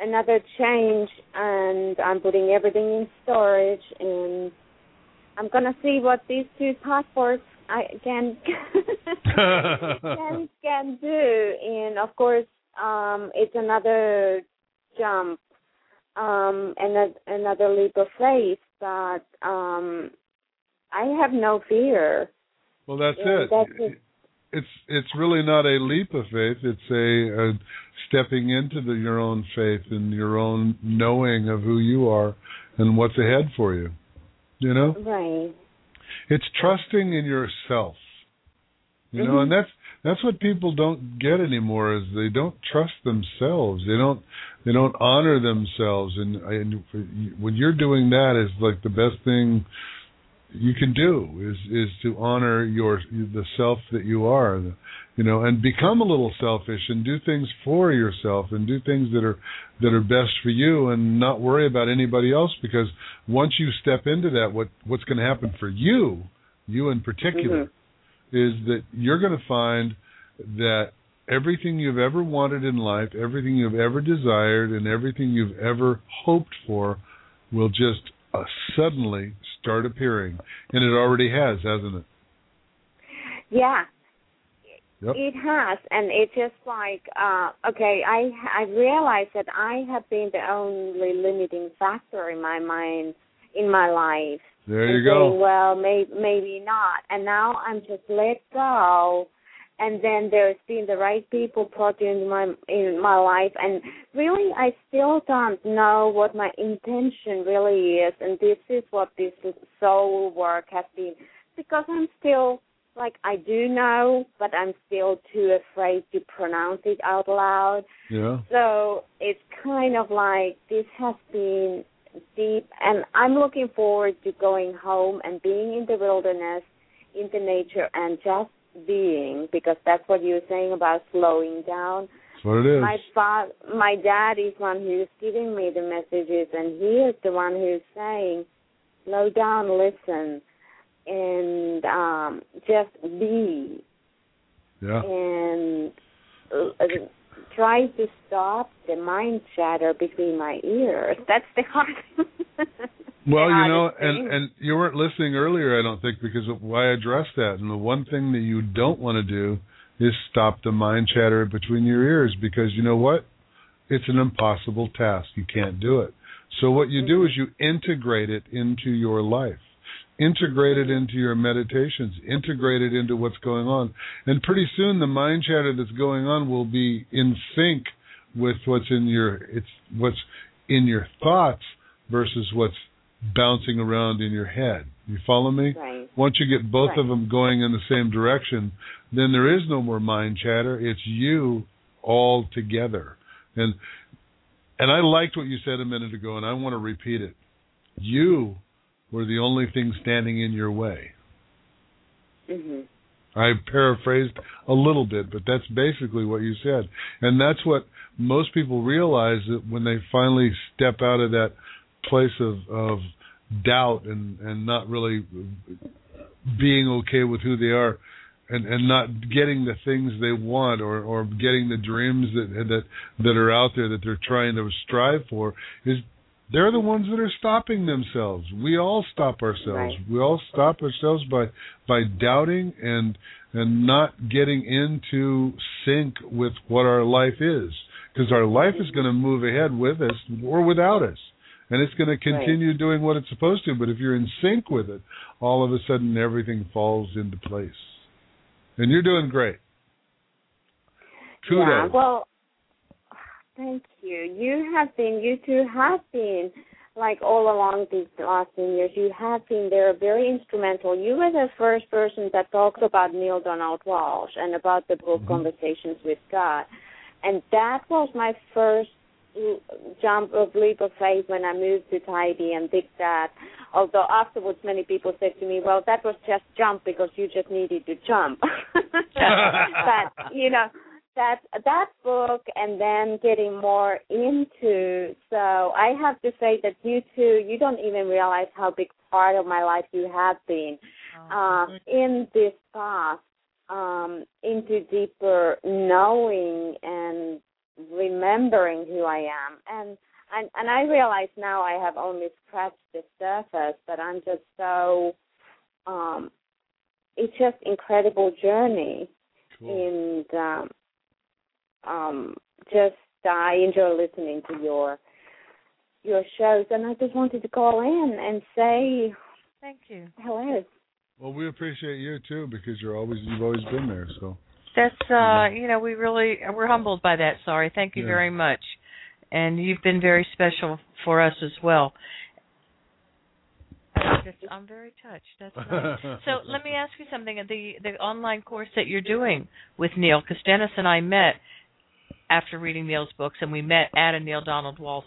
another change, and I'm putting everything in storage and I'm gonna see what these two passports I can can can do. And of course, um, it's another jump, um, and a, another leap of faith. But um, I have no fear.
Well, that's
Yeah,
it.
that's it.
It's it's really not a leap of faith. It's a, a stepping into the, your own faith and your own knowing of who you are and what's ahead for you. You know,
Right.
it's trusting in yourself. You know,
Mhm.
and that's that's what people don't get anymore is they don't trust themselves. They don't they don't honor themselves. And, and when you're doing that, is like the best thing you can do is is to honor your the self that you are you know and become a little selfish and do things for yourself and do things that are that are best for you and not worry about anybody else because once you step into that what what's going to happen for you you in particular is that you're going to find that everything you've ever wanted in life everything you've ever desired and everything you've ever hoped for will just uh, suddenly start appearing and it already has hasn't it
Yeah.
Yep.
It has, and it's just like uh, okay. I I realized that I have been the only limiting factor in my mind in my life.
There you
And
go.
saying, well, may, maybe not, and now I'm just let go. And then there's been the right people brought into my in my life, and really, I still don't know what my intention really is, and this is what this soul work has been, because I'm still like I do know, but I'm still too afraid to pronounce it out loud.
Yeah.
So it's kind of like this has been deep, and I'm looking forward to going home and being in the wilderness, in the nature, and just being because that's what you were saying about slowing down.
That's what it is.
My father, my dad is one who's giving me the messages, and he is the one who's saying, slow down, listen, and um, just be,
yeah.
and uh, try to stop the mind chatter between my ears. That's the hard.
Well, you
Yeah,
know,
just
and
saying.
and you weren't listening earlier, I don't think, because of why I addressed that. And the one thing that you don't want to do is stop the mind chatter between your ears, because you know what? It's an impossible task. You can't do it. So what you do is you integrate it into your life. Integrate it into your meditations, integrate it into what's going on. And pretty soon the mind chatter that's going on will be in sync with what's in your it's what's in your thoughts versus what's bouncing around in your head. You follow me?
Right.
Once you get both
Right.
of them going in the same direction, then there is no more mind chatter. It's you all together. And and I liked what you said a minute ago and I want to repeat it. You were the only thing standing in your way.
hmm
I paraphrased a little bit, but that's basically what you said. And that's what most people realize that when they finally step out of that place of, of doubt and, and not really being okay with who they are and, and not getting the things they want or, or getting the dreams that, that that are out there that they're trying to strive for is they're the ones that are stopping themselves. We all stop ourselves.
Right.
We all stop ourselves by by doubting and and not getting into sync with what our life is because our life is going to move ahead with us or without us and it's going to continue doing what it's supposed to but if you're in sync with it all of a sudden everything falls into place and you're doing great kudos
Yeah, well, thank you. You have been, you two have been, like all along these last 10 years, you have been there very instrumental. You were the first person that talked about Neil Donald Walsh and about the book Conversations with God. And that was my first l- jump of leap of faith when I moved to Tidy and did that. Although afterwards many people said to me, well, that was just jump because you just needed to jump. but, you know, that that book and then getting more into so i have to say that you two you don't even realize how big part of my life you have been uh, in this path um into deeper knowing and remembering who i am and and and i realize now i have only scratched the surface but i'm just so um it's just incredible journey and um, um, just I enjoy listening to your your shows, and I just wanted to call in and say
Thank you.
hello.
well we appreciate you too because you're always you've always been there so
That's uh, you know, we really we're humbled by that. Sorry, thank you
Yeah.
very much, and you've been very special for us as well. I'm just- I'm very touched. That's nice. so. Let me ask you something. The the online course that you're doing with Neil, because Dennis and I met after reading Neil's books, and we met at a Neil Donald Walsh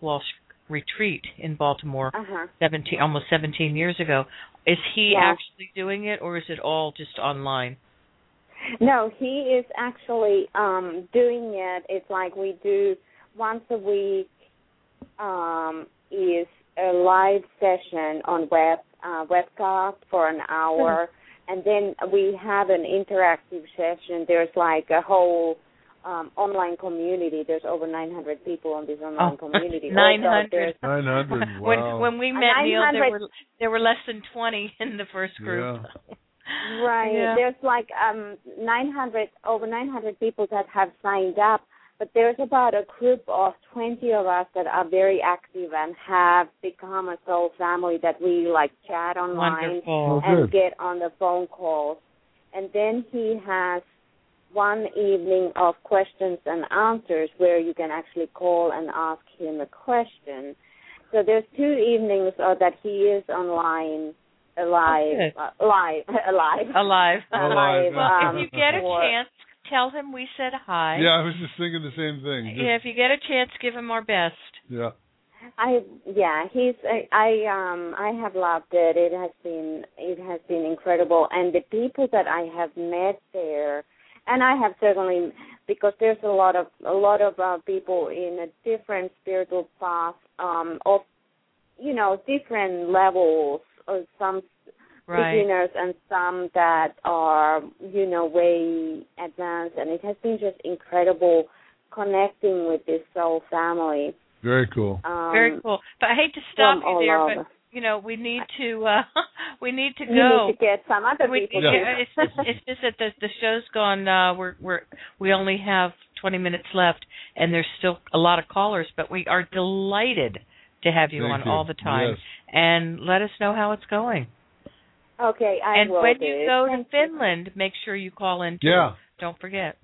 Walsh retreat in Baltimore
Uh huh.
seventeen almost seventeen years ago. Is he
Yeah.
actually doing it, or is it all just online?
No, he is actually um doing it. It's like we do once a week um is a live session on web uh webcast for an
Mm-hmm.
hour and then we have an interactive session. There's like a whole um online community. There's over 900 people on this online community. Also,
900.
there's-
900 wow
Oh, When when we met Neil, there
900
were there were less than twenty in the first group.
Right.
Yeah.
There's like um 900 over 900 people that have signed up, but there's about a group of 20 of us that are very active and have become a soul family that we like chat online
Wonderful.
and
Oh, good.
get on the phone calls. And then he has one evening of questions and answers where you can actually call and ask him a question. So there's two evenings uh, that he is online, alive,
Oh,
uh, live, alive,
Alive.
alive.
Well,
um,
if you get a
for-
chance, tell him we said hi.
Yeah, I was just thinking the same thing.
Yeah, if you get a chance, give him our best.
Just- yeah.
I yeah, he's I, I um I have loved it. It has been it has been incredible, and the people that I have met there, and I have certainly because there's a lot of a lot of uh, people in a different spiritual path, um of you know different levels, or some
Right.
beginners and some that are you know way advanced, and it has been just incredible connecting with this soul family.
Very cool.
Um,
Very cool. But I hate to stop
from
you there,
all
but
over.
you know we need to uh we need to
you
go.
need to get some other
We-
people.
yeah,
to-
it's just it's just that the the show's gone. Uh, we're we're we only have 20 minutes left, and there's still a lot of callers. But we are delighted to have you
Thank
on
you.
all the time,
Yes.
and let us know how it's going.
okay, I
and
will
when
do.
you go to
thank
Finland, make sure you call in. Too.
Yeah.
Don't forget.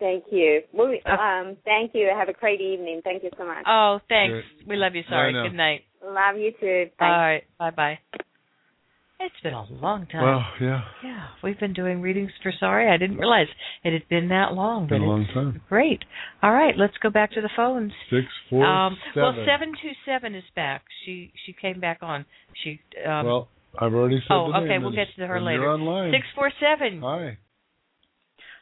Thank you. We,
Uh,
um, thank you. Have a great evening. Thank you so much.
Oh, thanks. We love you. Sorry.
I know.
Good night.
Love you too. Bye.
All right. Bye bye. It's been a long time.
Well, yeah.
yeah, we've been doing readings for sorry. I didn't realize it had been that long.
Been
but
a long
it's
time.
Great. All right, let's go back to the phones.
Six, four,
um, Well,
seven.
seven two seven is back. She she came back on. She um,
Well, I've already said
oh
the
okay.
name,
We'll
and-
get to her
and
later.
You're online.
Six four seven.
Hi.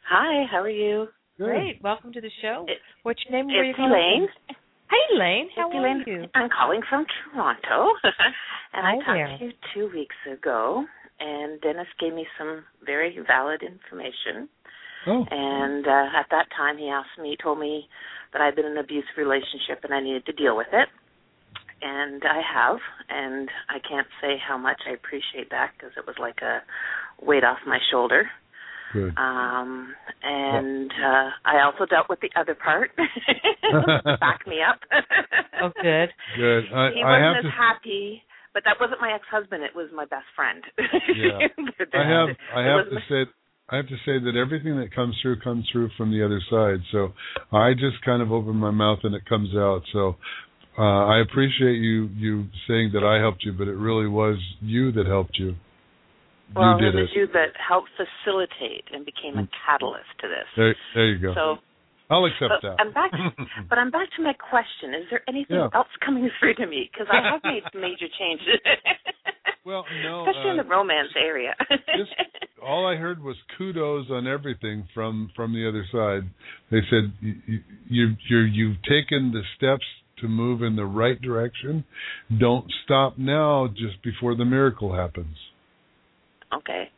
Hi, how are you?
Good.
Great. Welcome to the show.
It-
What's your name? and Where you
It's
calling?
Elaine.
from? Hey Elaine, how
It's
are
Elaine.
you?
I'm calling from Toronto, and
Hi
I
there.
talked to you two weeks ago. And Dennis gave me some very valid information.
Oh,
And uh, at that time, he asked me, told me that I'd been in an abusive relationship and I needed to deal with it. And I have, and I can't say how much I appreciate that because it was like a weight off my shoulder.
good.
Um, and uh, I also dealt with the other part. Back me up.
Oh good.
Good. I,
he
I have
wasn't as
to.
happy, but that wasn't my ex-husband. It was my best friend.
Yeah. I have. I
It
have
was
to
my-
say. I have to say that everything that comes through comes through from the other side. So I just kind of open my mouth and it comes out. So uh, I appreciate you you saying that I helped you, but it really was you that helped you.
well,
you did
it was
it. Mm.
you that helped facilitate and became a catalyst to this.
There, there you go.
So,
I'll accept
but
that.
I'm back. but I'm back to my question. Is there anything
Yeah.
else coming through to me? Because I have made some major changes.
Well, no,
especially in
uh,
the romance area.
just- all I heard was kudos on everything from from the other side. They said you you you you've taken the steps to move in the right direction. Don't stop now, just before the miracle happens.
okay.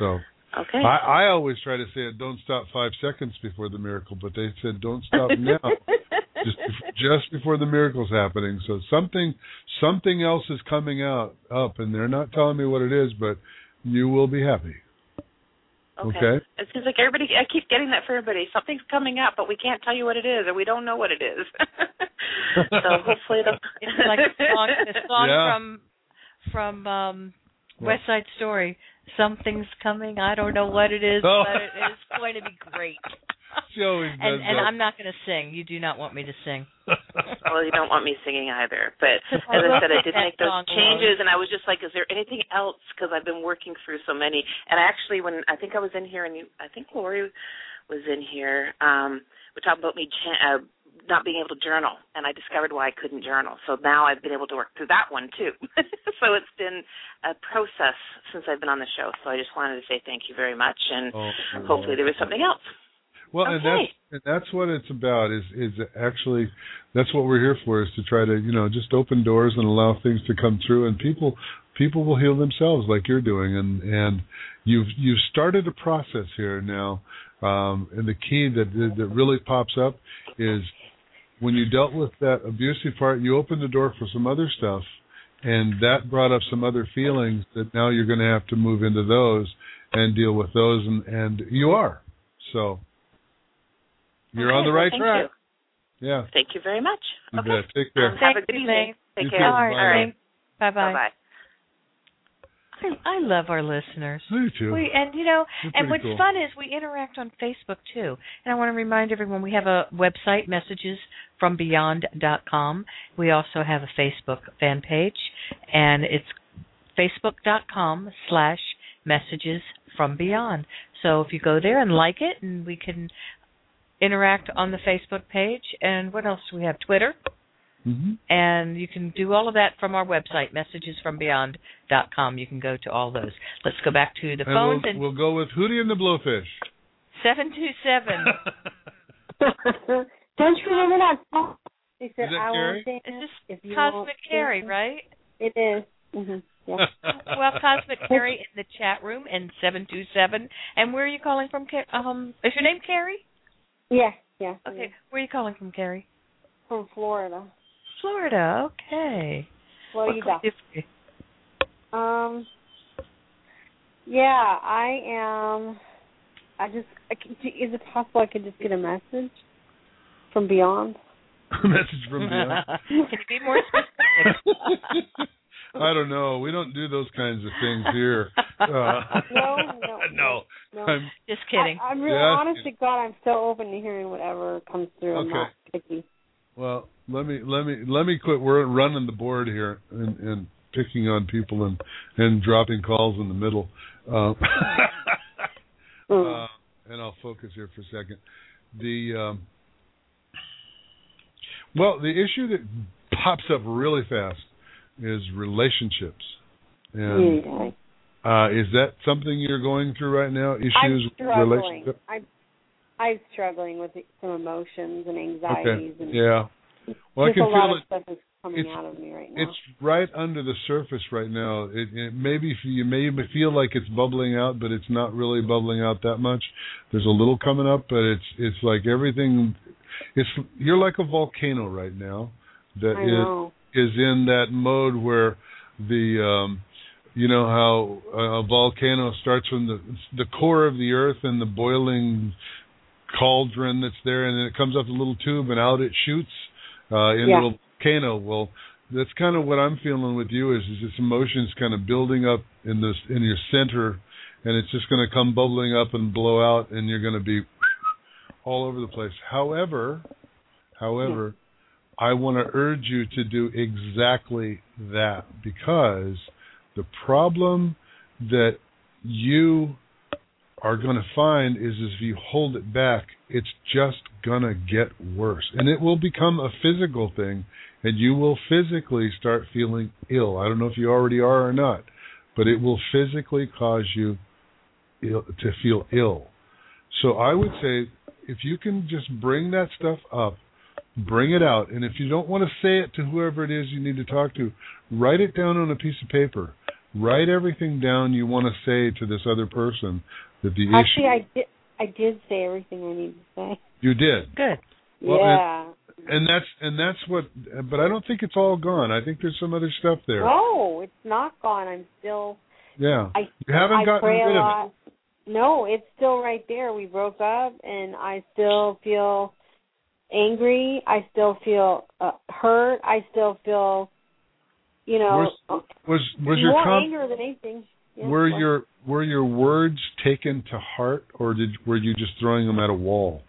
So
Okay.
I, I always try to say it. Don't stop five seconds before the miracle, but they said don't stop now, uh, just bef- just before the miracle's happening. So something something else is coming out up, and they're not telling me what it is, but you will be happy.
Okay. It seems like everybody. I keep getting that for everybody. Something's coming up, but we can't tell you what it is, or we don't know what it is. so hopefully it'll.
It's like a song, the song
Yeah.
from from um
What?
West Side Story. Something's coming. I don't know what it is,
Oh.
but it is going to be great.
She always does
and and
that.
I'm not going to sing. You do not want me to sing.
Well, you don't want me singing either. But
I
as I
will
said, I
take
did
that
make those
song,
changes, and I was just like, "Is there anything else?" Because I've been working through so many. And I actually, when I think I was in here, and you, I think Lori was in here, um, we talked about me cha- uh, not being able to journal, and I discovered why I couldn't journal. So now I've been able to work through that one too. so it's been a process since I've been on the show. So I just wanted to say thank you very much, and
Oh,
hopefully there was something else.
Well, and that's
Okay.
and that's what it's about. Is is actually that's what we're here for. Is to try to you know just open doors and allow things to come through, and people people will heal themselves like you're doing, and and you've you've started a process here now. Um, and the key that that- that really pops up is when you dealt with that abusive part, you opened the door for some other stuff, and that brought up some other feelings that now you're going to have to move into those and deal with those, and, and you are. So you're
Okay,
on the
well,
right
thank
track. Yeah.
Thank you very much.
You
okay.
bet. Take care.
Um, have a
Thank
good
you,
evening.
You
Take
too.
care.
All right.
Bye.
Bye bye.
Bye-bye.
I, I love our listeners.
Me too.
We, and you know,
You're pretty
and what's
cool.
fun is we interact on Facebook too. And I want to remind everyone we have a website, messagesfrombeyond.com. We also have a Facebook fan page, and it's facebook.com slash messages from beyond. So if you go there and like it, and we can interact on the Facebook page. And what else do we have? Twitter.
Mhm.
And you can do all of that from our website, messagesfrombeyond.com. You can go to all those. Let's go back to the
and
phones
we'll,
and
we'll go with Hootie and the Blowfish.
seven two seven.
Don't you remember that song? He said,
Is that
I
Carrie?
won't dance if you won't
Cosmic Carrie,
dance."
right?
It is. Mm-hmm. Yeah.
Well, Cosmic Carrie in the chat room and seven two seven. And where are you calling from? Ca- Um, is your name Carrie?
Yeah, yeah.
Okay. Where are you calling from, Carrie?
yeah. From Florida.
Florida. Okay.
Florida.
What can we do for you?
Um. Yeah, I am. I just. I, c- d- is it possible I could just get a message from beyond?
Message from beyond.
Can you be more specific?
I don't know. We don't do those kinds of things here. Uh,
No, no,
no.
no.
I'm-
Just kidding.
I, am really
Yeah.
honest to God. I'm so open to hearing whatever comes through. I'm
Okay.
not picky.
well, let me let me let me quit. We're running the board here and, and picking on people and and dropping calls in the middle. Uh, uh, and I'll focus here for a second. The um, well, the issue that pops up really fast is relationships. And
Yeah.
uh, is that something you're going through right now? Issues
Mm-hmm. I'm
with
struggling.
relationships?
I'm I'm struggling with some emotions and anxieties and
Yeah. Well, I
just
can
a lot
feel
of
it.
stuff is coming
it's-
out of me right now.
It's right under the surface right now. It, it maybe you may feel like it's bubbling out, but it's not really bubbling out that much. There's a little coming up, but it's it's like everything. It's you're like a volcano right now that
I
is
know.
is in that mode where the um you know how a volcano starts from the the core of the earth and the boiling cauldron that's there and then it comes up the little tube and out it shoots uh into
Yeah.
a volcano well that's kind of what i'm feeling with you is is this emotion's kind of building up in this in your center and it's just going to come bubbling up and blow out and you're going to be all over the place however however I want to urge you to do exactly that because the problem that you are going to find is if you hold it back, it's just going to get worse. And it will become a physical thing, and you will physically start feeling ill. I don't know if you already are or not, but it will physically cause you ill, to feel ill. So I would say if you can just bring that stuff up bring it out. And if you don't want to say it to whoever it is you need to talk to, write it down on a piece of paper. Write everything down you want to say to this other person that the
Actually,
issue
I did I did say everything I needed to say.
you did.
Good.
Well,
yeah.
And that's and that's what but I don't think it's all gone. I think there's some other stuff there.
No, it's not gone. I'm still.
Yeah.
I
You haven't
I
gotten
pray
rid of
a
it.
lot. No, it's still right there. We broke up, and I still feel angry. I still feel uh, hurt. I still feel, you know, uh,
Was- was was your
more
com-
anger than anything. Yeah,
were
well,
your were your words taken to heart or did were you just throwing them at a wall?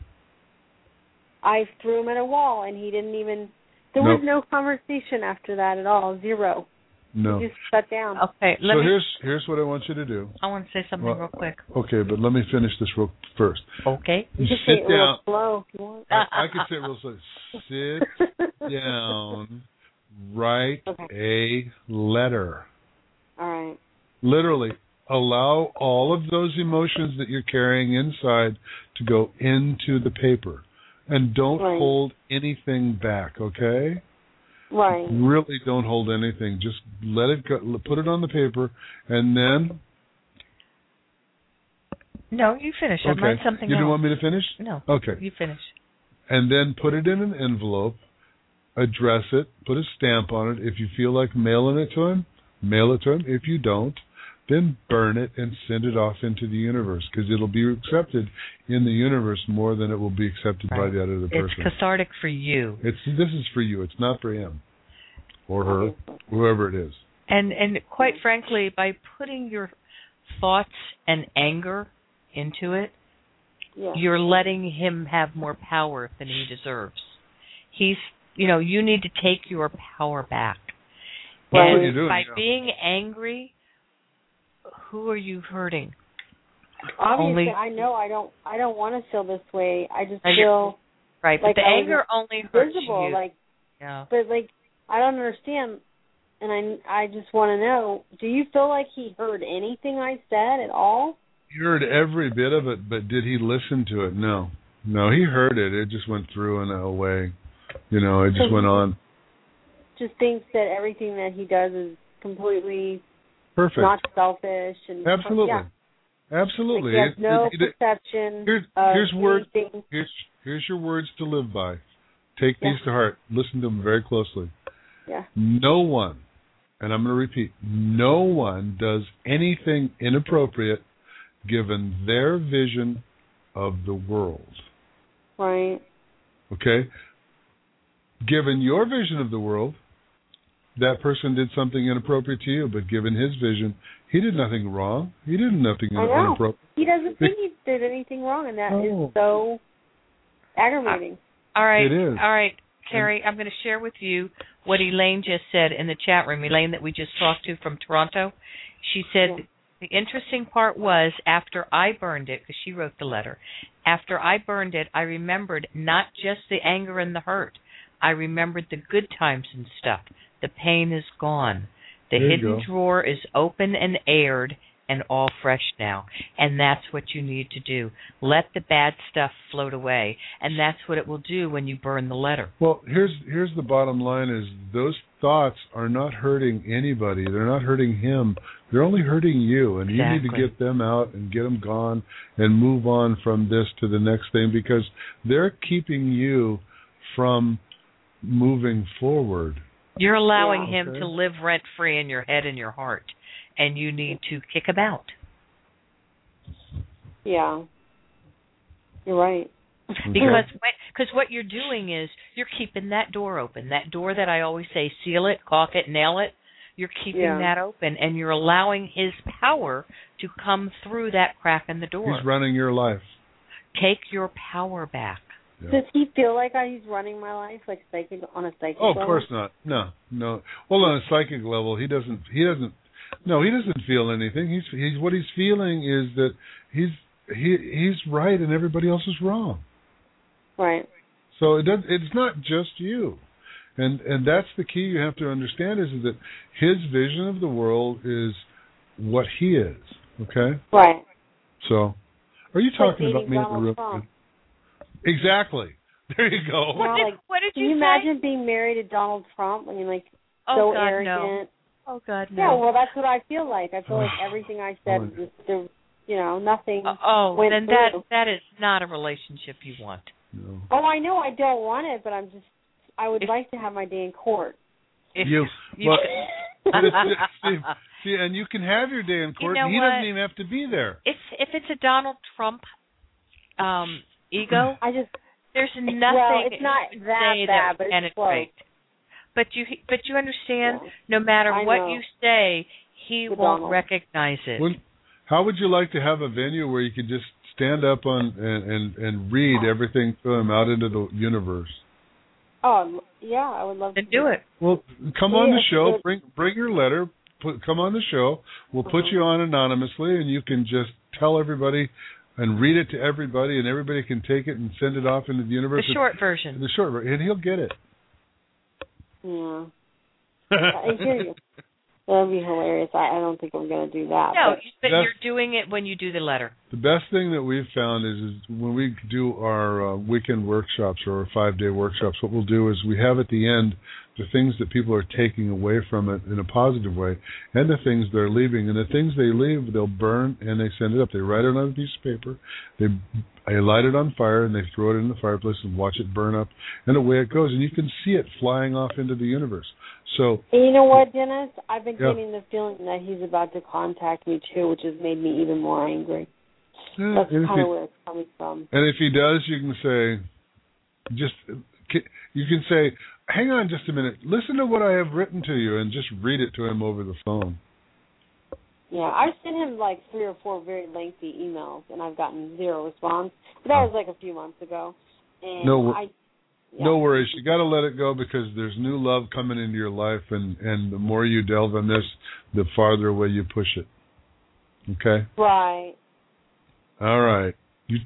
I threw him at a wall, and he didn't even. There was no conversation after that at all. Zero.
No.
He just shut down.
Okay. Let
so
me.
here's here's what I want you to do.
I want to say something
Well-
real quick.
Okay, but let me finish this real first.
Okay.
You can say
sit
it
down.
real slow if you want. Uh,
I, I could sit real slow. Sit down. Write a letter.
All right.
Literally, allow all of those emotions that you're carrying inside to go into the paper, and don't
Right.
hold anything back. Okay?
Right.
Really, don't hold anything. Just let it go. Put it on the paper, and then
No, you finish. I
okay.
mind something
you didn't
else.
want me to finish?
No.
Okay.
You finish.
and then put it in an envelope address it, put a stamp on it. If you feel like mailing it to him, mail it to him. If you don't, then burn it and send it off into the universe because it'll be accepted in the universe more than it will be accepted by the other
It's
person.
cathartic for you.
It's this is for you. It's not for him or her, whoever it is.
And and quite frankly, by putting your thoughts and anger into it, you're letting him have more power than he deserves. He's, you know, you need to take your power back.
That's
and
what you're doing,
by
yeah.
being angry, who are you hurting?
Obviously,
Only-
I know I don't. I don't want to feel this way. I just
I-
feel
right, but
like
the
I was
anger only hurts
visible.
you.
Like,
yeah.
but like I don't understand, and I I just want to know. Do you feel like he heard anything I said at all?
He heard every bit of it, but did he listen to it? No, no, he heard it. It just went through and away. You know, it just went on.
Just thinks that everything that he does is completely
Perfect.
not selfish and
Absolutely.
Yeah.
Absolutely.
He has
It-
no
it- it-
perception
here's-
of
here's word-
anything.
here's here's your words to live by. Take
Yeah.
these to heart. Listen to them very closely.
Yeah.
No one, and I'm going to repeat, no one does anything inappropriate given their vision of the world.
Right.
Okay? Given your vision of the world, that person did something inappropriate to you, but given his vision, he did nothing wrong. He did nothing
I know.
inappropriate.
He doesn't think he did anything wrong, and that is
No.
so aggravating.
All right.
Oh. It is.
All right, Carrie, I'm going to share with you what Elaine just said in the chat room. Elaine, that we just talked to from Toronto, she said the interesting part was after I burned it, because she wrote the letter, after I burned it, I remembered not just the anger and the hurt. I remembered the good times and stuff. The pain is gone. The
There you
hidden
go.
drawer is open and aired and all fresh now. And that's what you need to do. Let the bad stuff float away. And that's what it will do when you burn the letter.
Well, here's here's the bottom line: is those thoughts are not hurting anybody. They're not hurting him. They're only hurting you, and you need
Exactly.
to get them out and get them gone and move on from this to the next thing because they're keeping you from moving forward.
You're allowing
Yeah.
him
Okay.
to live rent free in your head and your heart. And you need to kick him out.
Yeah. You're right.
Mm-hmm.
Because because what you're doing is you're keeping that door open. That door that I always say, seal it, caulk it, nail it. You're keeping
Yeah.
that open, and you're allowing his power to come through that crack in the door.
He's running your life.
Take your power back.
Does he feel like I- he's running my life like psychic on a psychic
Oh,
level?
of course not. No, no. Well, on a psychic level, he doesn't. He doesn't. No, he doesn't feel anything. He's he's what he's feeling is that he's he he's right and everybody else is wrong.
Right.
So it does, it's not just you, and and that's the key you have to understand is, that his vision of the world is what he is. Okay.
Right.
So, are you
Like
talking about
dating
me in the
Donald
room?
Trump.
Exactly. There you go.
Now, like, can you, imagine being married to Donald Trump? I mean, like,
Oh,
so
God, no.
arrogant.
Oh God,
Yeah,
no.
well, that's what I feel like. I feel like everything I said, was just, the- you know, nothing.
Oh,
went
then that
through.
that is not a relationship you want.
Oh, I know I don't want it, but I'm just. I would like to have my day in court.
You.
you-
Well, see, see, and you can have your day in court.
know
and he
what?
doesn't even have to be there.
If if it's a Donald Trump um ego,
I just
there's nothing.
Well, it's not
you can
that
say
bad, but
would
it's
penetrate. But you but you understand, no matter
I
what
know.
you say, he
With
won't
Donald.
recognize it.
Wouldn't- how would you like to have a venue where you could just stand up on and and, and read everything to him out into the universe?
Oh, yeah, I would love
to do it.
Well, come on the
Yeah,
show.
but-
Bring bring your letter. Put, come on the show. We'll
Uh-huh.
put you on anonymously, and you can just tell everybody and read it to everybody, and everybody can take it and send it off into the universe.
The short version.
The short version, and he'll get it.
Yeah. I hear you. That would be hilarious. I, I don't think I'm going to do that.
No,
but-
but you're doing it when you do the letter.
the best thing that we've found is, is when we do our uh, weekend workshops or our five day workshops, what we'll do is we have at the end the things that people are taking away from it in a positive way and the things they're leaving. And the things they leave, they'll burn and they send it up. They write it on a piece of paper, they, they light it on fire, and they throw it in the fireplace and watch it burn up. And away it goes. And you can see it flying off into the universe. So,
And you know what, Dennis? I've been
Yeah.
getting the feeling that he's about to contact me too, which has made me even more angry.
Yeah,
That's
and if
kind
you-
of where it's coming from.
And if he does, you can say, just you can say, hang on just a minute, listen to what I have written to you, and just read it to him over the phone.
Yeah, I sent him like three or four very lengthy emails, and I've gotten zero response. But that was like a few months ago. And
Oh. No wor-
I,
No worries, you got to let it go because there's new love coming into your life, and and the more you delve in this, the farther away you push it. Okay,
right.
all right, you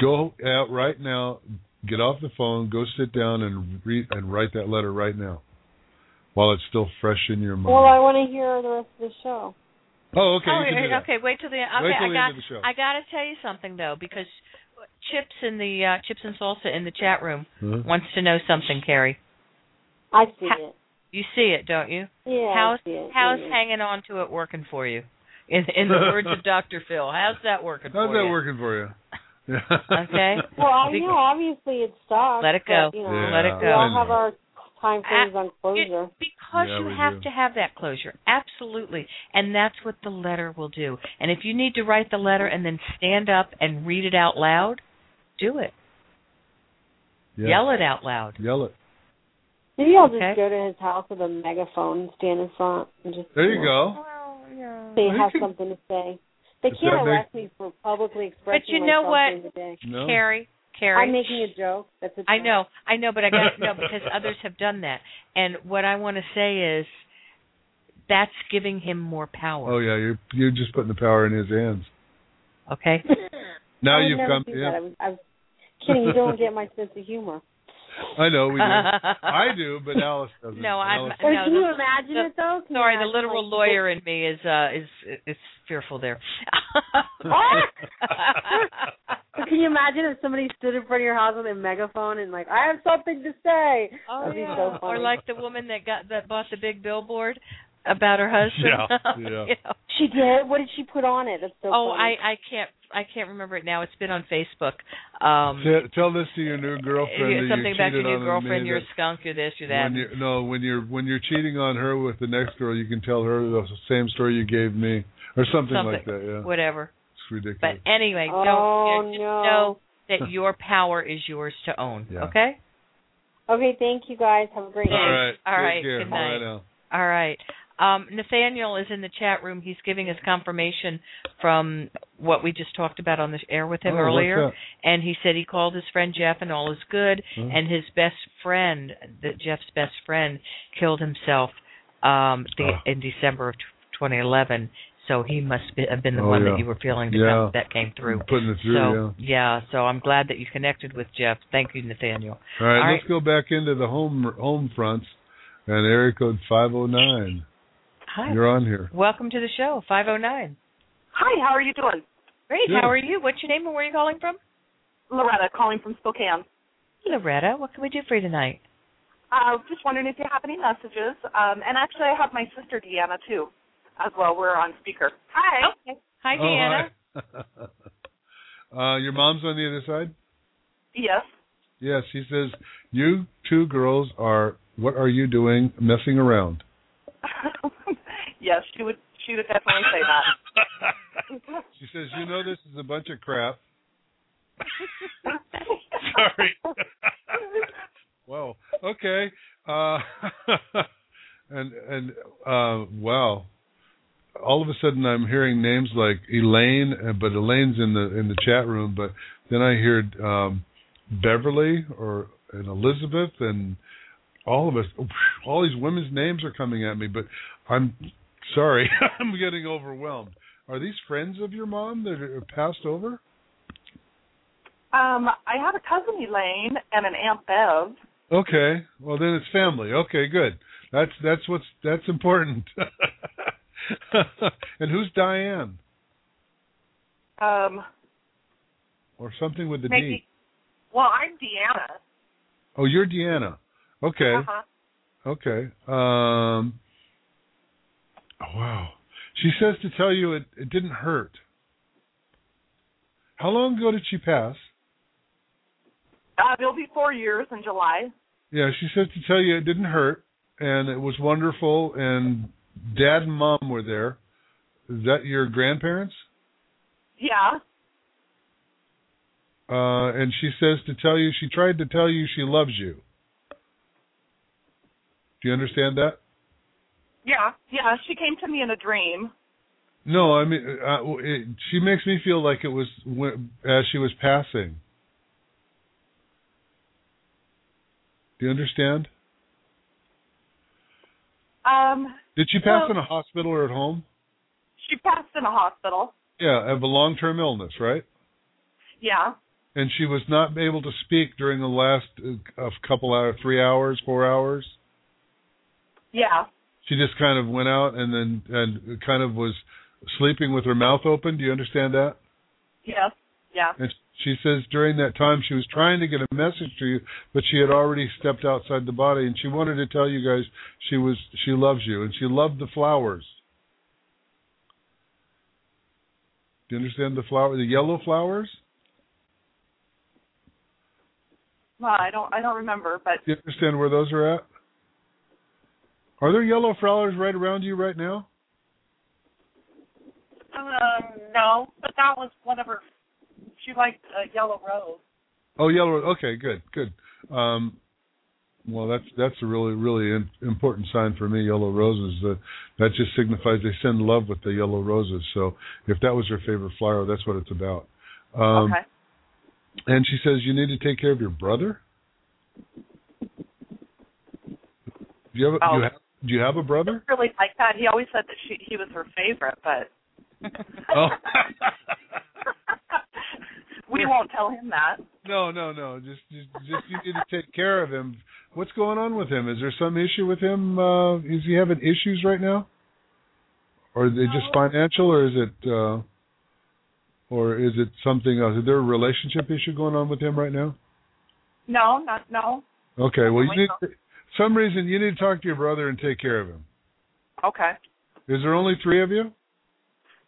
go out right now, get off the phone, go sit down and read and write that letter right now, while it's still fresh in your mind.
Well, I want to hear the rest of the show.
oh, okay,
oh,
you can do that.
okay. Wait till the okay.
Wait till
I
the
got.
end of the show.
I got to tell you something though, because Chips in the uh, Chips and Salsa in the chat room
Huh?
wants to know something, Carrie.
I see it.
You see it, don't you?
Yeah, I
How's
see it,
how's
yeah.
hanging on to it working for you? In in the words of Dr. Phil, how's that working
How's
for
that
you?
working for you?
Okay.
Well, I
Be-
know obviously it sucks.
Let it go.
But, you know,
Let it
We all
go. Ah,
have our time frames on closure.
Because
Yeah,
you
we
have
do.
to have that closure. Absolutely. And that's what the letter will do. And if you need to write the letter and then stand up and read it out loud, do it.
Yeah.
Yell it out loud.
Yell it.
Maybe I'll just go to his house with a megaphone and stand in front and just
There you go.
They
Well,
have
you could-
something to say. They
Does
can't
that make-
arrest me for publicly expressing
But you know
myself
what,
during the day.
No.
Carrie, Carrie.
I'm making a joke. That's a joke.
I know, I know, but I got no because others have done that. And what I want to say is that's giving him more power.
Oh yeah, you're you're just putting the power in his hands.
Okay.
Now
I would
you've
never
come.
do
yeah.
that. I was, I was kidding. You don't get my sense of humor.
Oh, I know we do. I do, but Alice doesn't.
No,
Alice-
I'm no, the-
imagine
the-
it, though? Can you
sorry, the
imagine,
literal
like,
lawyer in me is uh is is fearful there.
Oh! Can you imagine if somebody stood in front of your house with a megaphone and like, I have something to say?
Oh,
That'd be
yeah.
so funny.
Or like the woman that got that bought the big billboard about her husband.
Yeah,
You
yeah.
know.
she did. What did she put on it? That's so
Oh,
funny.
I I can't I can't remember it now. It's been on Facebook. Um uh,
Tell- tell this to your new girlfriend. that you
something about your
cheated on
new
me,
girlfriend, you're a
that
skunk, you're this, you're that.
When you're, no, when you're when you're cheating on her with the next girl, you can tell her the same story you gave me, or something, like that. Yeah,
Whatever.
it's ridiculous.
But anyway, don't
Oh,
you just
no.
know that your power is yours to own.
Yeah.
Okay?
Okay, thank you guys. Have a great
All
night.
right.
All right,
Take care.
good night.
Bye now.
All right. Um, Nathaniel is in the chat room. He's giving us confirmation from what we just talked about on the air with him
Oh, what's
earlier.
up?
And he said he called his friend Jeff, and all is good.
Hmm.
Oh.
And his best friend, that Jeff's best friend, killed himself um, the,
Ah.
in December of 2011. So he must be, have been the
Oh,
one
yeah.
that you were feeling that,
Yeah.
that came through.
Putting it through. yeah.
so yeah. so I'm glad that you connected with Jeff. Thank you, Nathaniel.
All right,
All
let's go back into the home home fronts and area code five oh nine.
Hi.
You're on here.
Welcome to the show, 509.
Hi, how are you doing?
Great.
Good.
How are you? What's your name and where are you calling from?
Loretta, calling from Spokane.
Loretta, what can we do for you tonight?
Uh, just wondering if you have any messages. Um, and actually, I have my sister Deanna too, as well. We're on speaker. Hi.
Okay. Hi,
Oh,
Deanna.
Uh, your mom's on the other side.
Yes.
Yes, she says you two girls are. What are you doing, messing around?
Yes, she would. She would definitely say that.
She says you know this is a bunch of crap. Sorry. Whoa. Okay. Uh, and and uh, wow. All of a sudden, I'm hearing names like Elaine, uh, but Elaine's in the in the chat room. But then I hear um, Beverly or and Elizabeth and all of us. All these women's names are coming at me, but I'm sorry. I'm getting overwhelmed. Are these friends of your mom that are passed over?
um, I have a cousin Elaine and an aunt Bev.
Okay. Well, then it's family. Okay, good. That's that's what's that's important. and who's Diane?
Um,
or something with the
make
D.
me- well, I'm Deanna.
Oh, you're Deanna. Okay.
Uh-huh.
Okay. Um, wow. She says to tell you it, it didn't hurt. How long ago did she pass?
Uh, it'll be four years in July.
Yeah, she says to tell you it didn't hurt and it was wonderful and dad and mom were there. Is that your grandparents?
Yeah.
Uh, and she says to tell you she tried to tell you she loves you. Do you understand that?
Yeah. Yeah. She came to me in a dream.
No, I mean, uh, it, she makes me feel like it was when, as she was passing. Do you understand?
Um,
Did she pass
Well-
in a hospital or at home?
she passed in a hospital.
Yeah, of a long-term illness, right?
Yeah.
And she was not able to speak during the last uh, of couple hours, three hours, four hours.
Yeah.
She just kind of went out and then and kind of was sleeping with her mouth open. Do you understand that?
Yes. Yeah.
And she says during that time she was trying to get a message to you, but she had already stepped outside the body, and she wanted to tell you guys she was she loves you, and she loved the flowers. Do you understand the flower, the yellow flowers?
Well, I don't. I don't remember, but
Do you understand where those are at? Are there yellow flowers right around you right now?
um, no. But that was whatever. She liked a yellow rose.
Oh, yellow. Okay, good, good. Um, well, that's that's a really really in, important sign for me. Yellow roses. Uh, that just signifies they send love with the yellow roses. So if that was her favorite flower, that's what it's about. Um,
okay.
And she says you need to take care of your brother. Do you have, a,
Oh.
you have do you have a brother?
Really like that. He always said that she he was her favorite, but
Oh.
we won't tell him that.
No, no, no. Just, just, just you need to take care of him. What's going on with him? Is there some issue with him? Uh, is he having issues right now, or is it just financial, or is it, uh, or is it something else? Is there a relationship issue going on with him right now?
No, not no.
Okay. Well, you
Definitely
need some reason you need to talk to your brother and take care of him.
Okay.
Is there only three of you?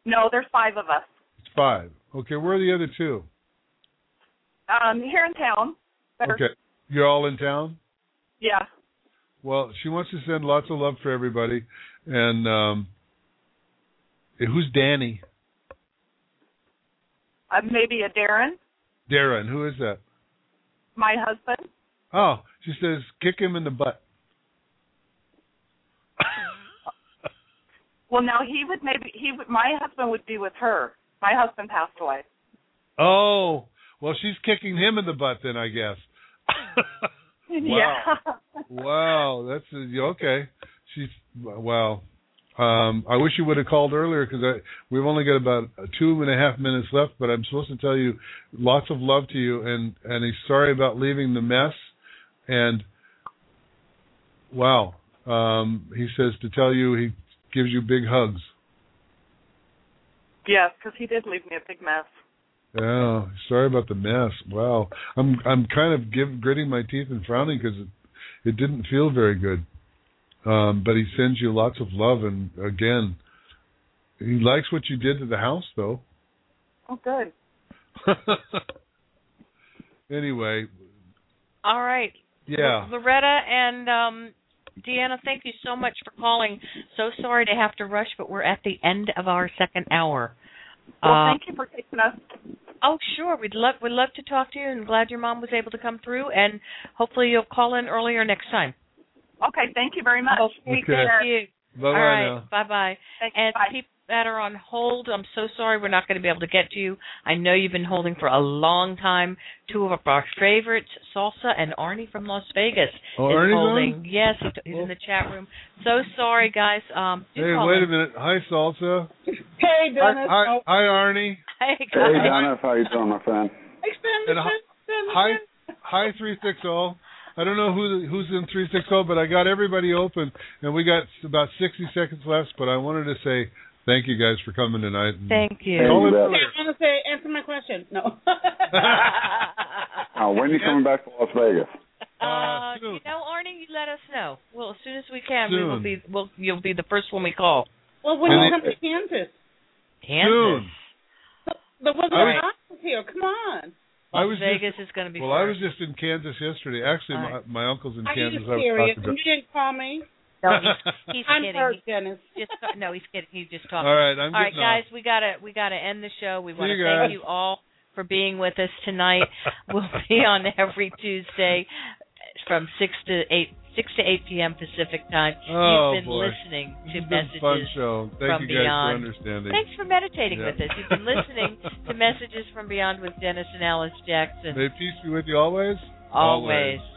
No, there's five of us.
It's five. Okay. Where are the other two?
Um, here in town. They're-
Okay. You're all in town.
Yeah.
Well, she wants to send lots of love for everybody. And um who's Danny?
Uh, maybe a Darren,
Darren, who is that?
my husband.
Oh, she says kick him in the butt.
Well, now he would maybe he would. My husband would be with her. My husband passed away.
Oh, well she's kicking him in the butt then, I guess. Wow.
Yeah.
wow, that's a, okay. She's wow. Um, I wish you would have called earlier because we've only got about two and a half minutes left. But I'm supposed to tell you lots of love to you, and and he's sorry about leaving the mess. And wow, um, he says to tell you he gives you big hugs.
Yes, because he did leave me a big mess.
Yeah, sorry about the mess. Wow, I'm I'm kind of give, gritting my teeth and frowning because it, it didn't feel very good. Um, but he sends you lots of love, and again, he likes what you did to the house, though.
Oh, good.
anyway,
All right.
yeah,
Loretta and um, Deanna, thank you so much for calling. So sorry to have to rush, but we're at the end of our second hour.
Well,
Uh,
thank you for taking us.
Oh, sure. We'd love we'd love to talk to you, and glad your mom was able to come through. And hopefully you'll call in earlier next time.
Okay, thank you very much.
Okay, thank you.
bye bye.
All right, bye bye.
Thanks,
And
bye.
people that are on hold, I'm so sorry we're not going to be able to get to you. I know you've been holding for a long time. Two of our favorites, Salsa and Arnie from Las Vegas,
Oh,
is
Arnie's on? Oh.
holding. Yes, he's- he's in the chat room. So sorry, guys. Um, do
Hey,
call
wait
in.
a minute. Hi, Salsa.
Hey,
Hi,
Dennis.
hi, hi Arnie.
Hey,
guys.
Hey,
Dennis, how you doing, my friend?
And hi, hi, hi, three six zero. I don't know who who's in three six zero, but I got everybody open, and we got about sixty seconds left. But I wanted to say Thank you guys for coming tonight.
Thank you.
Call in
Thank you,
earlier.
I want to say, answer my question. No.
Oh,
Uh, when are you coming back to Las Vegas?
Uh, you know, Arnie, you let us know. Well, as soon as we can, we will
Soon.
be. We'll, you'll be the first one we call.
well, when you
Uh,
come to Kansas,
Kansas.
Soon.
the weather
I-
was awesome here. Come on.
I was
Vegas is going to be.
Well, I was just in Kansas yesterday. Actually, my, my uncle's in
Are you
Kansas. I was
serious?
talking
You
to.
didn't call me.
No, he's, he's
I'm
kidding.
hurt,
He-
Dennis.
Just, no, he's kidding. He's just talking.
All right, I'm
all right,
getting off.
guys, we gotta we gotta end the show. We want
you
to
guys.
thank you all for being with us tonight. we'll be on every Tuesday from six to eight six to eight p.m. Pacific time.
Oh,
You've been
boy.
listening to
This has been a
messages
fun show. Thank
from
you guys
beyond.
for understanding.
Thanks for meditating
Yeah.
with us. You've been listening to Messages from Beyond with Dennis and Alice Jackson.
May peace be with you always.
Always.